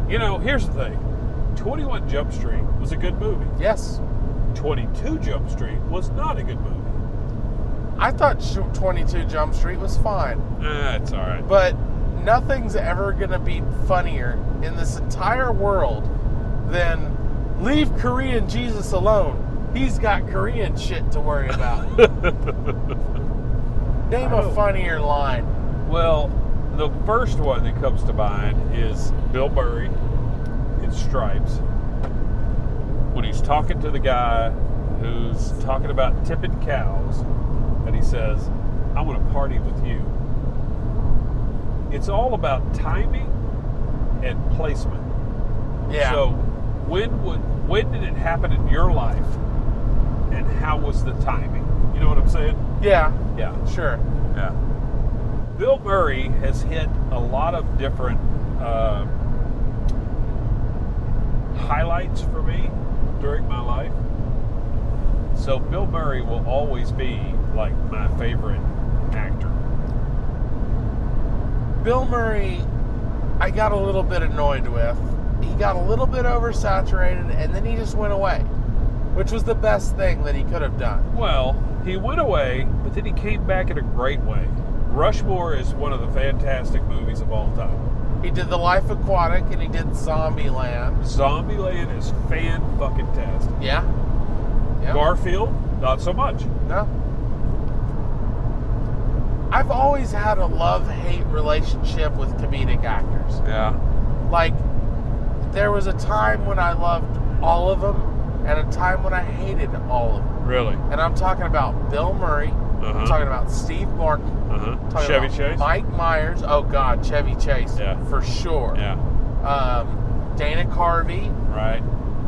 C: You know, here's the thing 21 Jump Street was a good movie.
B: Yes.
C: 22 Jump Street [LAUGHS] was not a good movie.
B: I thought Sh- 22 Jump Street was fine.
C: Ah, it's all right.
B: But nothing's ever going to be funnier in this entire world than leave Korean Jesus alone. He's got Korean shit to worry about. Name a funnier line.
C: Well, the first one that comes to mind is Bill Murray in Stripes. When he's talking to the guy who's talking about tipping cows, and he says, I want to party with you. It's all about timing and placement.
B: Yeah.
C: So when would when did it happen in your life and how was the timing? You know what I'm saying?
B: Yeah.
C: Yeah.
B: Sure.
C: Yeah. Bill Murray has hit a lot of different uh, highlights for me during my life. So Bill Murray will always be like my favorite actor.
B: Bill Murray, I got a little bit annoyed with. He got a little bit oversaturated and then he just went away, which was the best thing that he could have done.
C: Well, he went away, but then he came back in a great way. Rushmore is one of the fantastic movies of all time.
B: He did The Life Aquatic and he did Zombieland.
C: Zombieland is fan fucking tastic.
B: Yeah. Yeah.
C: Garfield, not so much.
B: No. I've always had a love hate relationship with comedic actors.
C: Yeah.
B: Like, there was a time when I loved all of them and a time when I hated all of them.
C: Really?
B: And I'm talking about Bill Murray.
C: Uh-huh.
B: I'm talking about Steve Martin.
C: Uh-huh.
B: talking
C: Chevy
B: about
C: Chase?
B: Mike Myers. Oh, God. Chevy Chase.
C: Yeah.
B: For sure.
C: Yeah.
B: Um, Dana Carvey.
C: Right.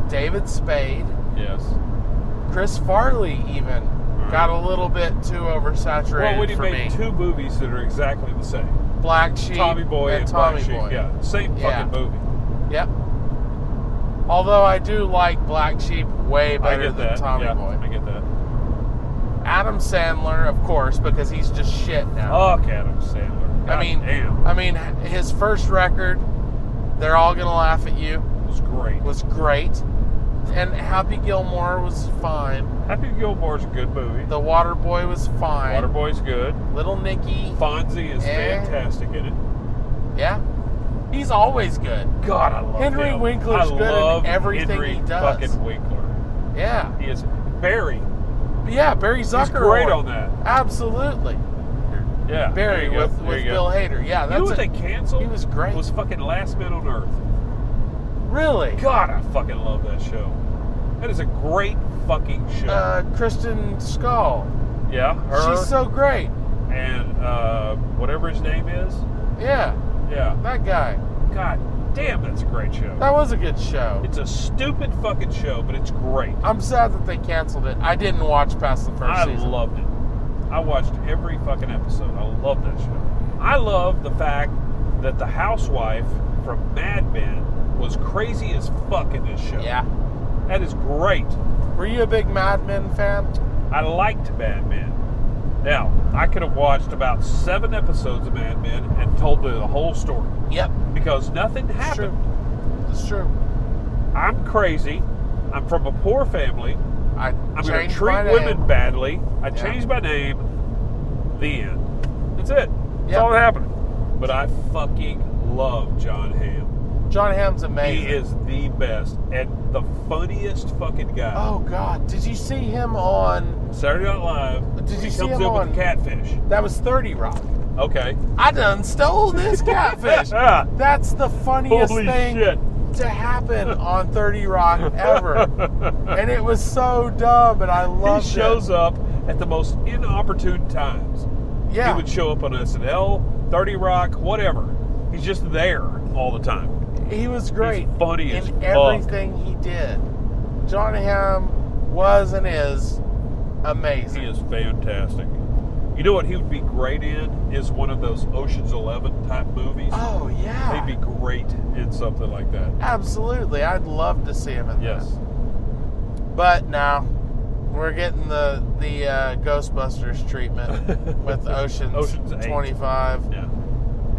B: David Spade.
C: Yes.
B: Chris Farley, even. Got a little bit too oversaturated
C: Well, when he
B: for
C: made
B: me.
C: two movies that are exactly the same.
B: Black Sheep,
C: Tommy Boy
B: and
C: and, Black
B: Tommy
C: Sheep,
B: Boy.
C: Yeah, same
B: Yeah.
C: fucking movie.
B: Yep. Although I do like Black Sheep way
C: I
B: better
C: get
B: than
C: that.
B: Tommy
C: yeah,
B: Boy.
C: I get that.
B: Adam Sandler, of course, because he's just shit now.
C: Fuck Adam Sandler.
B: I mean, I mean, his first record, "They're All Gonna Laugh at You,"
C: was great.
B: Was great, and Happy Gilmore was fine.
C: Happy Gilmore's a good movie.
B: The Water Boy was fine.
C: Waterboy's good.
B: Little Nicky.
C: Fonzie is
B: Eh.
C: fantastic in it.
B: Yeah, he's always good.
C: God, I love
B: Henry
C: him.
B: Winkler's
C: I
B: good
C: love
B: in everything
C: Henry
B: he does.
C: Fucking Winkler.
B: Yeah.
C: He is Barry.
B: Yeah, Barry
C: He's
B: Zucker.
C: great
B: award.
C: on that.
B: Absolutely.
C: Yeah.
B: Barry
C: there you go,
B: with,
C: there
B: with
C: you go.
B: Bill Hader. Yeah, that's
C: you know what
B: a-
C: they canceled?
B: He was great.
C: Was fucking Last Man on Earth.
B: Really?
C: God, I fucking love that show. That is a great fucking show.
B: Uh, Kristen Skull.
C: yeah, her
B: She's so great.
C: and uh, whatever his name is.
B: Yeah,
C: Yeah.
B: that guy.
C: God damn, that's a great show.
B: That was a good show.
C: It's a stupid fucking show, but it's great.
B: I'm sad that they canceled it. I didn't watch past the first
C: I
B: season.
C: loved it. I watched every fucking episode. I love that show. I love the fact that the housewife from Mad Men was crazy as fuck in this show.
B: Yeah.
C: That is great.
B: Were you a big Mad Men fan?
C: I liked Mad Men. Now, I could have watched about seven episodes of Mad Men and told you the whole story
B: Yep.
C: because nothing happened.
B: It's true.
C: I'm crazy. I'm from a poor family.
B: I
C: I'm going to
B: changed
C: treat
B: my name.
C: women badly. I
B: Yeah.
C: changed my name. The end. That's it. That's
B: Yeah.
C: all that happened. But I fucking love John Hamm.
B: John Hamm's amazing.
C: He is the best and the funniest fucking guy.
B: Oh God! Did you see him on?
C: Saturday Night Live.
B: Did
C: he
B: you see
C: comes
B: him
C: in
B: on-
C: with catfish.
B: That was Thirty Rock.
C: Okay.
B: I done stole this catfish.
C: [LAUGHS] Yeah.
B: That's the funniest
C: Holy
B: thing
C: shit.
B: to happen on 30
C: [LAUGHS]
B: Rock [LAUGHS] ever. and it was so dumb, and I
C: He
B: loved
C: shows
B: it.
C: up at the most inopportune times.
B: Yeah.
C: He would show up on SNL, 30 Rock, whatever. He's just there all the time.
B: He was great
C: Funny as
B: in
C: fuck.
B: everything he did. John Hamm was and is
C: He
B: amazing.
C: is fantastic. You know what he would be great in is one of those Ocean's Eleven type movies.
B: Oh, yeah.
C: He'd be great in something like that.
B: Absolutely. I'd love to see him in
C: Yes.
B: that. But now we're getting the the uh, Ghostbusters
C: [LAUGHS]
B: treatment with Ocean's,
C: Ocean's eight.
B: 25.
C: Yeah.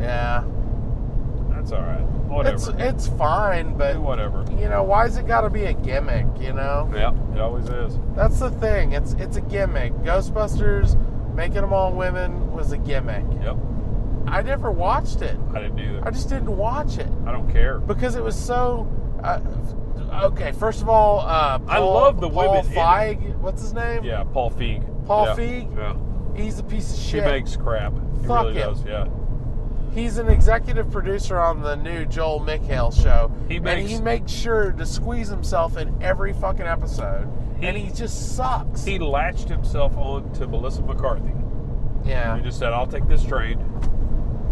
B: Yeah.
C: I That's all right. Whatever.
B: It's it's fine, but
C: whatever.
B: You know, why's it got to be a gimmick? You know.
C: Yep, it always is.
B: That's the thing. It's it's a gimmick. Ghostbusters making them all women was a gimmick.
C: Yep.
B: I never watched it.
C: I didn't either.
B: I just didn't watch it
C: I don't care.
B: because it was so. Uh, okay, first of all, uh,
C: I
B: Paul-
C: love the
B: Paul
C: women in it.
B: Feig. What's his name?
C: Yeah, Paul Feig.
B: Paul
C: yeah.
B: Feig?
C: Yeah.
B: He's a piece of
C: She
B: shit.
C: makes crap. He
B: Fuck
C: really
B: him.
C: does. Yeah.
B: He's an executive producer on the new Joel McHale show.
C: He
B: and
C: makes-
B: he makes sure to squeeze himself in every fucking episode. and he just sucks.
C: He latched himself on to Melissa McCarthy.
B: Yeah.
C: He just said, "I'll take this trade."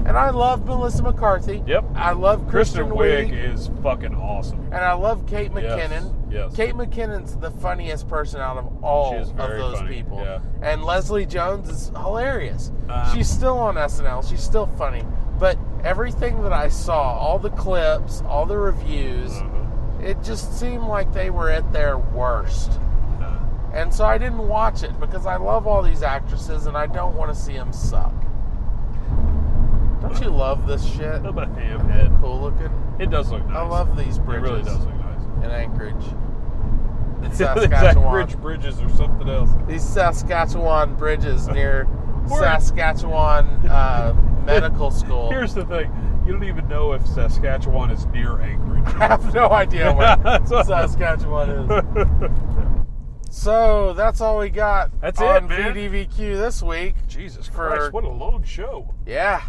B: And I love Melissa McCarthy.
C: Yep.
B: I love Kristen, Wiig.
C: is fucking awesome.
B: And I love Kate McKinnon.
C: Yes.
B: Kate McKinnon's the funniest person out of all
C: She is
B: of
C: very
B: those
C: funny,
B: people.
C: yeah.
B: And Leslie Jones is hilarious.
C: Um,
B: she's still on SNL. She's still funny. But everything that I saw, all the clips, all the reviews,
C: Mm-hmm.
B: it just seemed like they were at their worst.
C: Uh-huh.
B: And so I didn't watch it because I love all these actresses and I don't want to see them suck. Don't you love this
C: [LAUGHS]
B: shit?
C: I'm a hamhead.
B: Cool looking.
C: It does look nice.
B: I love these bridges.
C: It really does look nice.
B: In
C: [LAUGHS]
B: Anchorage. In
C: These
B: Saskatchewan.
C: Anchorage bridges or something else.
B: These Saskatchewan bridges
C: [LAUGHS]
B: near Saskatchewan uh, Medical School.
C: Here's the thing: you don't even know if Saskatchewan is
B: [LAUGHS]
C: near Anchorage. I
B: have no idea
C: [LAUGHS]
B: where Saskatchewan is. So that's all we got
C: That's
B: on
C: it, man.
B: VDVQ this week. Jesus
C: Christ, what a long show.
B: Yeah.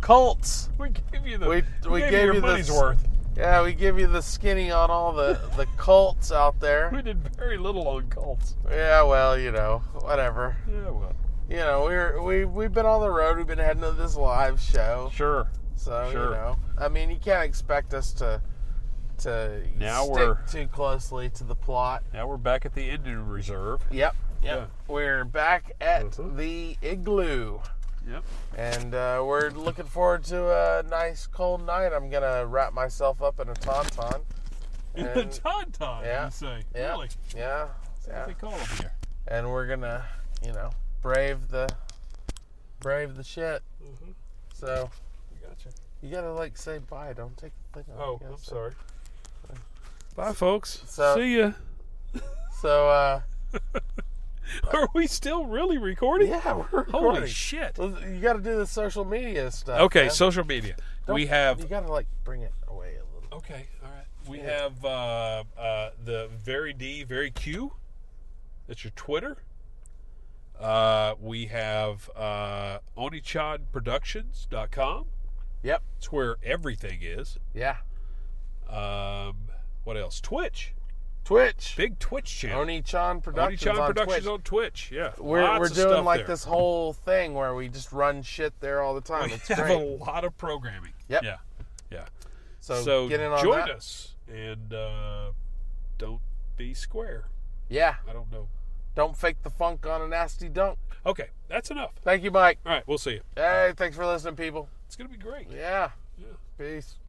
B: Cults.
C: We gave you the
B: we,
C: we gave you your
B: the
C: money's
B: s-
C: worth. [LAUGHS]
B: Yeah, we give you the skinny on all the, the cults out there.
C: [LAUGHS] We did very little on cults.
B: Yeah, well, you know, whatever.
C: Yeah, well.
B: You know, we're we we've been on the road. We've been heading to this live show.
C: Sure.
B: So
C: Sure.
B: you know, I mean, you can't expect us to to
C: Now
B: stick
C: we're-
B: too closely to the plot.
C: Now we're back at the Indian Reserve. Mm-hmm.
B: Yep. Yep. We're back at the igloo.
C: Yep.
B: And uh, we're looking forward to a nice cold night. I'm gonna wrap myself up in a
C: [LAUGHS]
B: tauntaun.
C: In the
B: And-
C: tauntaun,
B: yeah,
C: you say?
B: yeah,
C: Really?
B: Yeah. yeah.
C: What they call them here?
B: and we're gonna, you know, brave the brave the shit. So
C: Mm-hmm. Gotcha.
B: you gotta like say bye. Don't take the thing off.
C: Oh,
B: You gotta
C: I'm
B: say-
C: sorry. Bye, folks.
B: So-
C: See ya.
B: So uh,
C: [LAUGHS] Are we still really recording?
B: yeah, we're
C: Holy
B: recording.
C: shit.
B: You gotta do the social media stuff.
C: Okay,
B: man.
C: social media.
B: Don't-
C: we have
B: You gotta like bring it away a little.
C: Okay, all right. We have uh, uh, the very D, very Q. That's your Twitter. Uh, we have uh, onichodproductions.com.
B: Yep.
C: It's where everything is.
B: Yeah.
C: Um, what else? Twitch.
B: Twitch.
C: Big Twitch channel.
B: Oni-chan Productions
C: Oni-chan
B: on
C: Productions
B: Twitch.
C: on Twitch. Yeah.
B: We're,
C: Lots
B: we're
C: of
B: doing
C: stuff
B: like
C: there.
B: this whole thing where we just run shit there all the time.
C: [LAUGHS] We
B: it's
C: have
B: great.
C: a lot of programming.
B: Yep.
C: Yeah. Yeah.
B: So get in on
C: join
B: that.
C: us and uh, don't be square.
B: Yeah.
C: I don't know.
B: Don't fake the funk on a nasty dunk.
C: Okay, that's enough.
B: Thank you, Mike.
C: All right, we'll see you.
B: Hey, thanks for listening, people.
C: It's gonna be great.
B: Yeah. Peace.